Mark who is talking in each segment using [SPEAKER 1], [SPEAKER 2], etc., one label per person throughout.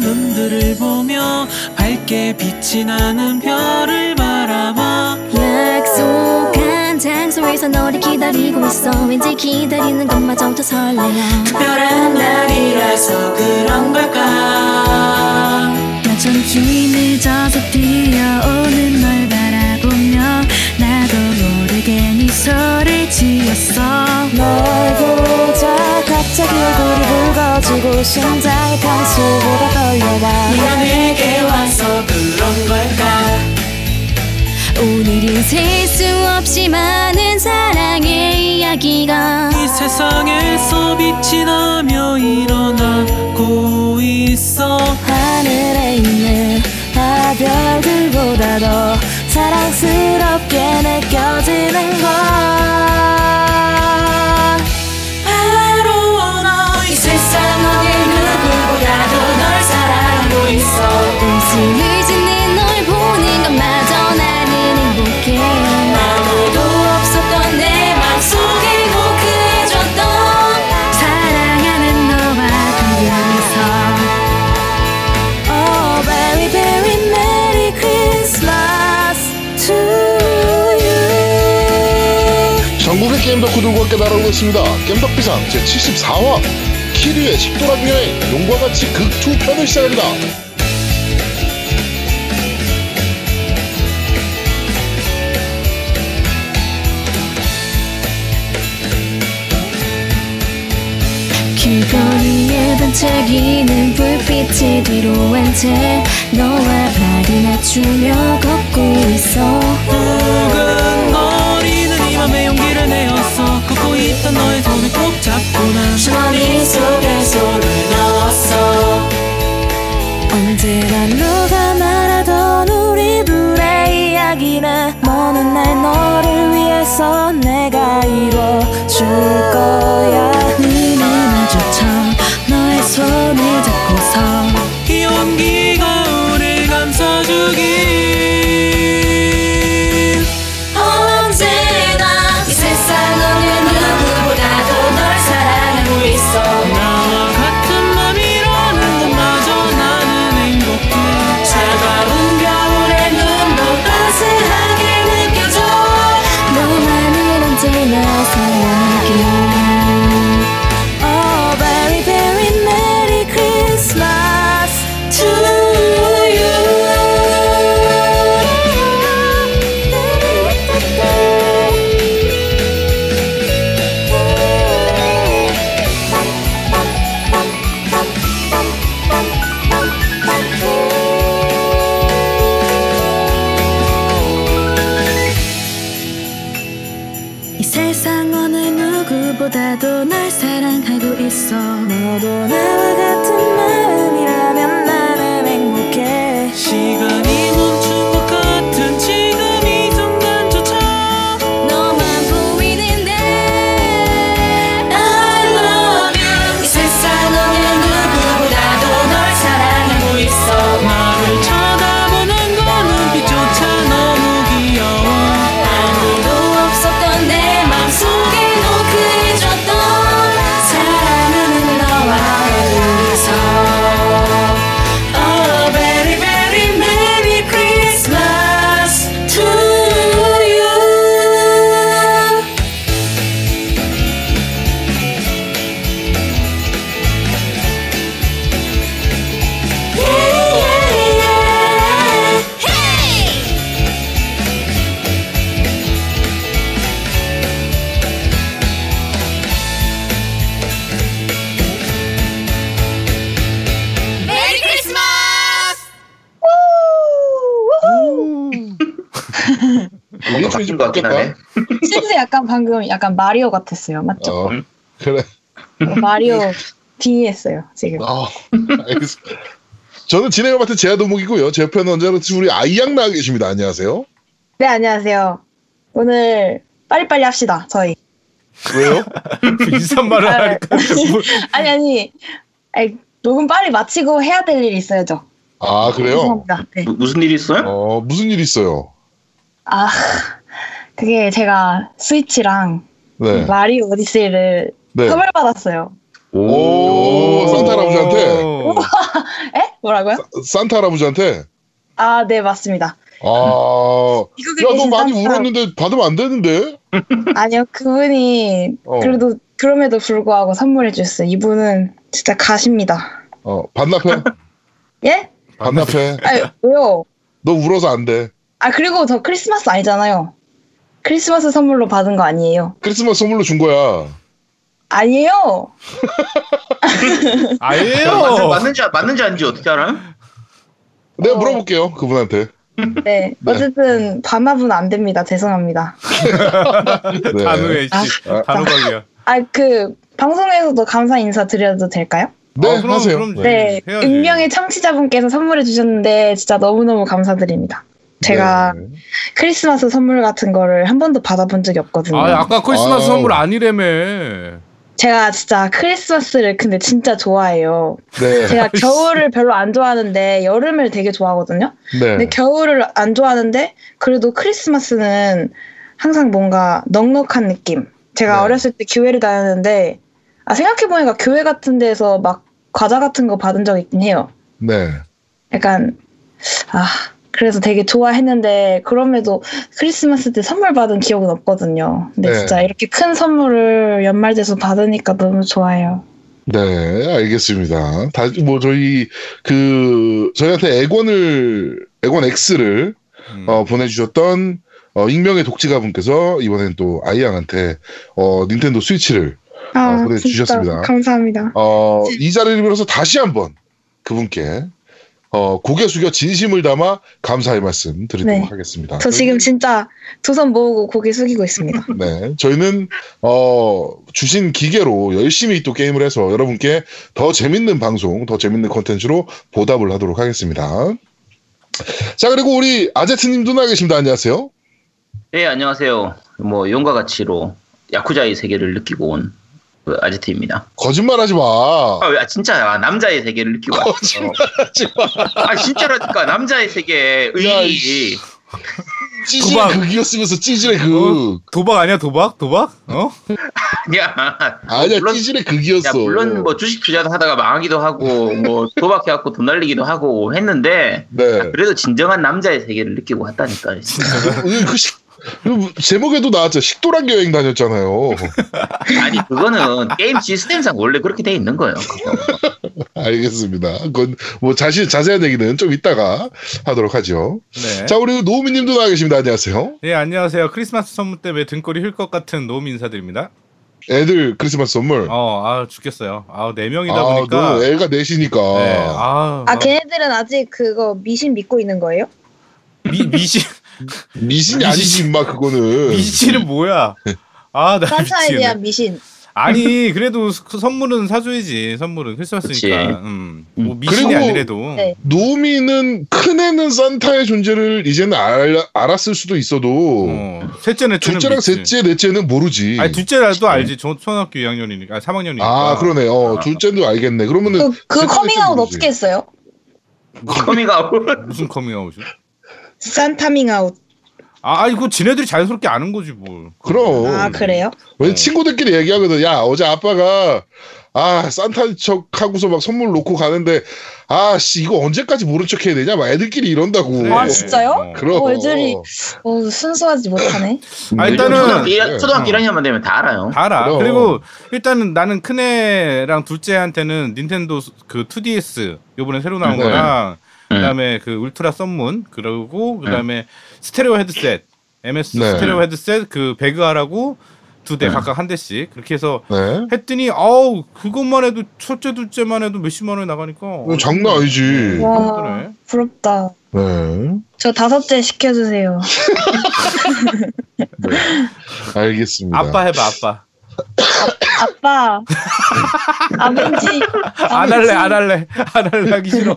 [SPEAKER 1] 하늘을 보며 밝게 빛이 나는 별을 바라봐
[SPEAKER 2] 약속한 장소에서 너를 기다리고 있어 왠지 기다리는 것마저부터 설레요
[SPEAKER 1] 특별한 날이라서 그런 걸까
[SPEAKER 2] 나천천히 늦어서 뛰어오는 널 바라보며 나도 모르게 미소를 지었어 널 보자 갑자기 얼굴이 붉어지고 심장이 평소보다 떨려와
[SPEAKER 1] 네가 내게 와서 그런 걸까
[SPEAKER 2] 오늘은 셀 수 없이 많은 사랑의 이야기가
[SPEAKER 1] 이 세상에서 빛이 나며 일어나고 있어
[SPEAKER 2] 하늘에 있는 아별들보다 더 사랑스럽게 느껴지는 것
[SPEAKER 1] 바로 너이 세상 어딜 누구보다도 널 사랑하고 있어
[SPEAKER 2] 웃음을 짓는 널 보는 것마저 나는 행복해
[SPEAKER 1] 아무도
[SPEAKER 2] 없었던 내
[SPEAKER 1] 속에 행복해졌던
[SPEAKER 2] 사랑하는 너와 동경에서 Oh very very merry Christmas to you
[SPEAKER 3] 전국의 게임 덕후들과 깨달아오고 있습니다. 겜덕비상 제74화 키류의 식도락 여행 용과 같이 극2편을 시작합니다.
[SPEAKER 2] 길거리에 반짝이는 불빛에 뒤로한 채 너와 발을 맞추며 걷고 있어
[SPEAKER 1] 두근거리는 이 맘에 용기를 내었어 걷고 있던 너의 손을 꼭 잡고 난 주머니 속에 손을 넣었어
[SPEAKER 2] 언제나 누가 말하던 우리 둘의 이야기는 먼 훗날 너를 위해서 내가 이뤄줄 거야 눈을 마주쳐 너의 손을 잡고서
[SPEAKER 1] 이 온기가 우릴 감싸주길
[SPEAKER 2] 언제나 이 세상 어느 누구보다도 널 사랑하고 있어
[SPEAKER 1] 나와 같은 맘이라는 것마저 나는 행복해 차가운 겨울의 눈도 따스하게 느껴져
[SPEAKER 2] 너만을 언제나 사랑할게 Oh very very merry Christmas to you 이 세상 어느 누구보다도 날 사랑하고 있어 너도 나와 같은 마음이라면 나는 행복해
[SPEAKER 1] 시간이 멈춘 것 같은 지금 이 순간조차
[SPEAKER 2] 너만 보이는데 I love you 이 세상 어느 누구보다도 널 사랑하고 있어
[SPEAKER 1] 나를 쳐다보는 그 눈빛조차 너무 귀여워
[SPEAKER 2] 아무도 없었던 내 맘속에 녹해졌던 사랑하는 너와 둘이서 Oh very very merry Christmas to you Yeah yeah yeah Hey!
[SPEAKER 4] 메리 크리스마스!
[SPEAKER 3] 이게 좀
[SPEAKER 5] 바뀐 것 같긴 하네.
[SPEAKER 3] 바뀌었다.
[SPEAKER 6] 실제 약간 방금 약간 마리오 같았어요. 맞죠?
[SPEAKER 3] 어,
[SPEAKER 5] 음.
[SPEAKER 3] 그래.
[SPEAKER 6] 마리오 D 했어요, 지금.
[SPEAKER 3] 어, 알겠습니다. 저는 진행을 맡은 제아도목이고요. 제 옆에는 언제나 우리 아이양 나와 계십니다. 안녕하세요.
[SPEAKER 6] 네, 안녕하세요. 오늘 빨리빨리 합시다, 저희.
[SPEAKER 3] 왜요?
[SPEAKER 7] 인사말을
[SPEAKER 6] 아,
[SPEAKER 7] 하니까 뭘-
[SPEAKER 6] 아니, 아니. 아니, 녹음 빨리 마치고 해야 될 일이 있어야죠.
[SPEAKER 3] 아 그래요?
[SPEAKER 6] 죄송합니다. 네.
[SPEAKER 5] 무- 무슨 일 있어요?
[SPEAKER 3] 어 무슨 일 있어요?
[SPEAKER 6] 아, 그게 제가 스위치랑
[SPEAKER 3] 네.
[SPEAKER 6] 마리오 오디세이를
[SPEAKER 3] 네.
[SPEAKER 6] 선물받았어요.
[SPEAKER 3] 오, 산타 할아버지한테.
[SPEAKER 7] 오.
[SPEAKER 6] 에? 뭐라고요?
[SPEAKER 3] 산타 할아버지한테
[SPEAKER 6] 아 네 맞습니다.
[SPEAKER 3] 아,
[SPEAKER 6] 미국에
[SPEAKER 3] 야 너
[SPEAKER 6] 계신
[SPEAKER 3] 많이
[SPEAKER 6] 산타-
[SPEAKER 3] 울었는데 받으면 안 되는데?
[SPEAKER 6] 아니요 그분이
[SPEAKER 3] 어.
[SPEAKER 6] 그래도 그럼에도 불구하고 선물해 주셨어요. 이분은 진짜 가십니다.
[SPEAKER 3] 어 반납해
[SPEAKER 6] 예?
[SPEAKER 3] 반납해.
[SPEAKER 6] 아니 왜요?
[SPEAKER 3] 너 울어서 안 돼.
[SPEAKER 6] 아 그리고 저 크리스마스 아니잖아요. 크리스마스 선물로 받은 거 아니에요.
[SPEAKER 3] 크리스마스 선물로 준 거야.
[SPEAKER 6] 아니에요.
[SPEAKER 3] 어.
[SPEAKER 5] 맞는,
[SPEAKER 7] 아예요.
[SPEAKER 5] 맞는지 맞는지 아닌지 어떻게 알아요?
[SPEAKER 3] 내가
[SPEAKER 6] 어.
[SPEAKER 3] 물어볼게요 그분한테.
[SPEAKER 6] 네 어쨌든 반납은 안 됩니다. 죄송합니다.
[SPEAKER 3] 네.
[SPEAKER 7] 단우의
[SPEAKER 6] 아,
[SPEAKER 7] 씨. 단호박이야.
[SPEAKER 6] 아 그 방송에서도 감사 인사 드려도 될까요?
[SPEAKER 3] 네
[SPEAKER 7] 아, 그럼
[SPEAKER 3] 하세요.
[SPEAKER 7] 그럼
[SPEAKER 6] 네,
[SPEAKER 7] 해야지.
[SPEAKER 6] 익명의 청취자분께서 선물해 주셨는데 진짜 너무너무 감사드립니다. 제가
[SPEAKER 3] 네.
[SPEAKER 6] 크리스마스 선물 같은 거를 한 번도 받아본 적이 없거든요.
[SPEAKER 7] 아 아까 크리스마스
[SPEAKER 3] 아유.
[SPEAKER 7] 선물 아니래며.
[SPEAKER 6] 제가 진짜 크리스마스를 근데 진짜 좋아해요.
[SPEAKER 3] 네.
[SPEAKER 6] 제가 겨울을 별로 안 좋아하는데 여름을 되게 좋아하거든요.
[SPEAKER 3] 네.
[SPEAKER 6] 근데 겨울을 안 좋아하는데 그래도 크리스마스는 항상 뭔가 넉넉한 느낌. 제가
[SPEAKER 3] 네.
[SPEAKER 6] 어렸을 때 교회를 다녔는데 아, 생각해보니까 교회 같은 데서 막 과자 같은 거 받은 적 있긴 해요.
[SPEAKER 3] 네.
[SPEAKER 6] 약간 아 그래서 되게 좋아했는데 그럼에도 크리스마스 때 선물 받은 기억은 없거든요. 근데
[SPEAKER 3] 네.
[SPEAKER 6] 진짜 이렇게 큰 선물을 연말 돼서 받으니까 너무 좋아요.
[SPEAKER 3] 네, 알겠습니다. 다, 뭐, 저희, 그, 저희한테 애권을, 애권 X를,
[SPEAKER 7] 음.
[SPEAKER 3] 어, 보내주셨던, 어, 익명의 독지가 분께서 이번엔 또 아이양한테, 어, 닌텐도 스위치를, 아,
[SPEAKER 6] 아,
[SPEAKER 3] 보내주셨습니다.
[SPEAKER 6] 진짜 감사합니다.
[SPEAKER 3] 어, 이 자리를 빌어서 다시 한번 그분께, 어, 고개 숙여 진심을 담아 감사의 말씀 드리도록
[SPEAKER 6] 네.
[SPEAKER 3] 하겠습니다.
[SPEAKER 6] 저 지금 진짜 두 손 모으고 고개 숙이고 있습니다.
[SPEAKER 3] 네, 저희는 어, 주신 기계로 열심히 또 게임을 해서 여러분께 더 재밌는 방송, 더 재밌는 컨텐츠로 보답을 하도록 하겠습니다. 자, 그리고 우리 아제트님도 나와 계십니다. 안녕하세요.
[SPEAKER 5] 네 안녕하세요. 뭐 용과 같이로 야쿠자의 세계를 느끼고 온그 아지트입니다.
[SPEAKER 3] 거짓말하지 마.
[SPEAKER 5] 아, 왜, 아, 진짜야 남자의 세계를 느끼고 왔어.
[SPEAKER 3] 하지 마.
[SPEAKER 5] 아 진짜라니까 남자의 세계의
[SPEAKER 3] 야,
[SPEAKER 5] 의미.
[SPEAKER 3] 찌질의
[SPEAKER 7] 도박.
[SPEAKER 3] 극이었으면서 찌질의
[SPEAKER 5] 어?
[SPEAKER 3] 극.
[SPEAKER 7] 도박 아니야 도박 도박? 어?
[SPEAKER 5] 아니야.
[SPEAKER 3] 아니야,
[SPEAKER 5] 물론-
[SPEAKER 3] 찌질의
[SPEAKER 5] 야,
[SPEAKER 3] 극이었어.
[SPEAKER 5] 물론 뭐 주식 투자도 하다가 망하기도 하고 뭐 도박해갖고 돈 날리기도 하고 했는데
[SPEAKER 3] 네.
[SPEAKER 5] 그래도 진정한 남자의 세계를 느끼고 왔다니까.
[SPEAKER 3] 그, 그 식- 그 제목에도 나왔죠. 식도락 여행 다녔잖아요.
[SPEAKER 5] 아니 그거는 게임 시스템상 원래 그렇게 돼 있는 거예요. 그거.
[SPEAKER 3] 알겠습니다. 그건 뭐 자신 자세한 얘기는 좀 이따가 하도록 하죠.
[SPEAKER 7] 네.
[SPEAKER 3] 자, 우리 노우미님도 나와 계십니다. 안녕하세요.
[SPEAKER 7] 네 안녕하세요. 크리스마스 선물 때문에 등골이 휠 것 같은 노움 인사드립니다.
[SPEAKER 3] 애들 크리스마스 선물.
[SPEAKER 7] 어아 죽겠어요. 아네 명이다
[SPEAKER 3] 아,
[SPEAKER 7] 보니까.
[SPEAKER 3] 너 애가 넷이니까.
[SPEAKER 7] 네. 아,
[SPEAKER 6] 아 걔네들은 아직 그거 미신 믿고 있는 거예요?
[SPEAKER 7] 미 미시
[SPEAKER 3] 미신이
[SPEAKER 7] 미신.
[SPEAKER 3] 아니지, 임마, 그거는.
[SPEAKER 7] 미시는 뭐야? 아나
[SPEAKER 6] 산타에
[SPEAKER 7] 미치겠네.
[SPEAKER 6] 대한 미신.
[SPEAKER 7] 아니 그래도 그 선물은 사줘야지 선물은 크리스마스니까
[SPEAKER 5] 그치.
[SPEAKER 7] 음. 뭐 미신이
[SPEAKER 3] 그리고-
[SPEAKER 7] 아니래도
[SPEAKER 6] 네.
[SPEAKER 3] 노미는, 큰애는 산타의 존재를 이제는 알, 알았을 수도 있어도,
[SPEAKER 7] 어, 셋째는
[SPEAKER 3] 둘째랑 셋째, 넷째는 모르지.
[SPEAKER 7] 아니 둘째라도 알지 저- 초등학교 2학년이니까 3학년이니까
[SPEAKER 3] 예. 아, 그러네. 어, 둘째도 알겠네. 그러면은.
[SPEAKER 6] 그, 그
[SPEAKER 3] 셋째,
[SPEAKER 6] 커밍아웃
[SPEAKER 3] 넷째
[SPEAKER 6] 어떻게
[SPEAKER 3] 모르지.
[SPEAKER 6] 했어요?
[SPEAKER 7] 뭐
[SPEAKER 5] 커밍아웃.
[SPEAKER 7] 무슨 커밍아웃이
[SPEAKER 6] 산타밍아웃.
[SPEAKER 7] 아 아니 그거 지네들이 자연스럽게 아는 거지 뭘
[SPEAKER 3] 그럼.
[SPEAKER 6] 아 그래요?
[SPEAKER 3] 왜
[SPEAKER 7] 어.
[SPEAKER 3] 친구들끼리 얘기하거든. 야, 어제 아빠가, 아, 산타인 척 하고서 막 선물 놓고 가는데, 아, 씨, 이거 언제까지 모른 척 해야 되냐? 막 애들끼리 이런다고.
[SPEAKER 7] 그래.
[SPEAKER 6] 아, 진짜요?
[SPEAKER 7] 어.
[SPEAKER 3] 그럼.
[SPEAKER 6] 어, 애들이- 어 순수하지 못하네.
[SPEAKER 7] 아, 일단은-
[SPEAKER 5] 초등학교 1학, 초등학교
[SPEAKER 7] 어.
[SPEAKER 5] 1학년만 되면 다 알아요.
[SPEAKER 7] 다 알아
[SPEAKER 3] 그럼.
[SPEAKER 7] 그리고 일단은 나는 큰애랑 둘째한테는 닌텐도 수- 그 2DS 요번에 새로 나온
[SPEAKER 3] 네.
[SPEAKER 7] 거랑
[SPEAKER 5] 음.
[SPEAKER 7] 그다음에 그 울트라 썸문 그리고 그다음에 스테레오 헤드셋 MS
[SPEAKER 3] 네.
[SPEAKER 7] 스테레오 헤드셋 그 배그하라고 두 대
[SPEAKER 5] 네.
[SPEAKER 7] 각각 한 대씩 그렇게 해서
[SPEAKER 3] 네.
[SPEAKER 7] 했더니 아우 그것만 해도 첫째 둘째만 해도 몇십만 원 나가니까
[SPEAKER 3] 어, 장난 아니지.
[SPEAKER 7] 네,
[SPEAKER 6] 와
[SPEAKER 7] 힘드네.
[SPEAKER 6] 부럽다.
[SPEAKER 3] 네.
[SPEAKER 6] 저 다섯째 시켜주세요.
[SPEAKER 3] 네. 알겠습니다.
[SPEAKER 7] 아빠 해봐 아빠
[SPEAKER 6] 아빠. 아버지.
[SPEAKER 7] 안 할래 안 할래 안 할래 하기 싫어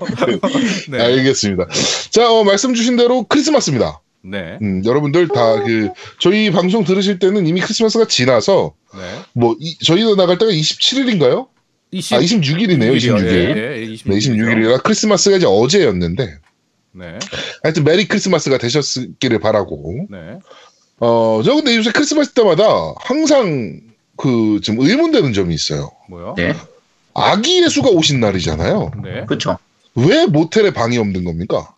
[SPEAKER 7] 네.
[SPEAKER 3] 알겠습니다. 자, 어, 말씀 주신 대로 크리스마스입니다.
[SPEAKER 7] 네.
[SPEAKER 3] 음, 여러분들 다 그, 저희 방송 들으실 때는 이미 크리스마스가 지나서,
[SPEAKER 7] 네.
[SPEAKER 3] 뭐, 이, 저희도 나갈 때가 27일인가요?
[SPEAKER 7] 20,
[SPEAKER 3] 아, 26일이네요, 26일.
[SPEAKER 7] 예, 예, 26일.
[SPEAKER 3] 네, 26일이라 크리스마스가 이제 어제였는데,
[SPEAKER 7] 네.
[SPEAKER 3] 하여튼 메리 크리스마스가 되셨기를 바라고.
[SPEAKER 7] 네.
[SPEAKER 3] 어, 저 근데 요새 크리스마스 때마다 항상 그, 지금 의문되는 점이 있어요.
[SPEAKER 7] 뭐요?
[SPEAKER 5] 네,
[SPEAKER 3] 아기 예수가 오신 날이잖아요.
[SPEAKER 7] 네.
[SPEAKER 5] 그렇죠.
[SPEAKER 3] 왜 모텔에 방이 없는 겁니까?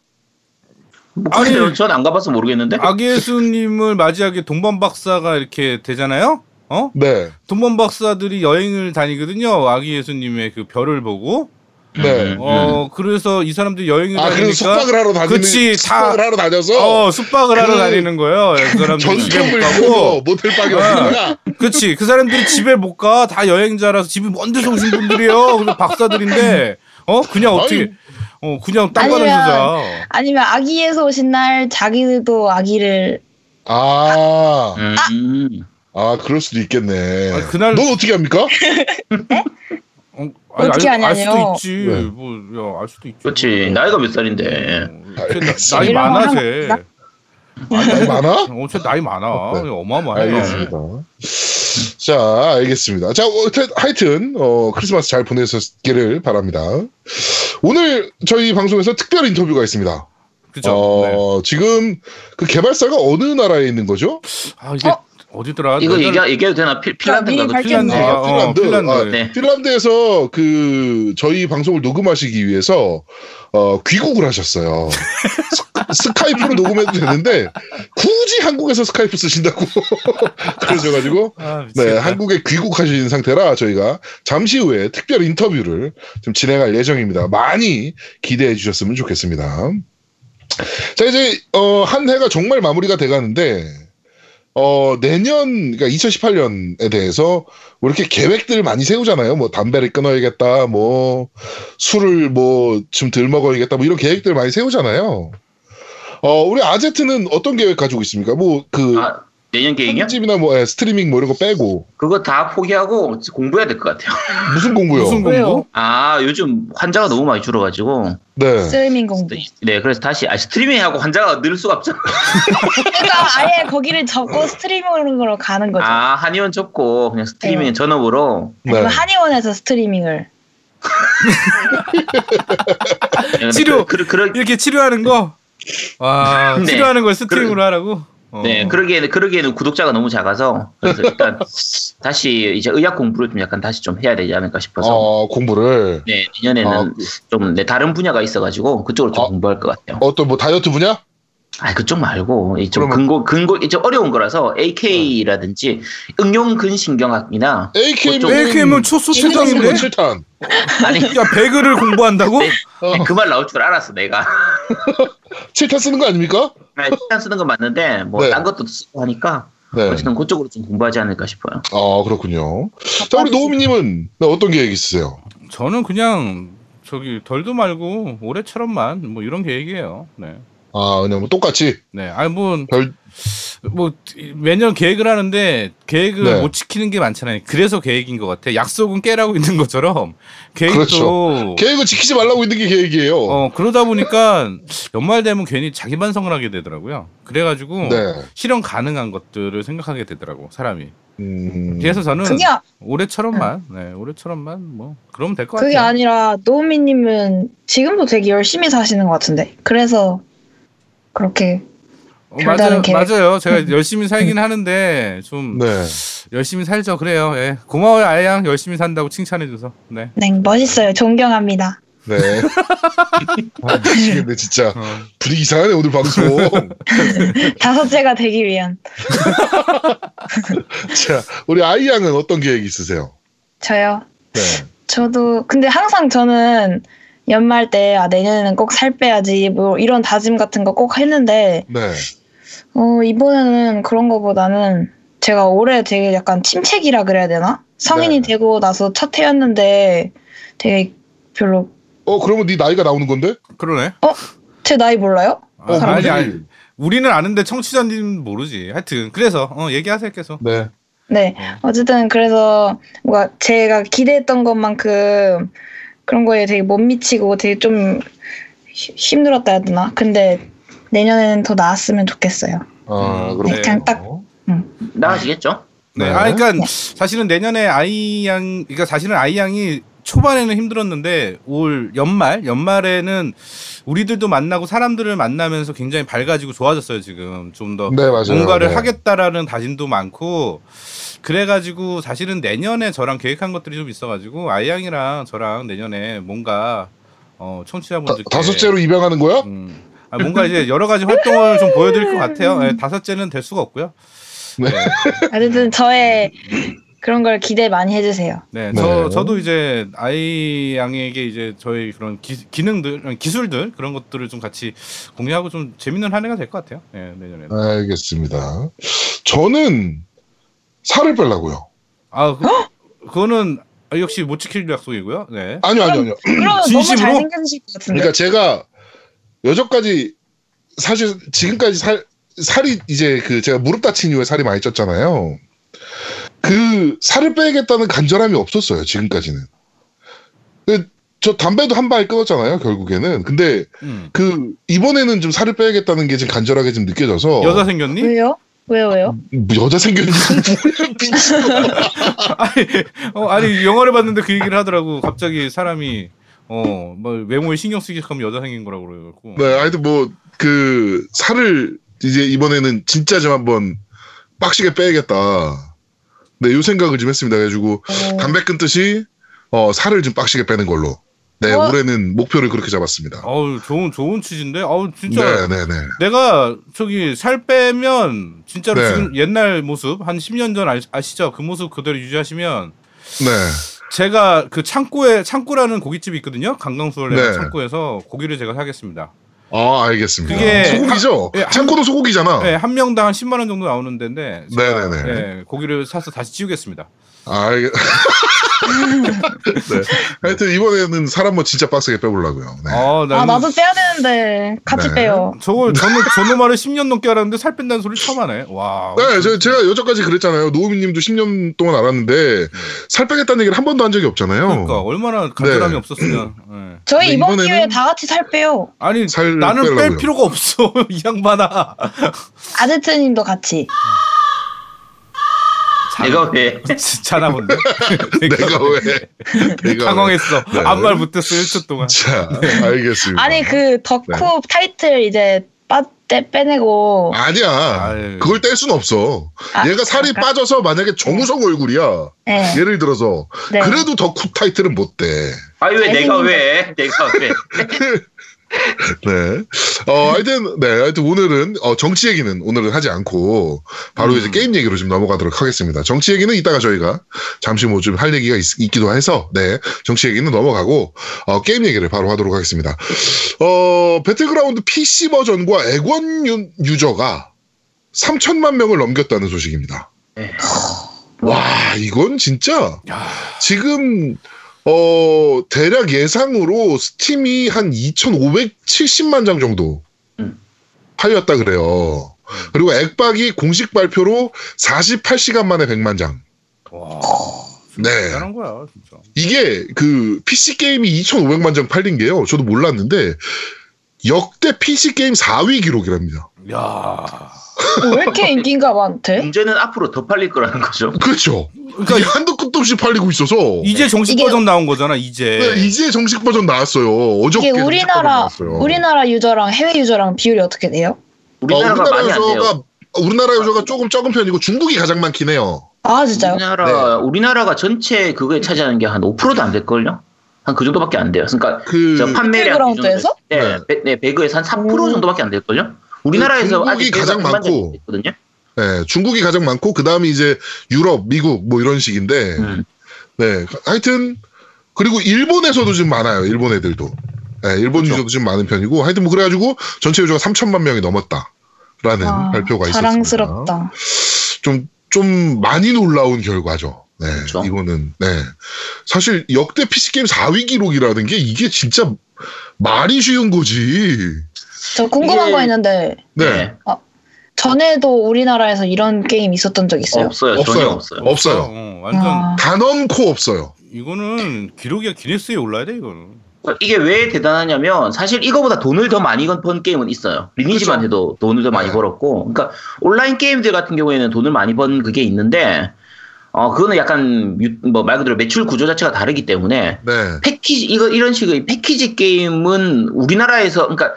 [SPEAKER 7] 아니.
[SPEAKER 5] 아니 뭐 전안 가봐서 모르겠는데.
[SPEAKER 7] 아기 예수님을 맞이하기 동반 박사가 이렇게 되잖아요. 어?
[SPEAKER 3] 네.
[SPEAKER 7] 동반 박사들이 여행을 다니거든요. 아기 예수님의 그 별을 보고.
[SPEAKER 3] 네.
[SPEAKER 5] 음.
[SPEAKER 7] 어 그래서 이 사람들이 여행을
[SPEAKER 3] 아, 그래서
[SPEAKER 7] 다니니까
[SPEAKER 3] 숙박을 하러 다니는
[SPEAKER 7] 그치, 다-
[SPEAKER 3] 숙박을 하러 다녀서
[SPEAKER 7] 어 숙박을 하러
[SPEAKER 3] 그-
[SPEAKER 7] 다니는 거예요. 그 사람들이 집에 못
[SPEAKER 3] 전수금을
[SPEAKER 7] 가고. 아.
[SPEAKER 3] 가고 모텔 방이 없습니다.
[SPEAKER 7] 그치 그 사람들이 집에 못 가. 다 여행자라서 집이 먼 데서 오신 분들이에요. 그래서 박사들인데 어 그냥 어떻게 어 그냥 땅바닥에서 자. 어?
[SPEAKER 6] 아니면 아기에서 오신 날 자기도 아기를
[SPEAKER 3] 네. 아,
[SPEAKER 5] 음.
[SPEAKER 3] 아, 그럴 수도 있겠네.
[SPEAKER 7] 아니, 그날-
[SPEAKER 3] 넌 어떻게 합니까?
[SPEAKER 7] 어, 아니,
[SPEAKER 6] 어떻게
[SPEAKER 7] 알, 알 수도
[SPEAKER 6] 하냐뇨.
[SPEAKER 7] 있지.
[SPEAKER 3] 왜?
[SPEAKER 7] 뭐야알 수도 있지.
[SPEAKER 5] 그렇지 나이가 몇 살인데.
[SPEAKER 7] 어, 쟤 나- 나이
[SPEAKER 6] 이런 거
[SPEAKER 7] 많아
[SPEAKER 6] 하면
[SPEAKER 7] 쟤.
[SPEAKER 6] 나-
[SPEAKER 3] 나이 많아?
[SPEAKER 7] 어, 쟤 나이 많아.
[SPEAKER 3] 네.
[SPEAKER 7] 어마어마해.
[SPEAKER 3] 알겠습니다. 자, 알겠습니다. 자, 어, 태- 하여튼 어, 크리스마스 잘 보내셨기를 바랍니다. 오늘 저희 방송에서 특별 인터뷰가 있습니다.
[SPEAKER 7] 그죠? 네.
[SPEAKER 3] 어, 지금 그 개발사가 어느 나라에 있는 거죠?
[SPEAKER 7] 아 이게
[SPEAKER 6] 어?
[SPEAKER 7] 어? 디더라
[SPEAKER 5] 이거 얘기 얘기해도 되나? 피, 핀란드인가?
[SPEAKER 6] 미리
[SPEAKER 5] 그
[SPEAKER 7] 핀란드.
[SPEAKER 6] 밝혔네.
[SPEAKER 7] 아, 어,
[SPEAKER 3] 핀란드. 아,
[SPEAKER 7] 핀란드.
[SPEAKER 5] 네.
[SPEAKER 3] 핀란드에서 그 저희 방송을 녹음하시기 위해서 어, 귀국을 하셨어요. 스, 카이프로 녹음해도 되는데 굳이 한국에서 스카이프 쓰신다고 그러셔가지고
[SPEAKER 7] 아, 미치겠다.
[SPEAKER 3] 네, 한국에 귀국하신 상태라 저희가 잠시 후에 특별 인터뷰를 좀 진행할 예정입니다. 많이 기대해 주셨으면 좋겠습니다. 자, 이제, 어, 한 해가 정말 마무리가 돼 가는데, 어, 내년, 그러니까 2018년에 대해서 뭐 이렇게 계획들을 많이 세우잖아요. 뭐 담배를 끊어야겠다, 뭐 술을 뭐 좀 덜 먹어야겠다, 뭐 이런 계획들을 많이 세우잖아요. 어, 우리 아제트는 어떤 계획 가지고 있습니까? 뭐, 그,
[SPEAKER 5] 아, 내년 계획이요?
[SPEAKER 3] 편집이나 뭐, 예, 스트리밍 뭐 이런 거 빼고.
[SPEAKER 5] 그거 다 포기하고 공부해야 될 것 같아요.
[SPEAKER 3] 무슨 공부요? 네,
[SPEAKER 7] 무슨
[SPEAKER 6] 왜요?
[SPEAKER 7] 공부?
[SPEAKER 5] 아 요즘 환자가 너무 많이 줄어가지고
[SPEAKER 3] 네.
[SPEAKER 6] 스트리밍 공부.
[SPEAKER 5] 네 그래서 다시 아, 스트리밍하고 환자가 늘 수가 없잖아.
[SPEAKER 6] 그러니까 아예 거기를 접고 스트리밍으로 가는 거죠.
[SPEAKER 5] 아 한의원 접고 그냥 스트리밍
[SPEAKER 6] 네.
[SPEAKER 5] 전업으로
[SPEAKER 3] 네.
[SPEAKER 6] 그럼 한의원에서 스트리밍을.
[SPEAKER 5] 그냥
[SPEAKER 7] 치료!
[SPEAKER 5] 그, 그, 그,
[SPEAKER 7] 이렇게 치료하는 거? 와
[SPEAKER 5] 네.
[SPEAKER 7] 치료하는 걸 스트리밍으로 하라고? 어.
[SPEAKER 5] 네 그러기에는 그러기에는 구독자가 너무 작아서 그래서 일단 다시 이제 의학 공부를 좀 약간 다시 좀 해야 되지 않을까 싶어서
[SPEAKER 3] 어, 공부를.
[SPEAKER 5] 네 내년에는
[SPEAKER 3] 아,
[SPEAKER 5] 좀 내 다른 분야가 있어가지고 그쪽으로 좀
[SPEAKER 3] 어.
[SPEAKER 5] 공부할 것 같아요.
[SPEAKER 3] 어떤 뭐 다이어트 분야?
[SPEAKER 5] 아 그쪽 말고 이좀
[SPEAKER 3] 그러면-
[SPEAKER 5] 근골 근골 이좀 어려운 거라서 AK라든지 응용 근신경학이나
[SPEAKER 3] AKM.
[SPEAKER 5] 그쪽-
[SPEAKER 7] AKM은 뭐 초소체당인데?
[SPEAKER 3] 7탄.
[SPEAKER 5] 아니
[SPEAKER 7] 야 배그를 공부한다고?
[SPEAKER 5] 네.
[SPEAKER 3] 어,
[SPEAKER 5] 그 말 나올 줄 알았어 내가.
[SPEAKER 7] 그
[SPEAKER 3] 7탄 쓰는 거 아닙니까?
[SPEAKER 5] 아니, 시간 쓰는 건 맞는데 뭐
[SPEAKER 3] 네.
[SPEAKER 5] 딴 것도 쓰고 하니까
[SPEAKER 3] 네.
[SPEAKER 5] 어쨌든 그쪽으로 좀 공부하지 않을까 싶어요.
[SPEAKER 3] 아, 그렇군요. 자, 우리 노우미님은 네, 어떤 계획 있으세요?
[SPEAKER 7] 저는 그냥 저기 덜도 말고 올해처럼만 뭐 이런 계획이에요. 네.
[SPEAKER 3] 아, 그냥 뭐 똑같이.
[SPEAKER 7] 네, 아니 뭐,
[SPEAKER 3] 별,
[SPEAKER 7] 뭐 매년 계획을 하는데 계획을
[SPEAKER 3] 네.
[SPEAKER 7] 못 지키는 게 많잖아요. 그래서 계획인 것 같아. 약속은 깨라고 있는 것처럼 계획도
[SPEAKER 3] 그렇죠. 계획을 지키지 말라고 있는 게 계획이에요.
[SPEAKER 7] 뭐. 어 그러다 보니까 연말 되면 괜히 자기 반성을 하게 되더라고요. 그래가지고
[SPEAKER 3] 네.
[SPEAKER 7] 실현 가능한 것들을 생각하게 되더라고 사람이.
[SPEAKER 3] 음,
[SPEAKER 7] 그래서 저는
[SPEAKER 6] 그게
[SPEAKER 7] 올해처럼만, 네, 올해처럼만 뭐 그러면 될 것
[SPEAKER 6] 그게
[SPEAKER 7] 같아요.
[SPEAKER 6] 아니라 노우미님은 지금도 되게 열심히 사시는 것 같은데. 그래서 그렇게
[SPEAKER 7] 어,
[SPEAKER 6] 별다른
[SPEAKER 7] 맞아요,
[SPEAKER 6] 계획.
[SPEAKER 7] 맞아요. 제가 열심히 살긴 하는데 좀
[SPEAKER 3] 네.
[SPEAKER 7] 열심히 살죠. 그래요. 예. 고마워요, 아양. 열심히 산다고 칭찬해줘서. 네.
[SPEAKER 6] 네 멋있어요. 존경합니다.
[SPEAKER 3] 네. 아, 미치겠네, 진짜.
[SPEAKER 7] 어.
[SPEAKER 3] 분위기 이상하네, 오늘 방송.
[SPEAKER 6] 다섯째가 되기 위한
[SPEAKER 3] 자, 우리 아이양은 어떤 계획 있으세요?
[SPEAKER 6] 저요.
[SPEAKER 3] 네.
[SPEAKER 6] 저도 근데 항상 저는 연말 때 아 내년에는 꼭 살 빼야지 뭐 이런 다짐 같은 거 꼭 했는데
[SPEAKER 3] 네.
[SPEAKER 6] 어, 이번에는 그런 거보다는 제가 올해 되게 약간 침체기라 그래야 되나? 성인이
[SPEAKER 3] 네.
[SPEAKER 6] 되고 나서 첫 해였는데 되게 별로
[SPEAKER 3] 어, 그러면 네 나이가 나오는 건데?
[SPEAKER 7] 그러네.
[SPEAKER 6] 제 나이 몰라요?
[SPEAKER 7] 아,
[SPEAKER 3] 어,
[SPEAKER 7] 아니,
[SPEAKER 3] 그러네.
[SPEAKER 7] 아니. 우리는 아는데 청취자님 모르지. 하여튼 그래서 어, 얘기하세요 계속.
[SPEAKER 3] 네.
[SPEAKER 6] 네. 어쨌든 그래서 뭔가 제가 기대했던 것만큼 그런 거에 되게 못 미치고 되게 좀 히- 힘들었다 해야 되나? 근데 내년에는 더 나았으면 좋겠어요.
[SPEAKER 3] 아,
[SPEAKER 7] 음,
[SPEAKER 3] 그렇군요.
[SPEAKER 6] 네, 그냥 딱
[SPEAKER 5] 나가시겠죠?
[SPEAKER 7] 네.
[SPEAKER 3] 네.
[SPEAKER 7] 아, 그러니까
[SPEAKER 6] 네.
[SPEAKER 7] 사실은 내년에 아이 양, 그러니까 사실은 아이 양이 초반에는 힘들었는데 올 연말, 연말에는 우리들도 만나고 사람들을 만나면서 굉장히 밝아지고 좋아졌어요 지금 좀 더
[SPEAKER 3] 네, 맞아요.
[SPEAKER 7] 뭔가를
[SPEAKER 3] 네.
[SPEAKER 7] 하겠다라는 다짐도 많고 그래가지고 사실은 내년에 저랑 계획한 것들이 좀 있어가지고 아이 양이랑 저랑 내년에 뭔가 어,
[SPEAKER 3] 다,
[SPEAKER 7] 청취자분들께
[SPEAKER 3] 다섯째로 입양하는 거야?
[SPEAKER 7] 음, 아, 뭔가 이제 여러 가지 활동을 좀 보여드릴 것 같아요. 예, 다섯째는 될 수가 없고요.
[SPEAKER 3] 네.
[SPEAKER 6] 어쨌든 저의 그런 걸 기대 많이 해주세요.
[SPEAKER 7] 네,
[SPEAKER 3] 네.
[SPEAKER 7] 저 저도 이제 아이 양에게 이제 저희 그런 기, 기능들, 아니, 기술들 그런 것들을 좀 같이 공유하고 좀 재밌는 한 해가 될 것 같아요. 예, 내년에.
[SPEAKER 3] 알겠습니다. 저는 살을 빼려고요.
[SPEAKER 7] 아, 그, 그거는 아, 역시 못 지킬 약속이고요. 네.
[SPEAKER 3] 아니요, 아니요, 아니요.
[SPEAKER 6] 그럼
[SPEAKER 7] 진심으로?
[SPEAKER 6] 너무 잘생겨주실 것 같은데.
[SPEAKER 3] 그러니까 제가 여전까지 사실 지금까지 살 살이 이제 그 제가 무릎 다친 이후에 살이 많이 쪘잖아요. 그 살을 빼야겠다는 간절함이 없었어요 지금까지는. 그, 저 담배도 한 방에 끊었잖아요 결국에는. 근데
[SPEAKER 7] 음.
[SPEAKER 3] 그 이번에는 좀 살을 빼야겠다는 게 지금 간절하게 좀 느껴져서
[SPEAKER 7] 여자 생겼니?
[SPEAKER 6] 왜요? 왜요? 왜요?
[SPEAKER 3] 뭐 여자 생겼는지 모르겠
[SPEAKER 7] 아니, 어, 아니 영화를 봤는데 그 얘기를 하더라고. 갑자기 사람이 어, 뭐 외모에 신경 쓰기 시작하면 여자 생긴 거라고 그래갖고.
[SPEAKER 3] 네, 하여튼 뭐 그 살을 이제 이번에는 진짜 좀 한번 빡시게 빼야겠다. 네, 요 생각을 좀 했습니다. 그래가지고
[SPEAKER 7] 어.
[SPEAKER 3] 담배 끊듯이 어, 살을 좀 빡시게 빼는 걸로. 네,
[SPEAKER 6] 어?
[SPEAKER 3] 올해는 목표를 그렇게 잡았습니다.
[SPEAKER 7] 아우 좋은 좋은 취지인데. 아우 진짜
[SPEAKER 3] 네, 네, 네.
[SPEAKER 7] 내가 저기 살 빼면 진짜로
[SPEAKER 3] 네.
[SPEAKER 7] 지금 옛날 모습 한 10년 전 아시- 아시죠? 그 모습 그대로 유지하시면
[SPEAKER 3] 네.
[SPEAKER 7] 제가 그 창고에 창고라는 고깃집이 있거든요. 강강수월래
[SPEAKER 3] 네.
[SPEAKER 7] 창고에서 고기를 제가 사겠습니다.
[SPEAKER 3] 아, 알겠습니다.
[SPEAKER 7] 그게
[SPEAKER 3] 소고기죠?
[SPEAKER 7] 예, 한-
[SPEAKER 3] 참고도 소고기잖아.
[SPEAKER 7] 네, 한 명당 한 10만 원 정도 나오는 데인데 제가,
[SPEAKER 3] 어. 네, 네, 네.
[SPEAKER 7] 네, 고기를 사서 다시 찌우겠습니다.
[SPEAKER 3] 아, 알겠... 네. 하여튼 이번에는 살 한번 진짜 빡세게 빼보려고요. 네.
[SPEAKER 7] 아, 나는
[SPEAKER 6] 아 나도 빼야 되는데 같이
[SPEAKER 3] 네.
[SPEAKER 6] 빼요.
[SPEAKER 7] 저걸 저놈 저놈아를 10년 넘게 알았는데 살 뺀다는 소리 처음 하네. 와.
[SPEAKER 3] 네, 저, 제가 여전까지 그랬잖아요. 노우미님도 10년 동안 알았는데 살 빼겠다는 얘기를 한 번도 한 적이 없잖아요.
[SPEAKER 7] 그러니까 얼마나 간절함이
[SPEAKER 3] 네.
[SPEAKER 7] 없었으면. 네.
[SPEAKER 6] 저희
[SPEAKER 3] 근데
[SPEAKER 6] 이번
[SPEAKER 3] 이번에는-
[SPEAKER 6] 기회에 다 같이 살 빼요.
[SPEAKER 7] 아니
[SPEAKER 3] 살
[SPEAKER 7] 나는 뺄
[SPEAKER 3] 빼려고요.
[SPEAKER 7] 필요가 없어 이 양반아.
[SPEAKER 6] 아제트님도 같이.
[SPEAKER 5] 내가 왜?
[SPEAKER 7] 자나 본데. 그러니까.
[SPEAKER 3] 내가 왜? 내가 왜?
[SPEAKER 7] 당황했어.
[SPEAKER 3] 네.
[SPEAKER 7] 아무 말 못했어 1초 동안.
[SPEAKER 3] 자,
[SPEAKER 7] 네.
[SPEAKER 3] 알겠습니다.
[SPEAKER 6] 아니 그 덕후 타이틀 이제 빠, 떼, 빼내고
[SPEAKER 3] 아니야.
[SPEAKER 7] 아유.
[SPEAKER 3] 그걸 뗄 순 없어.
[SPEAKER 6] 아,
[SPEAKER 3] 얘가 살이
[SPEAKER 6] 그럴까?
[SPEAKER 3] 빠져서 만약에 정우성 얼굴이야.
[SPEAKER 6] 네.
[SPEAKER 3] 예를 들어서
[SPEAKER 6] 네.
[SPEAKER 3] 그래도 덕후 타이틀은 못 떼.
[SPEAKER 5] 아니 왜 내가
[SPEAKER 6] 잘생긴
[SPEAKER 5] 왜? 내가 왜?
[SPEAKER 3] 네. 어, 하여튼 네, 하여튼 오늘은 어, 정치 얘기는 오늘은 하지 않고 바로 이제 게임 얘기로 좀 넘어가도록 하겠습니다. 정치 얘기는 이따가 저희가 잠시 뭐 좀 할 얘기가 있, 기도 해서 네, 정치 얘기는 넘어가고 어, 게임 얘기를 바로 하도록 하겠습니다. 어, 배틀그라운드 PC 버전과 액원 유, 유저가 3천만 명을 넘겼다는 소식입니다.
[SPEAKER 5] 네.
[SPEAKER 3] 와, 이건 진짜 지금 어, 대략 예상으로 스팀이 한 2,570만 장 정도
[SPEAKER 5] 음.
[SPEAKER 3] 팔렸다 그래요.
[SPEAKER 6] 음.
[SPEAKER 3] 그리고 액박이 공식 발표로 48시간 만에 100만 장.
[SPEAKER 7] 와.
[SPEAKER 3] 네.
[SPEAKER 7] 대단한 거야 진짜.
[SPEAKER 3] 이게 그 PC 게임이 2,500만 장 팔린 게요. 저도 몰랐는데 역대 PC 게임 4위 기록이랍니다.
[SPEAKER 7] 야.
[SPEAKER 6] 어, 왜 이렇게 인기가 많대?
[SPEAKER 5] 문제는 앞으로 더 팔릴 거라는 거죠.
[SPEAKER 3] 그렇죠.
[SPEAKER 7] 그러니까
[SPEAKER 3] 이게 한도 끝도 없이 팔리고 있어서
[SPEAKER 7] 이제 정식
[SPEAKER 6] 이게-
[SPEAKER 7] 버전 나온 거잖아 이제.
[SPEAKER 3] 네, 이제 정식 버전 나왔어요. 어저께
[SPEAKER 6] 이게
[SPEAKER 3] 정식
[SPEAKER 6] 우리나라
[SPEAKER 3] 버전 나왔어요.
[SPEAKER 6] 우리나라 유저랑 해외 유저랑 비율이 어떻게 돼요?
[SPEAKER 5] 우리나라가
[SPEAKER 3] 어,
[SPEAKER 5] 많이 안 돼요.
[SPEAKER 3] 우리나라 유저가 조금 적은 편이고 중국이 가장 많긴 해요.
[SPEAKER 6] 아
[SPEAKER 3] 네,
[SPEAKER 6] 진짜요?
[SPEAKER 5] 우리나라 우리나라가 전체 그거에 차지하는 게 한 5%도 안 될 걸요. 한 그 정도밖에 안 돼요. 그러니까
[SPEAKER 3] 그
[SPEAKER 5] 저 판매량
[SPEAKER 6] 플레이그라운드에서? 음.
[SPEAKER 5] 기준으로- 네, 배, 네, 배그에서 한 3% 정도밖에 안 될 걸요. 우리나라에서
[SPEAKER 3] 중국이
[SPEAKER 5] 아직
[SPEAKER 3] 가장
[SPEAKER 5] 배그가
[SPEAKER 3] 많고.
[SPEAKER 5] 일반적이 있거든요.
[SPEAKER 3] 예, 중국이 가장 많고 그 다음이 이제 유럽, 미국 뭐 이런 식인데
[SPEAKER 5] 음.
[SPEAKER 3] 네 하여튼 그리고 일본에서도 지금 많아요. 일본 애들도 예, 일본
[SPEAKER 5] 그렇죠.
[SPEAKER 3] 유저도 지금 많은 편이고 하여튼 뭐 그래가지고 전체 유저가 3천만 명이 넘었다라는
[SPEAKER 6] 아,
[SPEAKER 3] 발표가 있었습니다.
[SPEAKER 6] 자랑스럽다.
[SPEAKER 3] 좀, 좀 많이 놀라운 결과죠. 네,
[SPEAKER 5] 그렇죠.
[SPEAKER 3] 이거는, 네. 사실 역대 PC게임 4위 기록이라는 게 이게 진짜 말이 쉬운 거지.
[SPEAKER 6] 저 궁금한
[SPEAKER 5] 이게-
[SPEAKER 6] 거 있는데
[SPEAKER 3] 네.
[SPEAKER 6] 전에도 우리나라에도 이런 게임 있었던 적 있어요?
[SPEAKER 5] 없어요. 전혀
[SPEAKER 3] 없어요.
[SPEAKER 5] 없어요.
[SPEAKER 3] 없어요.
[SPEAKER 7] 어, 완전
[SPEAKER 6] 아.
[SPEAKER 3] 단언코 없어요.
[SPEAKER 7] 이거는 기록이 기네스에 올라야 돼 이거는.
[SPEAKER 5] 이게 왜 대단하냐면 사실 이거보다 돈을 더 많이 번 게임은 있어요. 리니지만 해도 돈을 더 많이
[SPEAKER 3] 그렇죠. 네.
[SPEAKER 5] 벌었고, 그러니까 온라인 게임들 같은 경우에는 돈을 많이 번 그게 있는데, 어 그거는 약간 뭐 말 그대로 매출 구조 자체가 다르기 때문에
[SPEAKER 3] 네.
[SPEAKER 5] 패키지 이거 이런 식의 패키지 게임은 우리나라에서 그러니까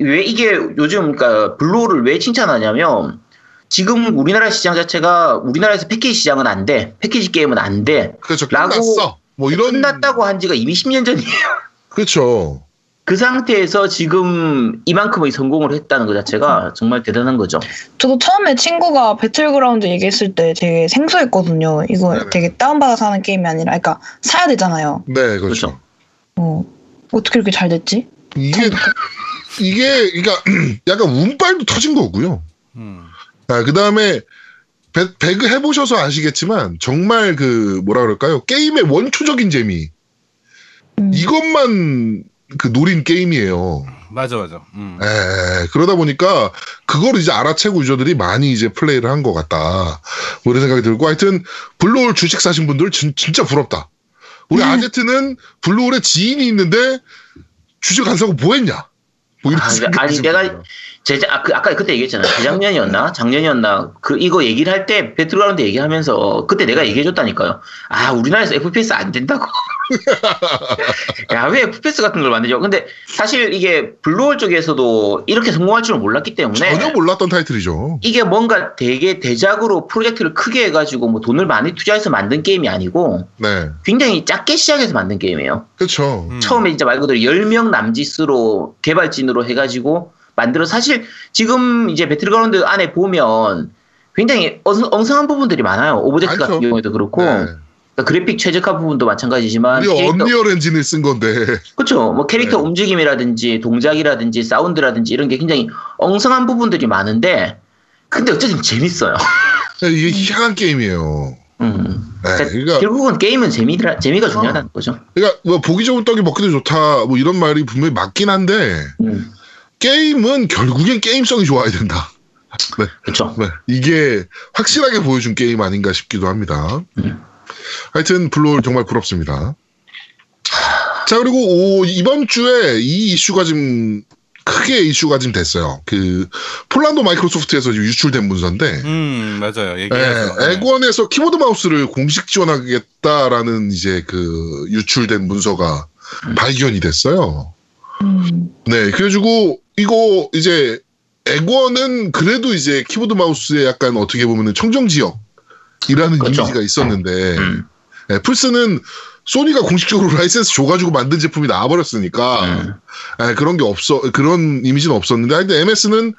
[SPEAKER 5] 왜 이게 요즘 그러니까 블로우를 왜 칭찬하냐면 지금 우리나라 시장 자체가 우리나라에서 패키지 시장은 안 돼. 패키지 게임은 안 돼.
[SPEAKER 3] 그렇죠.
[SPEAKER 5] 라고
[SPEAKER 3] 끝났어. 뭐 이런.
[SPEAKER 5] 끝났다고 한 지가 이미 10년 전이에요.
[SPEAKER 3] 그렇죠.
[SPEAKER 5] 그 상태에서 지금 이만큼의 성공을 했다는 것 자체가 정말 대단한 거죠.
[SPEAKER 6] 저도 처음에 친구가 배틀그라운드 얘기했을 때 되게 생소했거든요. 이거
[SPEAKER 3] 네네.
[SPEAKER 6] 되게 다운받아서 하는 게임이 아니라, 그러니까 사야 되잖아요.
[SPEAKER 3] 네,
[SPEAKER 5] 그렇죠.
[SPEAKER 3] 그렇죠.
[SPEAKER 6] 어. 어떻게 이렇게 잘 됐지?
[SPEAKER 3] 이게 이게 그러니까 약간 운빨도 터진 거고요.
[SPEAKER 7] 음.
[SPEAKER 3] 아, 그 다음에 배- 배그 해보셔서 아시겠지만 정말 그 뭐라 그럴까요? 게임의 원초적인 재미
[SPEAKER 6] 음.
[SPEAKER 3] 이것만 그 노린 게임이에요.
[SPEAKER 7] 맞아 맞아. 음.
[SPEAKER 3] 네. 에, 예, 그러다 보니까 그걸 이제 알아채고 유저들이 많이 이제 플레이를 한 것 같다. 뭐 이런 생각이 들고 하여튼 블루홀 주식 사신 분들 진, 진짜 부럽다.
[SPEAKER 5] 음.
[SPEAKER 3] 우리 아제트는 블루홀에 지인이 있는데 주식 안 사고 뭐 했냐? 뭐 이런
[SPEAKER 5] 아,
[SPEAKER 3] 생각이
[SPEAKER 5] 아니,
[SPEAKER 3] 좀
[SPEAKER 5] 내가
[SPEAKER 3] 들어요.
[SPEAKER 5] 제자 아, 그, 아까 그때 얘기했잖아요. 재작년이었나 작년이었나 그 이거 얘기를 할 때 배틀그라운드 얘기하면서 그때 내가 얘기해줬다니까요. 아 우리나라에서 FPS 안 된다고. 야 왜 FPS 같은 걸 만들죠? 근데 사실 이게 블루홀 쪽에서도 이렇게 성공할 줄은 몰랐기 때문에
[SPEAKER 3] 전혀 몰랐던 타이틀이죠.
[SPEAKER 5] 이게 뭔가 되게 대작으로 프로젝트를 크게 해가지고 뭐 돈을 많이 투자해서 만든 게임이 아니고
[SPEAKER 3] 네,
[SPEAKER 5] 굉장히 작게 시작해서 만든 게임이에요.
[SPEAKER 3] 그렇죠.
[SPEAKER 7] 음.
[SPEAKER 5] 처음에 진짜 말 그대로 10명 남짓으로 개발진으로 해가지고 만들어 사실 지금 이제 배틀그라운드 안에 보면 굉장히 엉- 엉성한 부분들이 많아요. 오브젝트
[SPEAKER 3] 많죠. 네.
[SPEAKER 5] 같은 경우에도 그렇고 그러니까 그래фик 최적화 부분도 마찬가지지만
[SPEAKER 3] 우리
[SPEAKER 5] 캐릭터,
[SPEAKER 3] 언리얼 엔진을 쓴 건데
[SPEAKER 5] 그렇죠. 뭐 캐릭터
[SPEAKER 3] 네.
[SPEAKER 5] 움직임이라든지 동작이라든지 사운드라든지 이런 게 굉장히 엉성한 부분들이 많은데 근데 어쨌든 재밌어요.
[SPEAKER 3] 이게 희한한 게임이에요.
[SPEAKER 5] 음.
[SPEAKER 3] 네,
[SPEAKER 5] 그러니까
[SPEAKER 3] 그러니까 어.
[SPEAKER 5] 결국은 게임은 재미라, 재미가 중요하다는 거죠.
[SPEAKER 3] 그러니까 뭐 보기 좋은 떡이 먹기도 좋다 뭐 이런 말이 분명히 맞긴 한데
[SPEAKER 5] 음.
[SPEAKER 3] 게임은 결국엔 게임성이 좋아야 된다.
[SPEAKER 5] 그렇죠.
[SPEAKER 3] 네, 이게 확실하게 보여준 게임 아닌가 싶기도 합니다.
[SPEAKER 5] 음.
[SPEAKER 3] 하여튼 블루홀 정말 부럽습니다. 자 그리고 오, 이번 주에 이 이슈가 지금 크게 이슈가 지금 됐어요. 그 폴란드 마이크로소프트에서 지금 유출된 문서인데
[SPEAKER 7] 음, 네. 맞아요. 얘기하
[SPEAKER 3] 예, 액원에서 키보드 마우스를 공식 지원하겠다라는 이제 그 유출된 문서가
[SPEAKER 7] 음.
[SPEAKER 3] 발견이 됐어요.
[SPEAKER 6] 음.
[SPEAKER 3] 네, 그래가지고 이거 이제 액원은 그래도 이제 키보드 마우스에 약간 어떻게 보면은 청정 지역이라는
[SPEAKER 5] 그렇죠.
[SPEAKER 3] 이미지가 있었는데
[SPEAKER 5] 음.
[SPEAKER 3] 예, 플스는 소니가 공식적으로 라이센스 줘가지고 만든 제품이 나와버렸으니까
[SPEAKER 5] 네.
[SPEAKER 3] 예, 그런 게 없어 그런 이미지는 없었는데 하여튼 MS는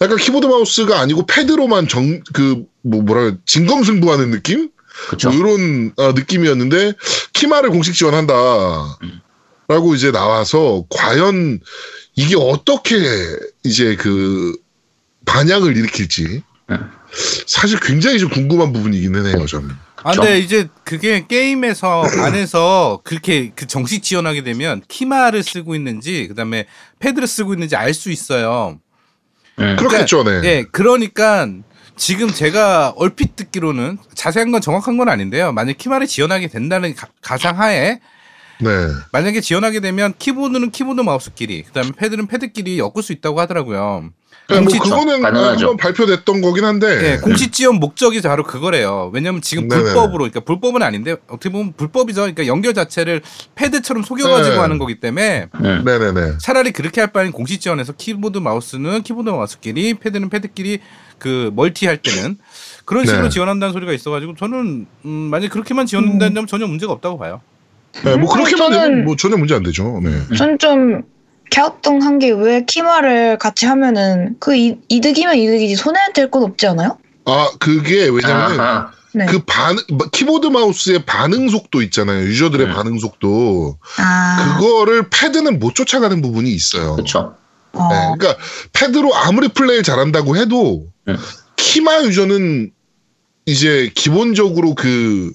[SPEAKER 3] 약간 키보드 마우스가 아니고 패드로만 정 그 뭐 뭐라 진검승부하는 느낌
[SPEAKER 5] 그렇죠.
[SPEAKER 3] 뭐 이런 아, 느낌이었는데 키마를 공식 지원한다라고
[SPEAKER 5] 음.
[SPEAKER 3] 이제 나와서 과연 이게 어떻게 이제 그 반향을 일으킬지
[SPEAKER 5] 음.
[SPEAKER 3] 사실 굉장히 좀 궁금한 부분이기는 해요 저는.
[SPEAKER 5] 네.
[SPEAKER 7] 아, 근데 이제 그게 게임에서 안에서 그렇게 그 정식 지원하게 되면 키마를 쓰고 있는지 그다음에 패드를 쓰고 있는지 알 수 있어요.
[SPEAKER 5] 음.
[SPEAKER 3] 그렇겠죠, 네.
[SPEAKER 7] 예, 그러니까 지금 제가 얼핏 듣기로는 자세한 건 정확한 건 아닌데요. 만약 키마를 지원하게 된다는 가- 가상하에
[SPEAKER 3] 네.
[SPEAKER 7] 만약에 지원하게 되면 키보드는 키보드 마우스끼리, 그다음에 패드는 패드끼리 엮을 수 있다고 하더라고요.
[SPEAKER 3] 그러니까
[SPEAKER 7] 공식-
[SPEAKER 3] 뭐 그거는
[SPEAKER 5] 가능하죠.
[SPEAKER 3] 한번 발표됐던 거긴 한데
[SPEAKER 7] 예, 공식 지원 목적이 바로 그거래요. 왜냐면 지금
[SPEAKER 3] 네네.
[SPEAKER 7] 불법으로, 그러니까 불법은 아닌데 어떻게 보면 불법이죠. 그러니까 연결 자체를 패드처럼 속여가지고
[SPEAKER 3] 네.
[SPEAKER 7] 하는 거기 때문에
[SPEAKER 5] 음.
[SPEAKER 3] 네네네
[SPEAKER 7] 차라리 그렇게 할 바엔 공식 지원에서 키보드 마우스는 키보드 마우스끼리, 패드는 패드끼리 그 멀티 할 때는 그런 식으로
[SPEAKER 3] 네.
[SPEAKER 7] 지원한다는 소리가 있어가지고 저는 음, 만약 그렇게만 지원된다면
[SPEAKER 5] 음.
[SPEAKER 7] 전혀 문제가 없다고 봐요.
[SPEAKER 3] 네, 뭐 그렇게만
[SPEAKER 6] 저는-
[SPEAKER 3] 되면 뭐 전혀 문제 안 되죠 네.
[SPEAKER 6] 전좀 갸우뚱한 게 왜 키마를 같이 하면은 그 이, 이득이면 이득이지 손해될 건 없지 않아요?
[SPEAKER 3] 아 그게 왜냐면
[SPEAKER 5] 아하.
[SPEAKER 6] 네.
[SPEAKER 3] 그 반응 키보드 마우스의 반응 속도 있잖아요 유저들의
[SPEAKER 5] 음.
[SPEAKER 3] 반응 속도
[SPEAKER 6] 아.
[SPEAKER 3] 그거를 패드는 못 쫓아가는 부분이 있어요
[SPEAKER 5] 그렇죠.
[SPEAKER 6] 어.
[SPEAKER 3] 네, 그러니까 패드로 아무리 플레이를 잘한다고 해도
[SPEAKER 5] 음.
[SPEAKER 3] 키마 유저는 이제 기본적으로 그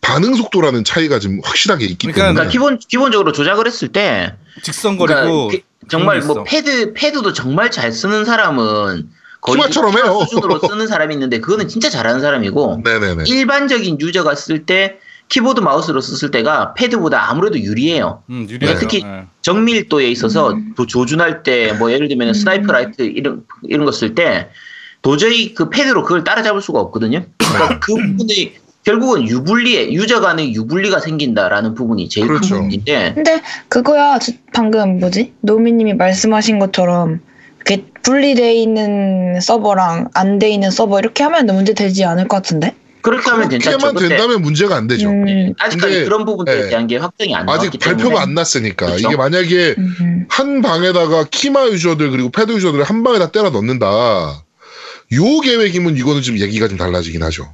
[SPEAKER 3] 반응 속도라는 차이가 지금 확실하게 있기
[SPEAKER 7] 그러니까-
[SPEAKER 3] 때문에
[SPEAKER 5] 그러니까 기본 기본적으로 조작을 했을 때 그러니까
[SPEAKER 7] 직선거리고
[SPEAKER 5] 그- 정말
[SPEAKER 7] 그런 게
[SPEAKER 5] 뭐
[SPEAKER 7] 있어.
[SPEAKER 5] 패드 패드도 정말 잘 쓰는 사람은 거의
[SPEAKER 3] 키마처럼
[SPEAKER 5] 키마
[SPEAKER 3] 해요.
[SPEAKER 5] 수준으로 쓰는 사람이 있는데 그거는 진짜 잘하는 사람이고
[SPEAKER 3] 네네네
[SPEAKER 5] 일반적인 유저가 쓸 때 키보드 마우스로 썼을 때가 패드보다 아무래도 유리해요.
[SPEAKER 7] 음,
[SPEAKER 5] 그
[SPEAKER 7] 유리하죠.
[SPEAKER 5] 네, 특히-
[SPEAKER 7] 예.
[SPEAKER 5] 정밀도에 있어서
[SPEAKER 7] 음.
[SPEAKER 5] 도- 조준할 때 뭐 예를 들면 스나이프 라이트 이런 이런 거 쓸 때 도저히 그 패드로 그걸 따라잡을 수가 없거든요. 그러니까 그 부분이 결국은 유불리에 유저 간의 유불리가 생긴다라는 부분이 제일
[SPEAKER 3] 그렇죠.
[SPEAKER 5] 큰 부분인데
[SPEAKER 6] 근데 그거야 저- 방금 뭐지 노미님이 말씀하신 것처럼 이렇게 분리돼 있는 서버랑 안 돼 있는 서버 이렇게 하면 문제 되지 않을 것 같은데
[SPEAKER 5] 그렇게 하면 괜찮죠.
[SPEAKER 3] 그렇게만
[SPEAKER 5] 근데
[SPEAKER 3] 된다면 문제가 안 되죠. 네.
[SPEAKER 6] 음,
[SPEAKER 5] 아직까지
[SPEAKER 3] 근데,
[SPEAKER 5] 그런 부분에
[SPEAKER 3] 예.
[SPEAKER 5] 대한 게 확정이 안
[SPEAKER 3] 아직
[SPEAKER 5] 나왔기 때문에
[SPEAKER 3] 발표가 안 났으니까
[SPEAKER 5] 그렇죠.
[SPEAKER 3] 이게 만약에
[SPEAKER 6] 음.
[SPEAKER 3] 한 방에다가 키마 유저들 그리고 패드 유저들을 한 방에다 때려 넣는다. 요 계획이면 이거는 지금 얘기가 좀 달라지긴 하죠.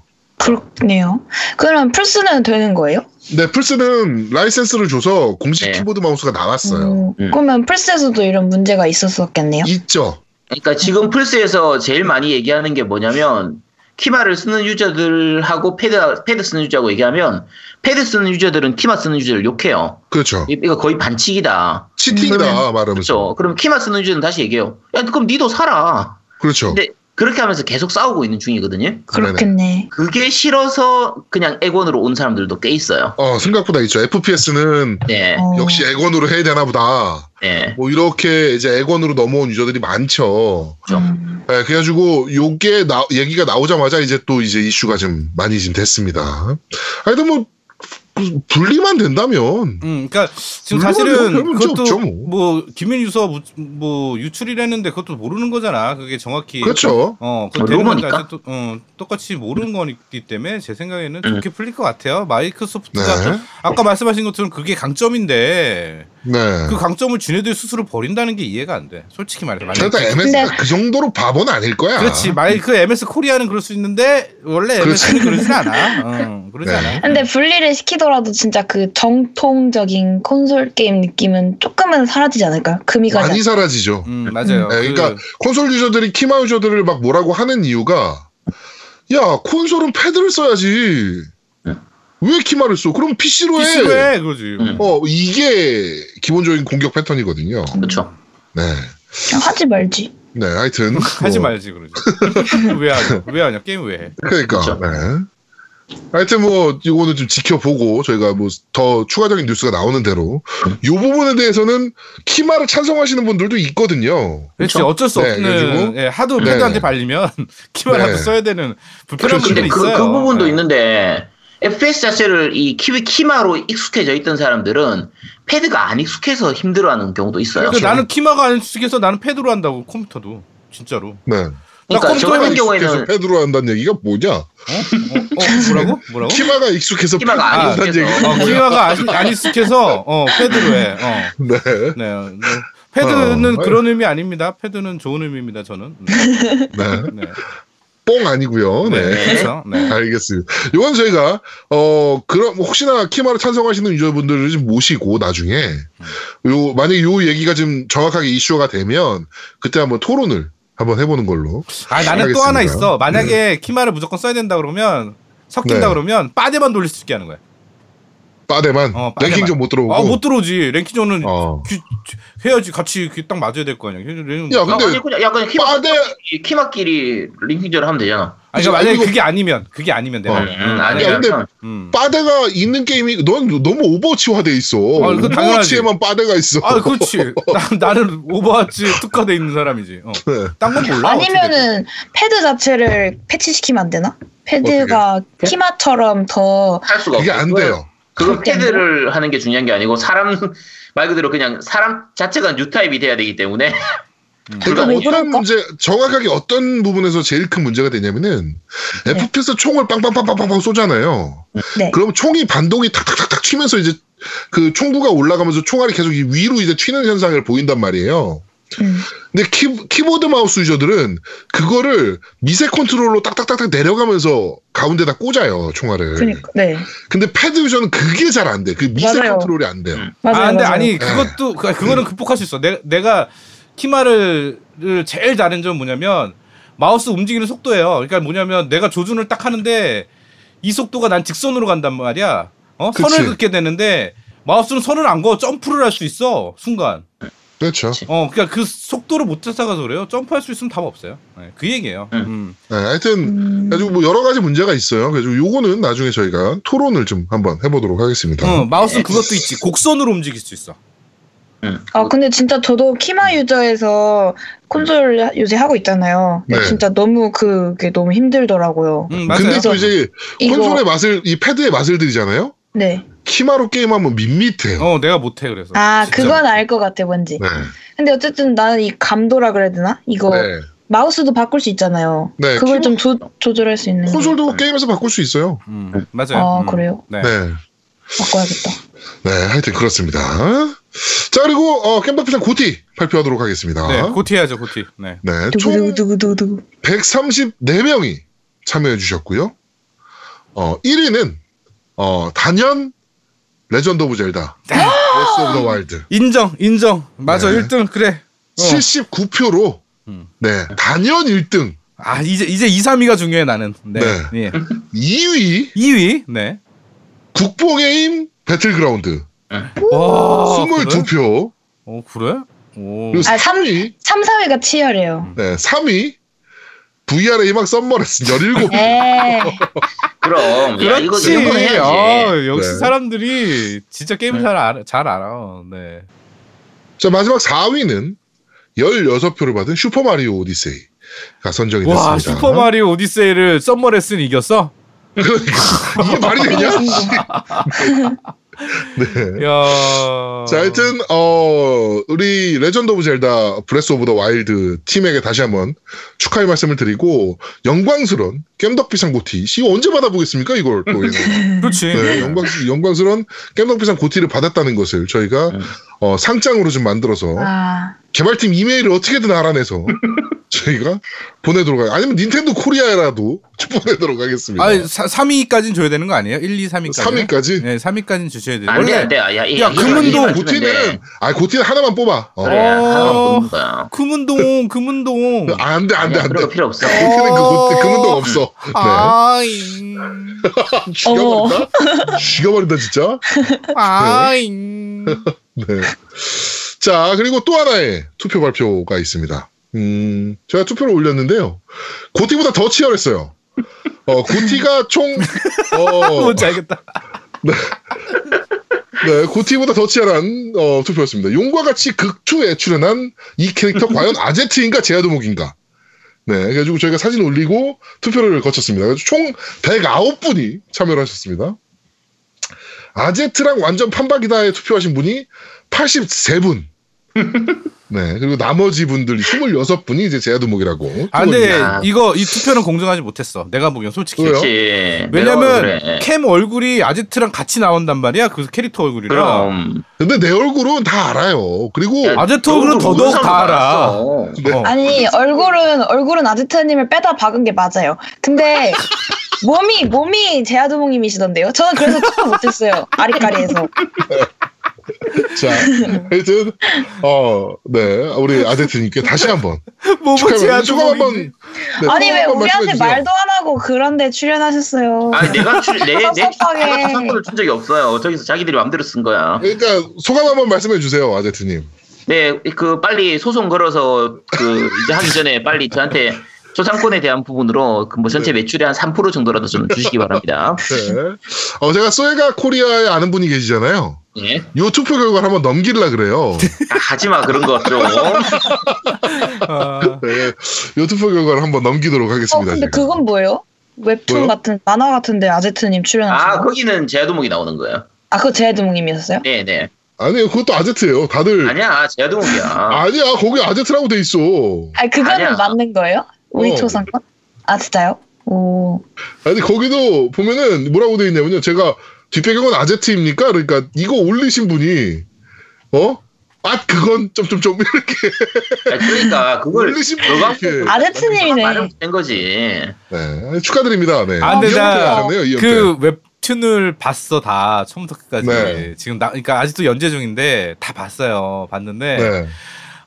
[SPEAKER 6] 그렇네요. 그럼 플스는 되는 거예요?
[SPEAKER 3] 네, 플스는 라이센스를 줘서 공식
[SPEAKER 5] 네.
[SPEAKER 3] 키보드 마우스가 나왔어요.
[SPEAKER 6] 음,
[SPEAKER 5] 음.
[SPEAKER 6] 그러면 플스에서도 이런 문제가 있었었겠네요.
[SPEAKER 3] 있죠.
[SPEAKER 5] 그러니까 지금 플스에서 제일 많이 얘기하는 게 뭐냐면 키마를 쓰는 유저들하고 패드 패드 쓰는 유저하고 얘기하면 패드 쓰는 유저들은 키마 쓰는 유저를 욕해요.
[SPEAKER 3] 그렇죠.
[SPEAKER 5] 이- 이거 거의 반칙이다.
[SPEAKER 3] 치팅이다 말하면서.
[SPEAKER 5] 음, 그렇죠. 그럼 키마 쓰는 유저는 다시 얘기해요. 야 그럼 니도 살아.
[SPEAKER 3] 그렇죠.
[SPEAKER 5] 근데 그렇게 하면서 계속 싸우고 있는 중이거든요.
[SPEAKER 6] 그렇겠네.
[SPEAKER 5] 그게 싫어서 그냥 액원으로 온 사람들도 꽤 있어요.
[SPEAKER 3] 어, 생각보다 있죠. FPS는
[SPEAKER 5] 네,
[SPEAKER 6] 어.
[SPEAKER 3] 역시 액원으로 해야 되나 보다.
[SPEAKER 5] 네,
[SPEAKER 3] 뭐 이렇게 이제 액원으로 넘어온 유저들이 많죠.
[SPEAKER 6] 음.
[SPEAKER 3] 네, 그래가지고 요게 나, 얘기가 나오자마자 이제 또 이제 이슈가 좀 많이 좀 됐습니다. 하여튼 뭐 부- 분리만 된다면
[SPEAKER 7] 음, 그러니까 지금
[SPEAKER 3] 물론
[SPEAKER 7] 사실은
[SPEAKER 3] 뭐 별로 문제
[SPEAKER 7] 그것도
[SPEAKER 3] 없죠,
[SPEAKER 7] 뭐.
[SPEAKER 3] 뭐.
[SPEAKER 7] 김민 유서 무- 뭐 유출이라는데 그것도 모르는 거잖아. 그게 정확히
[SPEAKER 3] 그렇죠.
[SPEAKER 7] 어,
[SPEAKER 5] 어,
[SPEAKER 7] 그 되는
[SPEAKER 5] 로버니까?
[SPEAKER 7] 건지 또, 어, 똑같이 모르는 거기 때문에 제 생각에는
[SPEAKER 5] 음.
[SPEAKER 7] 좋게 풀릴 것 같아요. 마이크소프트가
[SPEAKER 3] 네,
[SPEAKER 7] 아까 말씀하신 것처럼 그게 강점인데
[SPEAKER 3] 네.
[SPEAKER 7] 그 강점을 지네들 스스로 버린다는 게 이해가 안 돼. 솔직히 말해서. 만약에
[SPEAKER 3] 그러니까
[SPEAKER 7] 그-
[SPEAKER 3] MS가
[SPEAKER 6] 근데-
[SPEAKER 3] 그 정도로 바보는 아닐 거야.
[SPEAKER 7] 그렇지. 마이크 MS 코리아는 그럴 수 있는데 원래
[SPEAKER 3] 그렇지.
[SPEAKER 7] MS는 그러진 않아. 어, 그러지
[SPEAKER 3] 네.
[SPEAKER 7] 않아.
[SPEAKER 6] 근데 분리를 시키더라도 진짜 그 정통적인 콘솔 게임 느낌은 조금은 사라지지 않을까요? 금이 가지
[SPEAKER 3] 많이 사라지죠.
[SPEAKER 7] 음, 맞아요.
[SPEAKER 3] 네, 그러니까
[SPEAKER 7] 그-
[SPEAKER 3] 콘솔 유저들이 키마 유저들을 막 뭐라고 하는 이유가 야 콘솔은 패드를 써야지
[SPEAKER 5] 예.
[SPEAKER 3] 왜 키마를 써? 그럼 PC로 해.
[SPEAKER 7] PC로 해, 그러지.
[SPEAKER 5] 음.
[SPEAKER 3] 어 이게 기본적인 공격 패턴이거든요.
[SPEAKER 5] 그렇죠.
[SPEAKER 3] 네,
[SPEAKER 6] 않- 하지 말지.
[SPEAKER 3] 네 하여튼
[SPEAKER 7] 하지
[SPEAKER 3] 뭐,
[SPEAKER 7] 말지 그러지. 왜 하냐? 왜 하냐? 게임 왜 해?
[SPEAKER 3] 그러니까
[SPEAKER 5] 그쵸.
[SPEAKER 3] 네. 하여튼 뭐 이거는 좀 지켜보고 저희가 뭐 더 추가적인 뉴스가 나오는 대로 이 부분에 대해서는 키마를 찬성하시는 분들도 있거든요.
[SPEAKER 7] 그렇지 어쩔 수
[SPEAKER 3] 네,
[SPEAKER 7] 없는
[SPEAKER 3] 그래가지고-
[SPEAKER 7] 예, 하도
[SPEAKER 3] 네.
[SPEAKER 7] 패드한테 발리면 키만라도
[SPEAKER 3] 네.
[SPEAKER 7] 써야 되는 불편한
[SPEAKER 3] 그렇죠.
[SPEAKER 7] 부분이
[SPEAKER 5] 근데 그,
[SPEAKER 7] 있어요.
[SPEAKER 5] 그 부분도
[SPEAKER 7] 네.
[SPEAKER 5] 있는데 FPS 자체를 이 키위 키마로 익숙해져 있던 사람들은 패드가 안 익숙해서 힘들어하는 경우도 있어요.
[SPEAKER 7] 그러니까 나는 키마가 안 쓰겠어. 나는 패드로 한다고 컴퓨터도 진짜로.
[SPEAKER 3] 네.
[SPEAKER 7] 나
[SPEAKER 5] 그러니까 저
[SPEAKER 7] 컴퓨터에
[SPEAKER 5] 같은
[SPEAKER 3] 익숙해서
[SPEAKER 5] 경우에는
[SPEAKER 3] 패드로 한다는 얘기가 뭐냐?
[SPEAKER 7] 어? 어, 어 뭐라고? 뭐라고?
[SPEAKER 3] 키마가 익숙해서
[SPEAKER 5] 키마가
[SPEAKER 7] 아,
[SPEAKER 5] 안
[SPEAKER 3] 패드로 한다는 얘기.
[SPEAKER 5] 익숙해서
[SPEAKER 7] 어, 키마가 안, 안 익숙해서 어 패드로 해. 어.
[SPEAKER 3] 네.
[SPEAKER 7] 네. 네. 패드는
[SPEAKER 3] 어,
[SPEAKER 7] 그런 의미 아닙니다. 패드는 좋은 의미입니다. 저는.
[SPEAKER 3] 네.
[SPEAKER 7] 네.
[SPEAKER 3] 뽕 아니고요. 네.
[SPEAKER 7] 그래서 네.
[SPEAKER 3] 알겠습니다. 요건 저희가 어 그럼 혹시나 키마를 찬성하시는 유저분들을 좀 모시고 나중에 요 만약에 요 얘기가 좀 정확하게 이슈가 되면 그때 한번 토론을 한번 해보는 걸로.
[SPEAKER 7] 아 나는 또
[SPEAKER 3] 알겠습니다.
[SPEAKER 7] 하나 있어. 만약에 키마를 무조건 써야 된다 그러면
[SPEAKER 3] 네.
[SPEAKER 7] 섞인다 그러면 빠데만 돌릴 수 있게 하는 거야.
[SPEAKER 3] 빠데만
[SPEAKER 7] 어, 빠데만.
[SPEAKER 3] 랭킹 좀 못 들어오고.
[SPEAKER 7] 아 못 들어오지. 랭키전은
[SPEAKER 3] 어.
[SPEAKER 7] 규- 해야지 같이 이렇게 딱 맞아야 될 거 아니야. 랭-
[SPEAKER 3] 야,
[SPEAKER 5] 아,
[SPEAKER 3] 근데
[SPEAKER 5] 아니 그냥 약간 키마
[SPEAKER 3] 빠데
[SPEAKER 5] 키마끼리 링킹전을 하면 되잖아.
[SPEAKER 7] 아니, 그러니까 만약에
[SPEAKER 3] 이거-
[SPEAKER 7] 그게 아니면 그게 아니면 내
[SPEAKER 3] 어.
[SPEAKER 7] 말은.
[SPEAKER 5] 음,
[SPEAKER 7] 음,
[SPEAKER 5] 아니
[SPEAKER 3] 야, 근데-
[SPEAKER 5] 그냥
[SPEAKER 7] 음.
[SPEAKER 3] 빠데가 있는 게임이 넌 너무 오버워치화돼 있어.
[SPEAKER 7] 아, 그거 당연하지.
[SPEAKER 3] 오버워치에만 빠데가 있어.
[SPEAKER 7] 아 그렇지. 나, 나는 오버워치 특화돼 있는 사람이지. 어.
[SPEAKER 3] 네.
[SPEAKER 7] 딴 건 몰라.
[SPEAKER 6] 아니면은 패드 자체를 패치시키면 안 되나? 패드가
[SPEAKER 5] 어떻게?
[SPEAKER 6] 키마처럼 더
[SPEAKER 5] 할 수가
[SPEAKER 3] 그게
[SPEAKER 5] 없어.
[SPEAKER 3] 안 돼요.
[SPEAKER 5] 그건
[SPEAKER 6] 절대 안
[SPEAKER 5] 패드를 하는 게 중요한 게 아니고 사람 말 그대로 그냥 사람 자체가 뉴타입이 돼야 되기 때문에
[SPEAKER 3] 그러니까
[SPEAKER 5] 그거
[SPEAKER 3] 뭐 다른
[SPEAKER 6] 그럴까?
[SPEAKER 3] 문제 정확하게 어떤 부분에서 제일 큰 문제가 되냐면은
[SPEAKER 6] 네.
[SPEAKER 3] FPS 총을 빵빵빵빵빵 쏘잖아요.
[SPEAKER 6] 네.
[SPEAKER 3] 그럼 총이 반동이 탁탁탁탁 튀면서 이제 그 총구가 올라가면서 총알이 계속 이 위로 이제 튀는 현상을 보인단 말이에요.
[SPEAKER 6] 음.
[SPEAKER 3] 근데 키, 키보드 마우스 유저들은 그거를 미세 컨트롤로 딱딱딱딱 내려가면서 가운데다 꽂아요 총알을.
[SPEAKER 6] 그러니까 네
[SPEAKER 3] 근데 패드 유저는 그게 잘 안 돼. 그 미세
[SPEAKER 6] 맞아요.
[SPEAKER 3] 컨트롤이 안 돼요.
[SPEAKER 6] 맞아요. 네.
[SPEAKER 7] 아, 근데
[SPEAKER 6] 맞아요.
[SPEAKER 7] 아니 그것도 그- 그거는 극복할 수 있어. 내, 내가 키마를 를 제일 다른 점 뭐냐면 마우스 움직이는 속도예요. 그러니까 뭐냐면 내가 조준을 딱 하는데 이 속도가 난 직선으로 간단 말이야. 어? 선을
[SPEAKER 3] 그치.
[SPEAKER 7] 긋게 되는데 마우스는 선을 안 그어 점프를 할 수 있어 순간.
[SPEAKER 3] 그렇죠.
[SPEAKER 7] 어, 그러니까 그 속도를 못 쫓아가서 그래요. 점프할 수 있으면 답 없어요. 네, 그 얘기예요.
[SPEAKER 5] 음.
[SPEAKER 7] 음.
[SPEAKER 3] 네, 하여튼
[SPEAKER 6] 음.
[SPEAKER 3] 가지고 뭐 여러 가지 문제가 있어요. 그래서 요거는 나중에 저희가 토론을 좀 한번 해보도록 하겠습니다.
[SPEAKER 7] 어, 마우스는 그것도 있지. 곡선으로 움직일 수 있어.
[SPEAKER 5] 음.
[SPEAKER 6] 아 근데 진짜 저도 키마 유저에서 콘솔 요새 하고 있잖아요.
[SPEAKER 3] 네.
[SPEAKER 6] 진짜 너무 그게 너무 힘들더라고요.
[SPEAKER 7] 음, 맞아요.
[SPEAKER 3] 근데 또 이제
[SPEAKER 6] 이거
[SPEAKER 3] 콘솔의 맛을 이 패드의 맛을 들이잖아요.
[SPEAKER 6] 네.
[SPEAKER 3] 키마로 게임하면 뭐 밋밋해요.
[SPEAKER 7] 어, 내가 못해 그래서.
[SPEAKER 6] 아
[SPEAKER 7] 진짜.
[SPEAKER 6] 그건 알 것 같아 뭔지.
[SPEAKER 3] 네.
[SPEAKER 6] 근데 어쨌든 나는 이 감도라 그래야 되나? 이거
[SPEAKER 3] 네.
[SPEAKER 6] 마우스도 바꿀 수 있잖아요.
[SPEAKER 3] 네,
[SPEAKER 6] 그걸 좀 조, 조절할 수 있는. 게-
[SPEAKER 3] 콘솔도 게임에서 바꿀 수 있어요.
[SPEAKER 7] 음, 맞아요.
[SPEAKER 6] 아,
[SPEAKER 7] 음.
[SPEAKER 6] 그래요?
[SPEAKER 7] 네.
[SPEAKER 3] 네.
[SPEAKER 6] 바꿔야겠다.
[SPEAKER 3] 네, 하여튼 그렇습니다. 자, 그리고 어, 겜바피상 고티 발표하도록 하겠습니다.
[SPEAKER 7] 네, 고티 해야죠, 고티. 네.
[SPEAKER 3] 네, 총
[SPEAKER 6] 두구두구두구두구.
[SPEAKER 3] 134명이 참여해 주셨고요. 어, 1위는 어, 단연 레전드 오브 젤다
[SPEAKER 7] 네.
[SPEAKER 3] 워스 오브 더 와일드
[SPEAKER 7] 인정, 인정. 맞아,
[SPEAKER 3] 네.
[SPEAKER 7] 1등. 그래. 어.
[SPEAKER 3] 79표로
[SPEAKER 7] 음.
[SPEAKER 3] 네, 단연 1등
[SPEAKER 7] 아, 이제 이제 2, 3위가 중요해 나는. 네.
[SPEAKER 3] 네.
[SPEAKER 7] 예.
[SPEAKER 3] 2위
[SPEAKER 7] 2위. 네.
[SPEAKER 3] 국뽕게임 배틀그라운드
[SPEAKER 7] 와.
[SPEAKER 3] 22표
[SPEAKER 7] 어, 그래? 오.
[SPEAKER 3] 그리고
[SPEAKER 6] 아,
[SPEAKER 3] 3위
[SPEAKER 6] 3, 4위가 치열해요.
[SPEAKER 3] 네, 3위 VR의 희망 썸머레스
[SPEAKER 7] 음.
[SPEAKER 3] 17표
[SPEAKER 6] 에이.
[SPEAKER 3] 어,
[SPEAKER 5] 그럼 야, 이거
[SPEAKER 7] 그렇지.
[SPEAKER 5] 이런 건 해야지.
[SPEAKER 7] 어, 역시
[SPEAKER 3] 네.
[SPEAKER 7] 사람들이 진짜 게임을 잘 알아. 잘 알아. 네.
[SPEAKER 3] 자, 마지막 4위는 16표를 받은 슈퍼마리오 오디세이가 선정이 됐습니다.
[SPEAKER 7] 와, 슈퍼 마리오 오디세이를 썸머레슨 이겼어?
[SPEAKER 3] 이게 말이 되냐? 네.
[SPEAKER 7] 야.
[SPEAKER 3] 자, 하여튼, 어, 우리 레전드 오브 젤다 브레스 오브 더 와일드 팀에게 다시 한번 축하의 말씀을 드리고, 영광스러운 겜덕비상 고티. 이거 언제 받아보겠습니까? 이걸 또. 이거.
[SPEAKER 7] 그렇지.
[SPEAKER 3] 네, 영광, 영광스러운 겜덕비상 고티를 받았다는 것을 저희가
[SPEAKER 7] 네.
[SPEAKER 3] 어, 상장으로 좀 만들어서
[SPEAKER 6] 아,
[SPEAKER 3] 개발팀 이메일을 어떻게든 알아내서 저희가 보내도록 하 아니면 닌텐도 코리아라도 보내도록 하겠습니다.
[SPEAKER 7] 아, 3위까지는 줘야 되는 거 아니에요? 1, 2, 3위까지.
[SPEAKER 3] 3위까지?
[SPEAKER 7] 네, 3위까지는 주셔야 돼요.
[SPEAKER 5] 안돼 안돼 야, 야,
[SPEAKER 7] 야, 금은동 네.
[SPEAKER 3] 고티는, 아, 고티는 하나만 뽑아. 어.
[SPEAKER 5] 그래 하나만 뽑는 거야.
[SPEAKER 7] 금은동, 금은동.
[SPEAKER 3] 안 돼, 안 돼,
[SPEAKER 5] 아니야,
[SPEAKER 3] 안 돼.
[SPEAKER 5] 그런 거 필요 없어.
[SPEAKER 3] 고티는 그, 고티, 그런 돈 없어.
[SPEAKER 7] 아.
[SPEAKER 3] 네.
[SPEAKER 7] 아잉.
[SPEAKER 3] 죽여버린다? 죽여버린다, 진짜.
[SPEAKER 7] 아잉.
[SPEAKER 3] 네. 자, 그리고 또 하나의 투표 발표가 있습니다. 음, 제가 투표를 올렸는데요. 고티보다 더 치열했어요. 어, 고티가 총, 어,
[SPEAKER 7] 뭔지 알겠다.
[SPEAKER 3] 네, 고티보다 더 치열한 어, 투표였습니다. 용과 같이 극투에 출연한 이 캐릭터 과연 아제트인가 제아도목인가? 네, 그래가지고 저희가 사진 올리고 투표를 거쳤습니다. 그래서 총 109분이 참여를 하셨습니다. 아제트랑 완전 판박이다에 투표하신 분이 83분. 네, 그리고 나머지 분들 26분이 이제 제아도목이라고.
[SPEAKER 7] 아, 근데
[SPEAKER 5] 야.
[SPEAKER 7] 이거, 이 투표는 공정하지 못했어. 내가 보기엔 솔직히.
[SPEAKER 3] 왜요?
[SPEAKER 5] 그렇지.
[SPEAKER 7] 왜냐면
[SPEAKER 5] 내가 그래.
[SPEAKER 7] 캠 얼굴이 아제트랑 같이 나온단 말이야. 그 캐릭터 얼굴이랑.
[SPEAKER 5] 그럼
[SPEAKER 3] 근데 내 얼굴은 다 알아요. 그리고
[SPEAKER 5] 야,
[SPEAKER 7] 아제트 네? 얼굴은
[SPEAKER 5] 얼굴
[SPEAKER 7] 더더욱
[SPEAKER 5] 모르는
[SPEAKER 7] 다
[SPEAKER 5] 사람도
[SPEAKER 7] 알아.
[SPEAKER 5] 많았어.
[SPEAKER 3] 네.
[SPEAKER 7] 어.
[SPEAKER 6] 아니 얼굴은 얼굴은 아즈타님을 빼다 박은 게 맞아요. 근데 몸이 몸이 제아두몽님이시던데요. 저는 그래서 투표 못했어요. 아리까리에서.
[SPEAKER 3] 네, 자, 하여튼 어, 네, 우리 아제트님께 다시 한번
[SPEAKER 7] 뭐뭐
[SPEAKER 3] 축하합니다.
[SPEAKER 7] 제아도
[SPEAKER 3] 소감 한번.
[SPEAKER 7] 모르겠네.
[SPEAKER 3] 네,
[SPEAKER 6] 아니
[SPEAKER 3] 소감
[SPEAKER 6] 왜
[SPEAKER 3] 한번
[SPEAKER 6] 우리한테
[SPEAKER 3] 말씀해주세요. 네,
[SPEAKER 6] 말도 안 하고 그런데 출연하셨어요.
[SPEAKER 5] 아니 내가 출- 내, 내
[SPEAKER 6] 섭섭하게.
[SPEAKER 5] 상품을 준 적이 없어요. 저기서 자기들이 마음대로 쓴 거야.
[SPEAKER 3] 그러니까 소감 한번 말씀해 주세요, 아제트님.
[SPEAKER 5] 네, 그 빨리 소송 걸어서 그 이제 하기 전에 빨리 저한테 초상권에 대한 부분으로 그 뭐 전체 매출의 한 3% 정도라도 좀 주시기 바랍니다.
[SPEAKER 3] 네. 어, 제가 소예가 코리아에 아는 분이 계시잖아요.
[SPEAKER 5] 예.
[SPEAKER 3] 요 투표 결과를 한번 넘기려 그래요.
[SPEAKER 5] 아, 하지 마 그런 거 좀.
[SPEAKER 7] 아,
[SPEAKER 3] 네. 요 투표 결과를 한번 넘기도록
[SPEAKER 6] 어
[SPEAKER 3] 하겠습니다.
[SPEAKER 6] 근데
[SPEAKER 3] 지금.
[SPEAKER 6] 그건 뭐예요? 웹툰
[SPEAKER 3] 뭐요? 그-
[SPEAKER 6] 같은 만화 같은데 아제트님
[SPEAKER 5] 아
[SPEAKER 6] 출연하셨어요.
[SPEAKER 5] 거기는 제아도목이 나오는 거예요.
[SPEAKER 6] 아 그거 제아두몽님이었어요?
[SPEAKER 5] 네, 네.
[SPEAKER 3] 아니요, 그것도 아제트예요. 다들
[SPEAKER 5] 아니야 제아도목이야.
[SPEAKER 3] 아니야, 거기 아제트라고 돼 있어.
[SPEAKER 6] 아니 그거는
[SPEAKER 5] 아니야.
[SPEAKER 6] 맞는 거예요? 우리
[SPEAKER 3] 어.
[SPEAKER 6] 초상권? 아 진짜요? 오.
[SPEAKER 3] 아니 거기도 보면은 뭐라고 돼 있냐면요. 제가 뒷배경은 아제트입니까? 그러니까 이거 올리신 분이 어? 아 그건 좀 좀 좀 이렇게
[SPEAKER 5] 아니, 그러니까 그걸
[SPEAKER 3] 올리신 분이
[SPEAKER 5] 너가
[SPEAKER 3] 이렇게
[SPEAKER 5] 말을
[SPEAKER 6] 아제트님이네.
[SPEAKER 5] 된 거지.
[SPEAKER 3] 네, 축하드립니다. 네.
[SPEAKER 7] 아, 근데 나
[SPEAKER 3] 이형태가 네요 그...
[SPEAKER 7] 그 웹툰을 봤어 다 처음부터 끝까지
[SPEAKER 3] 네.
[SPEAKER 7] 지금 나 그러니까 아직도 연재 중인데 다 봤어요 봤는데
[SPEAKER 3] 네.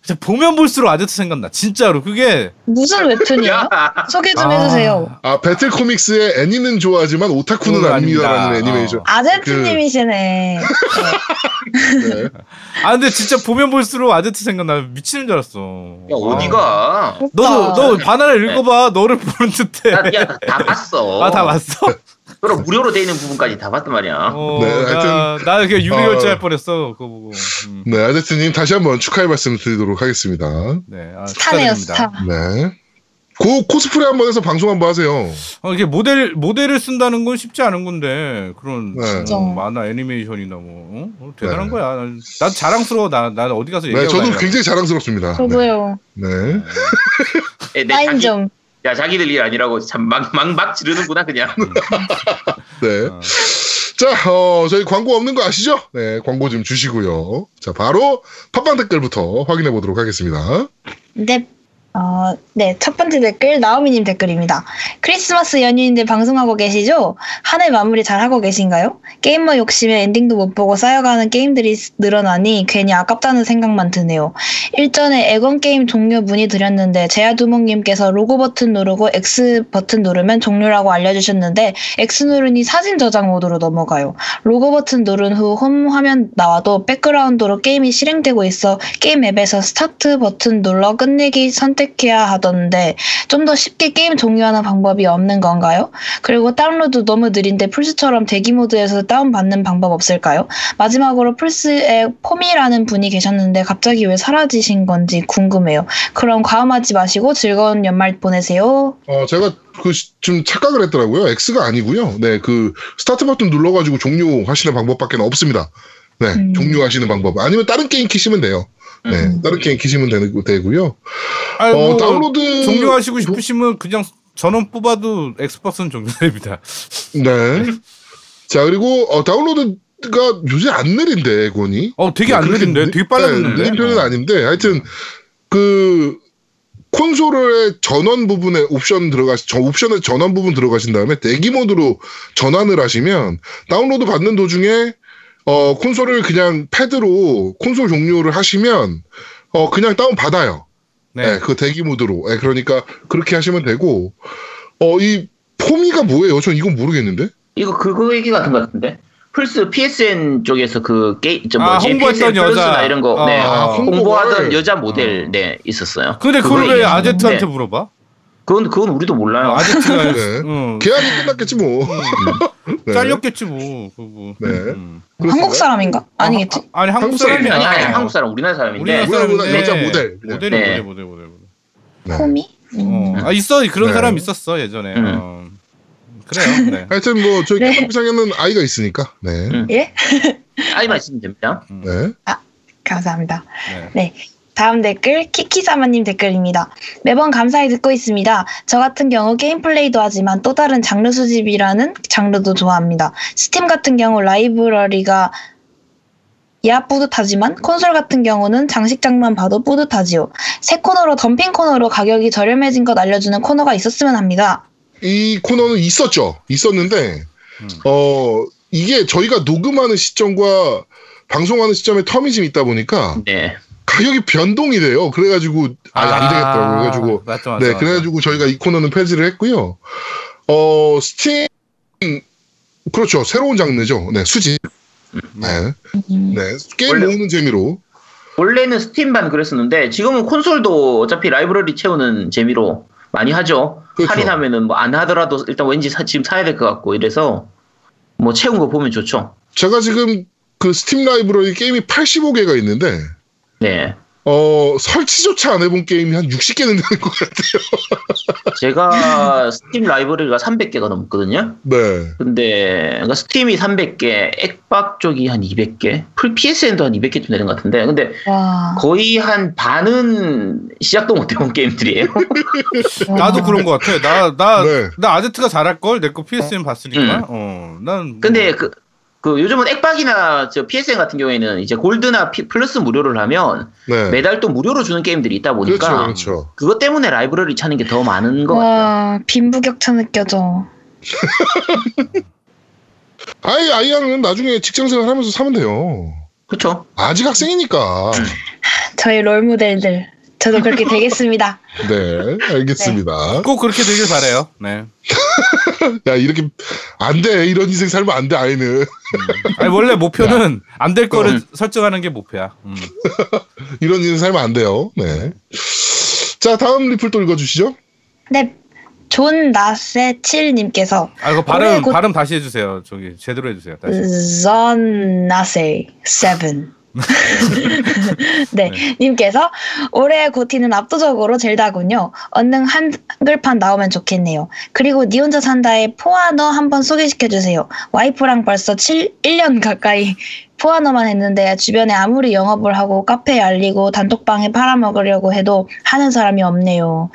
[SPEAKER 7] 진짜 보면 볼수록 아재트 생각나 진짜로 그게
[SPEAKER 6] 무슨
[SPEAKER 5] 야,
[SPEAKER 6] 웹툰이요? 소개 좀
[SPEAKER 7] 아.
[SPEAKER 6] 해주세요.
[SPEAKER 3] 아, 배틀 코믹스의 애니는 좋아하지만 오타쿠는
[SPEAKER 7] 그건
[SPEAKER 3] 아닙니다라는
[SPEAKER 7] 아닙니다.
[SPEAKER 3] 애니메이션.
[SPEAKER 6] 아제트님이시네.
[SPEAKER 3] 네.
[SPEAKER 7] 아 근데 진짜 보면 볼수록 아재트 생각나 미치는 줄 알았어 아.
[SPEAKER 5] 야 어디가? 네.
[SPEAKER 7] 너도 너 바나를 읽어봐 너를 보는 듯해
[SPEAKER 5] 야다 봤어.
[SPEAKER 7] 아 다 봤어
[SPEAKER 5] 그럼 무료로 돼 있는 부분까지 다 봤단 말이야.
[SPEAKER 7] 어,
[SPEAKER 3] 네,
[SPEAKER 7] 나,
[SPEAKER 3] 하여튼-
[SPEAKER 7] 나 그냥 유리 결제할
[SPEAKER 3] 어.
[SPEAKER 7] 뻔했어 그거 보고 음,
[SPEAKER 3] 네, 아제트님 다시 한번 축하의 말씀 드리도록 하겠습니다.
[SPEAKER 7] 네 아,
[SPEAKER 6] 스타네요,
[SPEAKER 7] 축하드립니다.
[SPEAKER 6] 스타.
[SPEAKER 3] 네. 그 코스프레 한번 해서 방송 한번 하세요.
[SPEAKER 7] 어, 이게 모델 모델을 쓴다는 건 쉽지 않은 건데 그런
[SPEAKER 3] 네.
[SPEAKER 7] 뭐
[SPEAKER 6] 진짜.
[SPEAKER 7] 만화 애니메이션이나 뭐 어? 어, 대단한
[SPEAKER 3] 네.
[SPEAKER 7] 거야. 난, 난 자랑스러워. 나, 난 어디 가서 얘기하고
[SPEAKER 3] 네, 저도
[SPEAKER 7] 다니라고.
[SPEAKER 3] 굉장히 자랑스럽습니다. 네.
[SPEAKER 6] 저도요.
[SPEAKER 3] 네.
[SPEAKER 5] 네, 내
[SPEAKER 6] 사인
[SPEAKER 5] 자기-
[SPEAKER 6] 좀.
[SPEAKER 5] 야 자기들 일 아니라고 참 막 막 막 지르는구나 그냥.
[SPEAKER 3] 네.
[SPEAKER 7] 아.
[SPEAKER 3] 자, 어, 저희 광고 없는 거 아시죠? 네, 광고 좀 주시고요. 자, 바로 팟빵 댓글부터 확인해 보도록 하겠습니다.
[SPEAKER 6] 네. 어, 네. 첫 번째 댓글, 나오미님 댓글입니다. 크리스마스 연휴인데 방송하고 계시죠? 한 해 마무리 잘 하고 계신가요? 게이머 욕심에 엔딩도 못 보고 쌓여가는 게임들이 스- 늘어나니 괜히 아깝다는 생각만 드네요. 일전에 에건 게임 종료 문의 드렸는데 제아두목님께서 로고 버튼 누르고 X 버튼 누르면 종료라고 알려주셨는데 X 누르니 사진 저장 모드로 넘어가요. 로고 버튼 누른 후 홈 화면 나와도 백그라운드로 게임이 실행되고 있어 게임 앱에서 스타트 버튼 눌러 끝내기 선택해야 하던데 좀 더 쉽게 게임 종료하는 방법이 없는 건가요? 그리고 다운로드 너무 느린데 플스처럼 대기 모드에서 다운받는 방법 없을까요? 마지막으로 플스에 폼이라는 분이 계셨는데 갑자기 왜 사라지신 건지 궁금해요. 그럼 과음하지 마시고 즐거운 연말 보내세요.
[SPEAKER 3] 어, 제가 그 시- 지금 착각을 했더라고요. X가 아니고요. 네, 그 스타트 버튼 눌러가지고 종료하시는 방법밖에 없습니다. 네,
[SPEAKER 6] 음.
[SPEAKER 3] 종료하시는 방법. 아니면 다른 게임 키시면 돼요. 네, 다른 게임 키시면 되는, 되고요.
[SPEAKER 7] 음. 아니,
[SPEAKER 3] 어,
[SPEAKER 7] 뭐
[SPEAKER 3] 다운로드
[SPEAKER 7] 종료하시고 싶으시면 그냥 전원 뽑아도 엑스박스는 종료됩니다.
[SPEAKER 3] 네. 자, 그리고 어, 다운로드가 요새 안 느린데, 권이.
[SPEAKER 7] 어, 되게 안
[SPEAKER 3] 네, 그렇게
[SPEAKER 7] 느린데,
[SPEAKER 3] 느-
[SPEAKER 7] 되게 빨라졌는데.
[SPEAKER 3] 네, 느린 편은
[SPEAKER 7] 어.
[SPEAKER 3] 아닌데, 하여튼 그 콘솔의 전원 부분에 옵션 들어가시, 저 옵션의 전원 부분 들어가신 다음에 대기 모드로 전환을 하시면 다운로드 받는 도중에 어 콘솔을 그냥 패드로 콘솔 종료를 하시면 어 그냥 다운 받아요. 네.
[SPEAKER 7] 네.
[SPEAKER 3] 그 대기 모드로. 네, 그러니까 그렇게 하시면 되고 어 이 포미가 뭐예요? 전 이건 모르겠는데.
[SPEAKER 7] 음.
[SPEAKER 5] 이거 그거 얘기 같은 것 같은데. 플스 PSN 쪽에서 그 게임 저
[SPEAKER 7] 아,
[SPEAKER 5] 뭐지
[SPEAKER 7] 홍보했던
[SPEAKER 5] PSN 플러스나
[SPEAKER 7] 여자.
[SPEAKER 5] 이런 거 네.
[SPEAKER 7] 아,
[SPEAKER 3] 홍보를.
[SPEAKER 5] 홍보하던 여자 모델 네 있었어요.
[SPEAKER 7] 근데 그걸
[SPEAKER 5] 그거
[SPEAKER 7] 왜
[SPEAKER 5] 얘기했는데.
[SPEAKER 7] 아제트한테 물어봐?
[SPEAKER 5] 그건 그건 우리도 몰라요.
[SPEAKER 7] 아제트가
[SPEAKER 3] 네.
[SPEAKER 7] 응,
[SPEAKER 3] 계약이 끝났겠지 뭐.
[SPEAKER 7] 음.
[SPEAKER 3] 네.
[SPEAKER 7] 잘렸겠지 뭐. 그거.
[SPEAKER 3] 네.
[SPEAKER 7] 음.
[SPEAKER 3] 그렇습니다.
[SPEAKER 6] 한국 사람인가? 아니겠지?
[SPEAKER 7] 아, 아니 한국
[SPEAKER 3] 한국 사람이
[SPEAKER 7] 사람이야.
[SPEAKER 5] 아니 아니 한국 사람 우리나라 사람인데
[SPEAKER 7] 우리나라
[SPEAKER 3] 우리나라
[SPEAKER 7] 사람인데
[SPEAKER 3] 여자 모델. 그냥.
[SPEAKER 7] 모델이
[SPEAKER 5] 네.
[SPEAKER 7] 모델 모델 모델 모델.
[SPEAKER 3] 네.
[SPEAKER 6] 포미? 음,
[SPEAKER 7] 어. 아 있어 그런
[SPEAKER 3] 네.
[SPEAKER 7] 사람 있었어 예전에.
[SPEAKER 5] 음.
[SPEAKER 7] 어. 그래요. 네.
[SPEAKER 3] 하여튼 뭐 저희
[SPEAKER 6] 네.
[SPEAKER 3] 캠핑장에는 아이가 있으니까. 네.
[SPEAKER 5] 음.
[SPEAKER 6] 예?
[SPEAKER 5] 아이만 있으면 됩니다.
[SPEAKER 3] 네.
[SPEAKER 6] 감사합니다.
[SPEAKER 7] 음. 네.
[SPEAKER 6] 다음 댓글 키키사마님 댓글입니다. 매번 감사히 듣고 있습니다. 저 같은 경우 게임 플레이도 하지만 또 다른 장르 수집이라는 장르도 좋아합니다. 스팀 같은 경우 라이브러리가 야 뿌듯하지만 콘솔 같은 경우는 장식장만 봐도 뿌듯하지요. 새 코너로 덤핑 코너로 가격이 저렴해진 것 알려주는 코너가 있었으면 합니다.
[SPEAKER 3] 이 코너는 있었죠. 있었는데
[SPEAKER 7] 음.
[SPEAKER 3] 어 이게 저희가 녹음하는 시점과 방송하는 시점에 텀이 좀 있다 보니까
[SPEAKER 5] 네.
[SPEAKER 3] 가격이 변동이 돼요. 그래가지고 아, 안 되겠더라고 그래가지고
[SPEAKER 7] 맞죠, 맞죠,
[SPEAKER 3] 네
[SPEAKER 7] 맞죠.
[SPEAKER 3] 그래가지고 저희가 이 코너는 폐지를 했고요. 어 스팀 그렇죠 새로운 장르죠. 네 수집 네, 네 게임
[SPEAKER 5] 원래-
[SPEAKER 3] 모으는 재미로
[SPEAKER 5] 원래는 스팀만 그랬었는데 지금은 콘솔도 어차피 라이브러리 채우는 재미로 많이 하죠.
[SPEAKER 3] 그렇죠.
[SPEAKER 5] 할인하면은 뭐 안 하더라도 일단 왠지 사- 지금 사야 될 것 같고 이래서 뭐 채운 거 보면 좋죠.
[SPEAKER 3] 제가 지금 그 스팀 라이브러리 게임이 85개가 있는데
[SPEAKER 5] 네.
[SPEAKER 3] 어 설치조차 안 해본 게임이 한 60개는 되는 것 같아요.
[SPEAKER 5] 제가 스팀 라이브러리가 300개가 넘거든요.
[SPEAKER 3] 네.
[SPEAKER 5] 근데 그러니까 스팀이 300개, 액박 쪽이 한 200개, 풀 PSN도 한 200개쯤 되는 것 같은데 근데
[SPEAKER 6] 와,
[SPEAKER 5] 거의 한 반은 시작도 못 해본 게임들이에요.
[SPEAKER 7] 나도 그런 것 같아. 나 나 나
[SPEAKER 3] 네.
[SPEAKER 7] 아제트가 잘할 걸. 내 거 PSM 봤으니까.
[SPEAKER 5] 음.
[SPEAKER 7] 어. 난 뭐-
[SPEAKER 5] 근데 그, 그 요즘은 액박이나 저 PSN 같은 경우에는 이제 골드나 피- 플러스 무료를 하면
[SPEAKER 3] 네.
[SPEAKER 5] 매달 또 무료로 주는 게임들이 있다
[SPEAKER 3] 그렇죠,
[SPEAKER 5] 보니까
[SPEAKER 3] 그렇죠.
[SPEAKER 5] 그것 때문에 라이브러리 차는 게 더 많은 것 같아요.
[SPEAKER 6] 와, 빈부격차 느껴져.
[SPEAKER 3] 아이 아이양은 나중에 직장생활하면서 사면 돼요.
[SPEAKER 5] 그렇죠.
[SPEAKER 3] 아직 학생이니까.
[SPEAKER 6] 저희 롤 모델들, 저도 그렇게 되겠습니다.
[SPEAKER 3] 네, 알겠습니다.
[SPEAKER 7] 꼭 그렇게 되길 바래요. 네.
[SPEAKER 3] 야 이렇게 안 돼. 이런 인생 살면 안 돼. 아이는
[SPEAKER 7] 아니 원래 목표는 안 될 거를
[SPEAKER 3] 음.
[SPEAKER 7] 설정하는 게 목표야. 음.
[SPEAKER 3] 이런 인생 살면 안 돼요. 네. 자 다음 리플 또 읽어주시죠.
[SPEAKER 6] 네, 존 나세 칠님께서
[SPEAKER 7] 아 이거 발음
[SPEAKER 6] 올해
[SPEAKER 5] 그
[SPEAKER 6] 곧-
[SPEAKER 5] 음.
[SPEAKER 7] 발음 다시 해주세요. 저기 제대로 해주세요. 다시.
[SPEAKER 6] 존 나세 세븐 네, 님께서 올해 고티는 압도적으로 젤다군요. 얼른 한글판 나오면 좋겠네요. 그리고 니 혼자 산다의 포아너 한번 소개시켜주세요. 와이프랑 벌써 7, 1년 가까이 포아너만 했는데 주변에 아무리 영업을 하고 카페에 알리고 단톡방에 팔아먹으려고 해도 하는 사람이 없네요.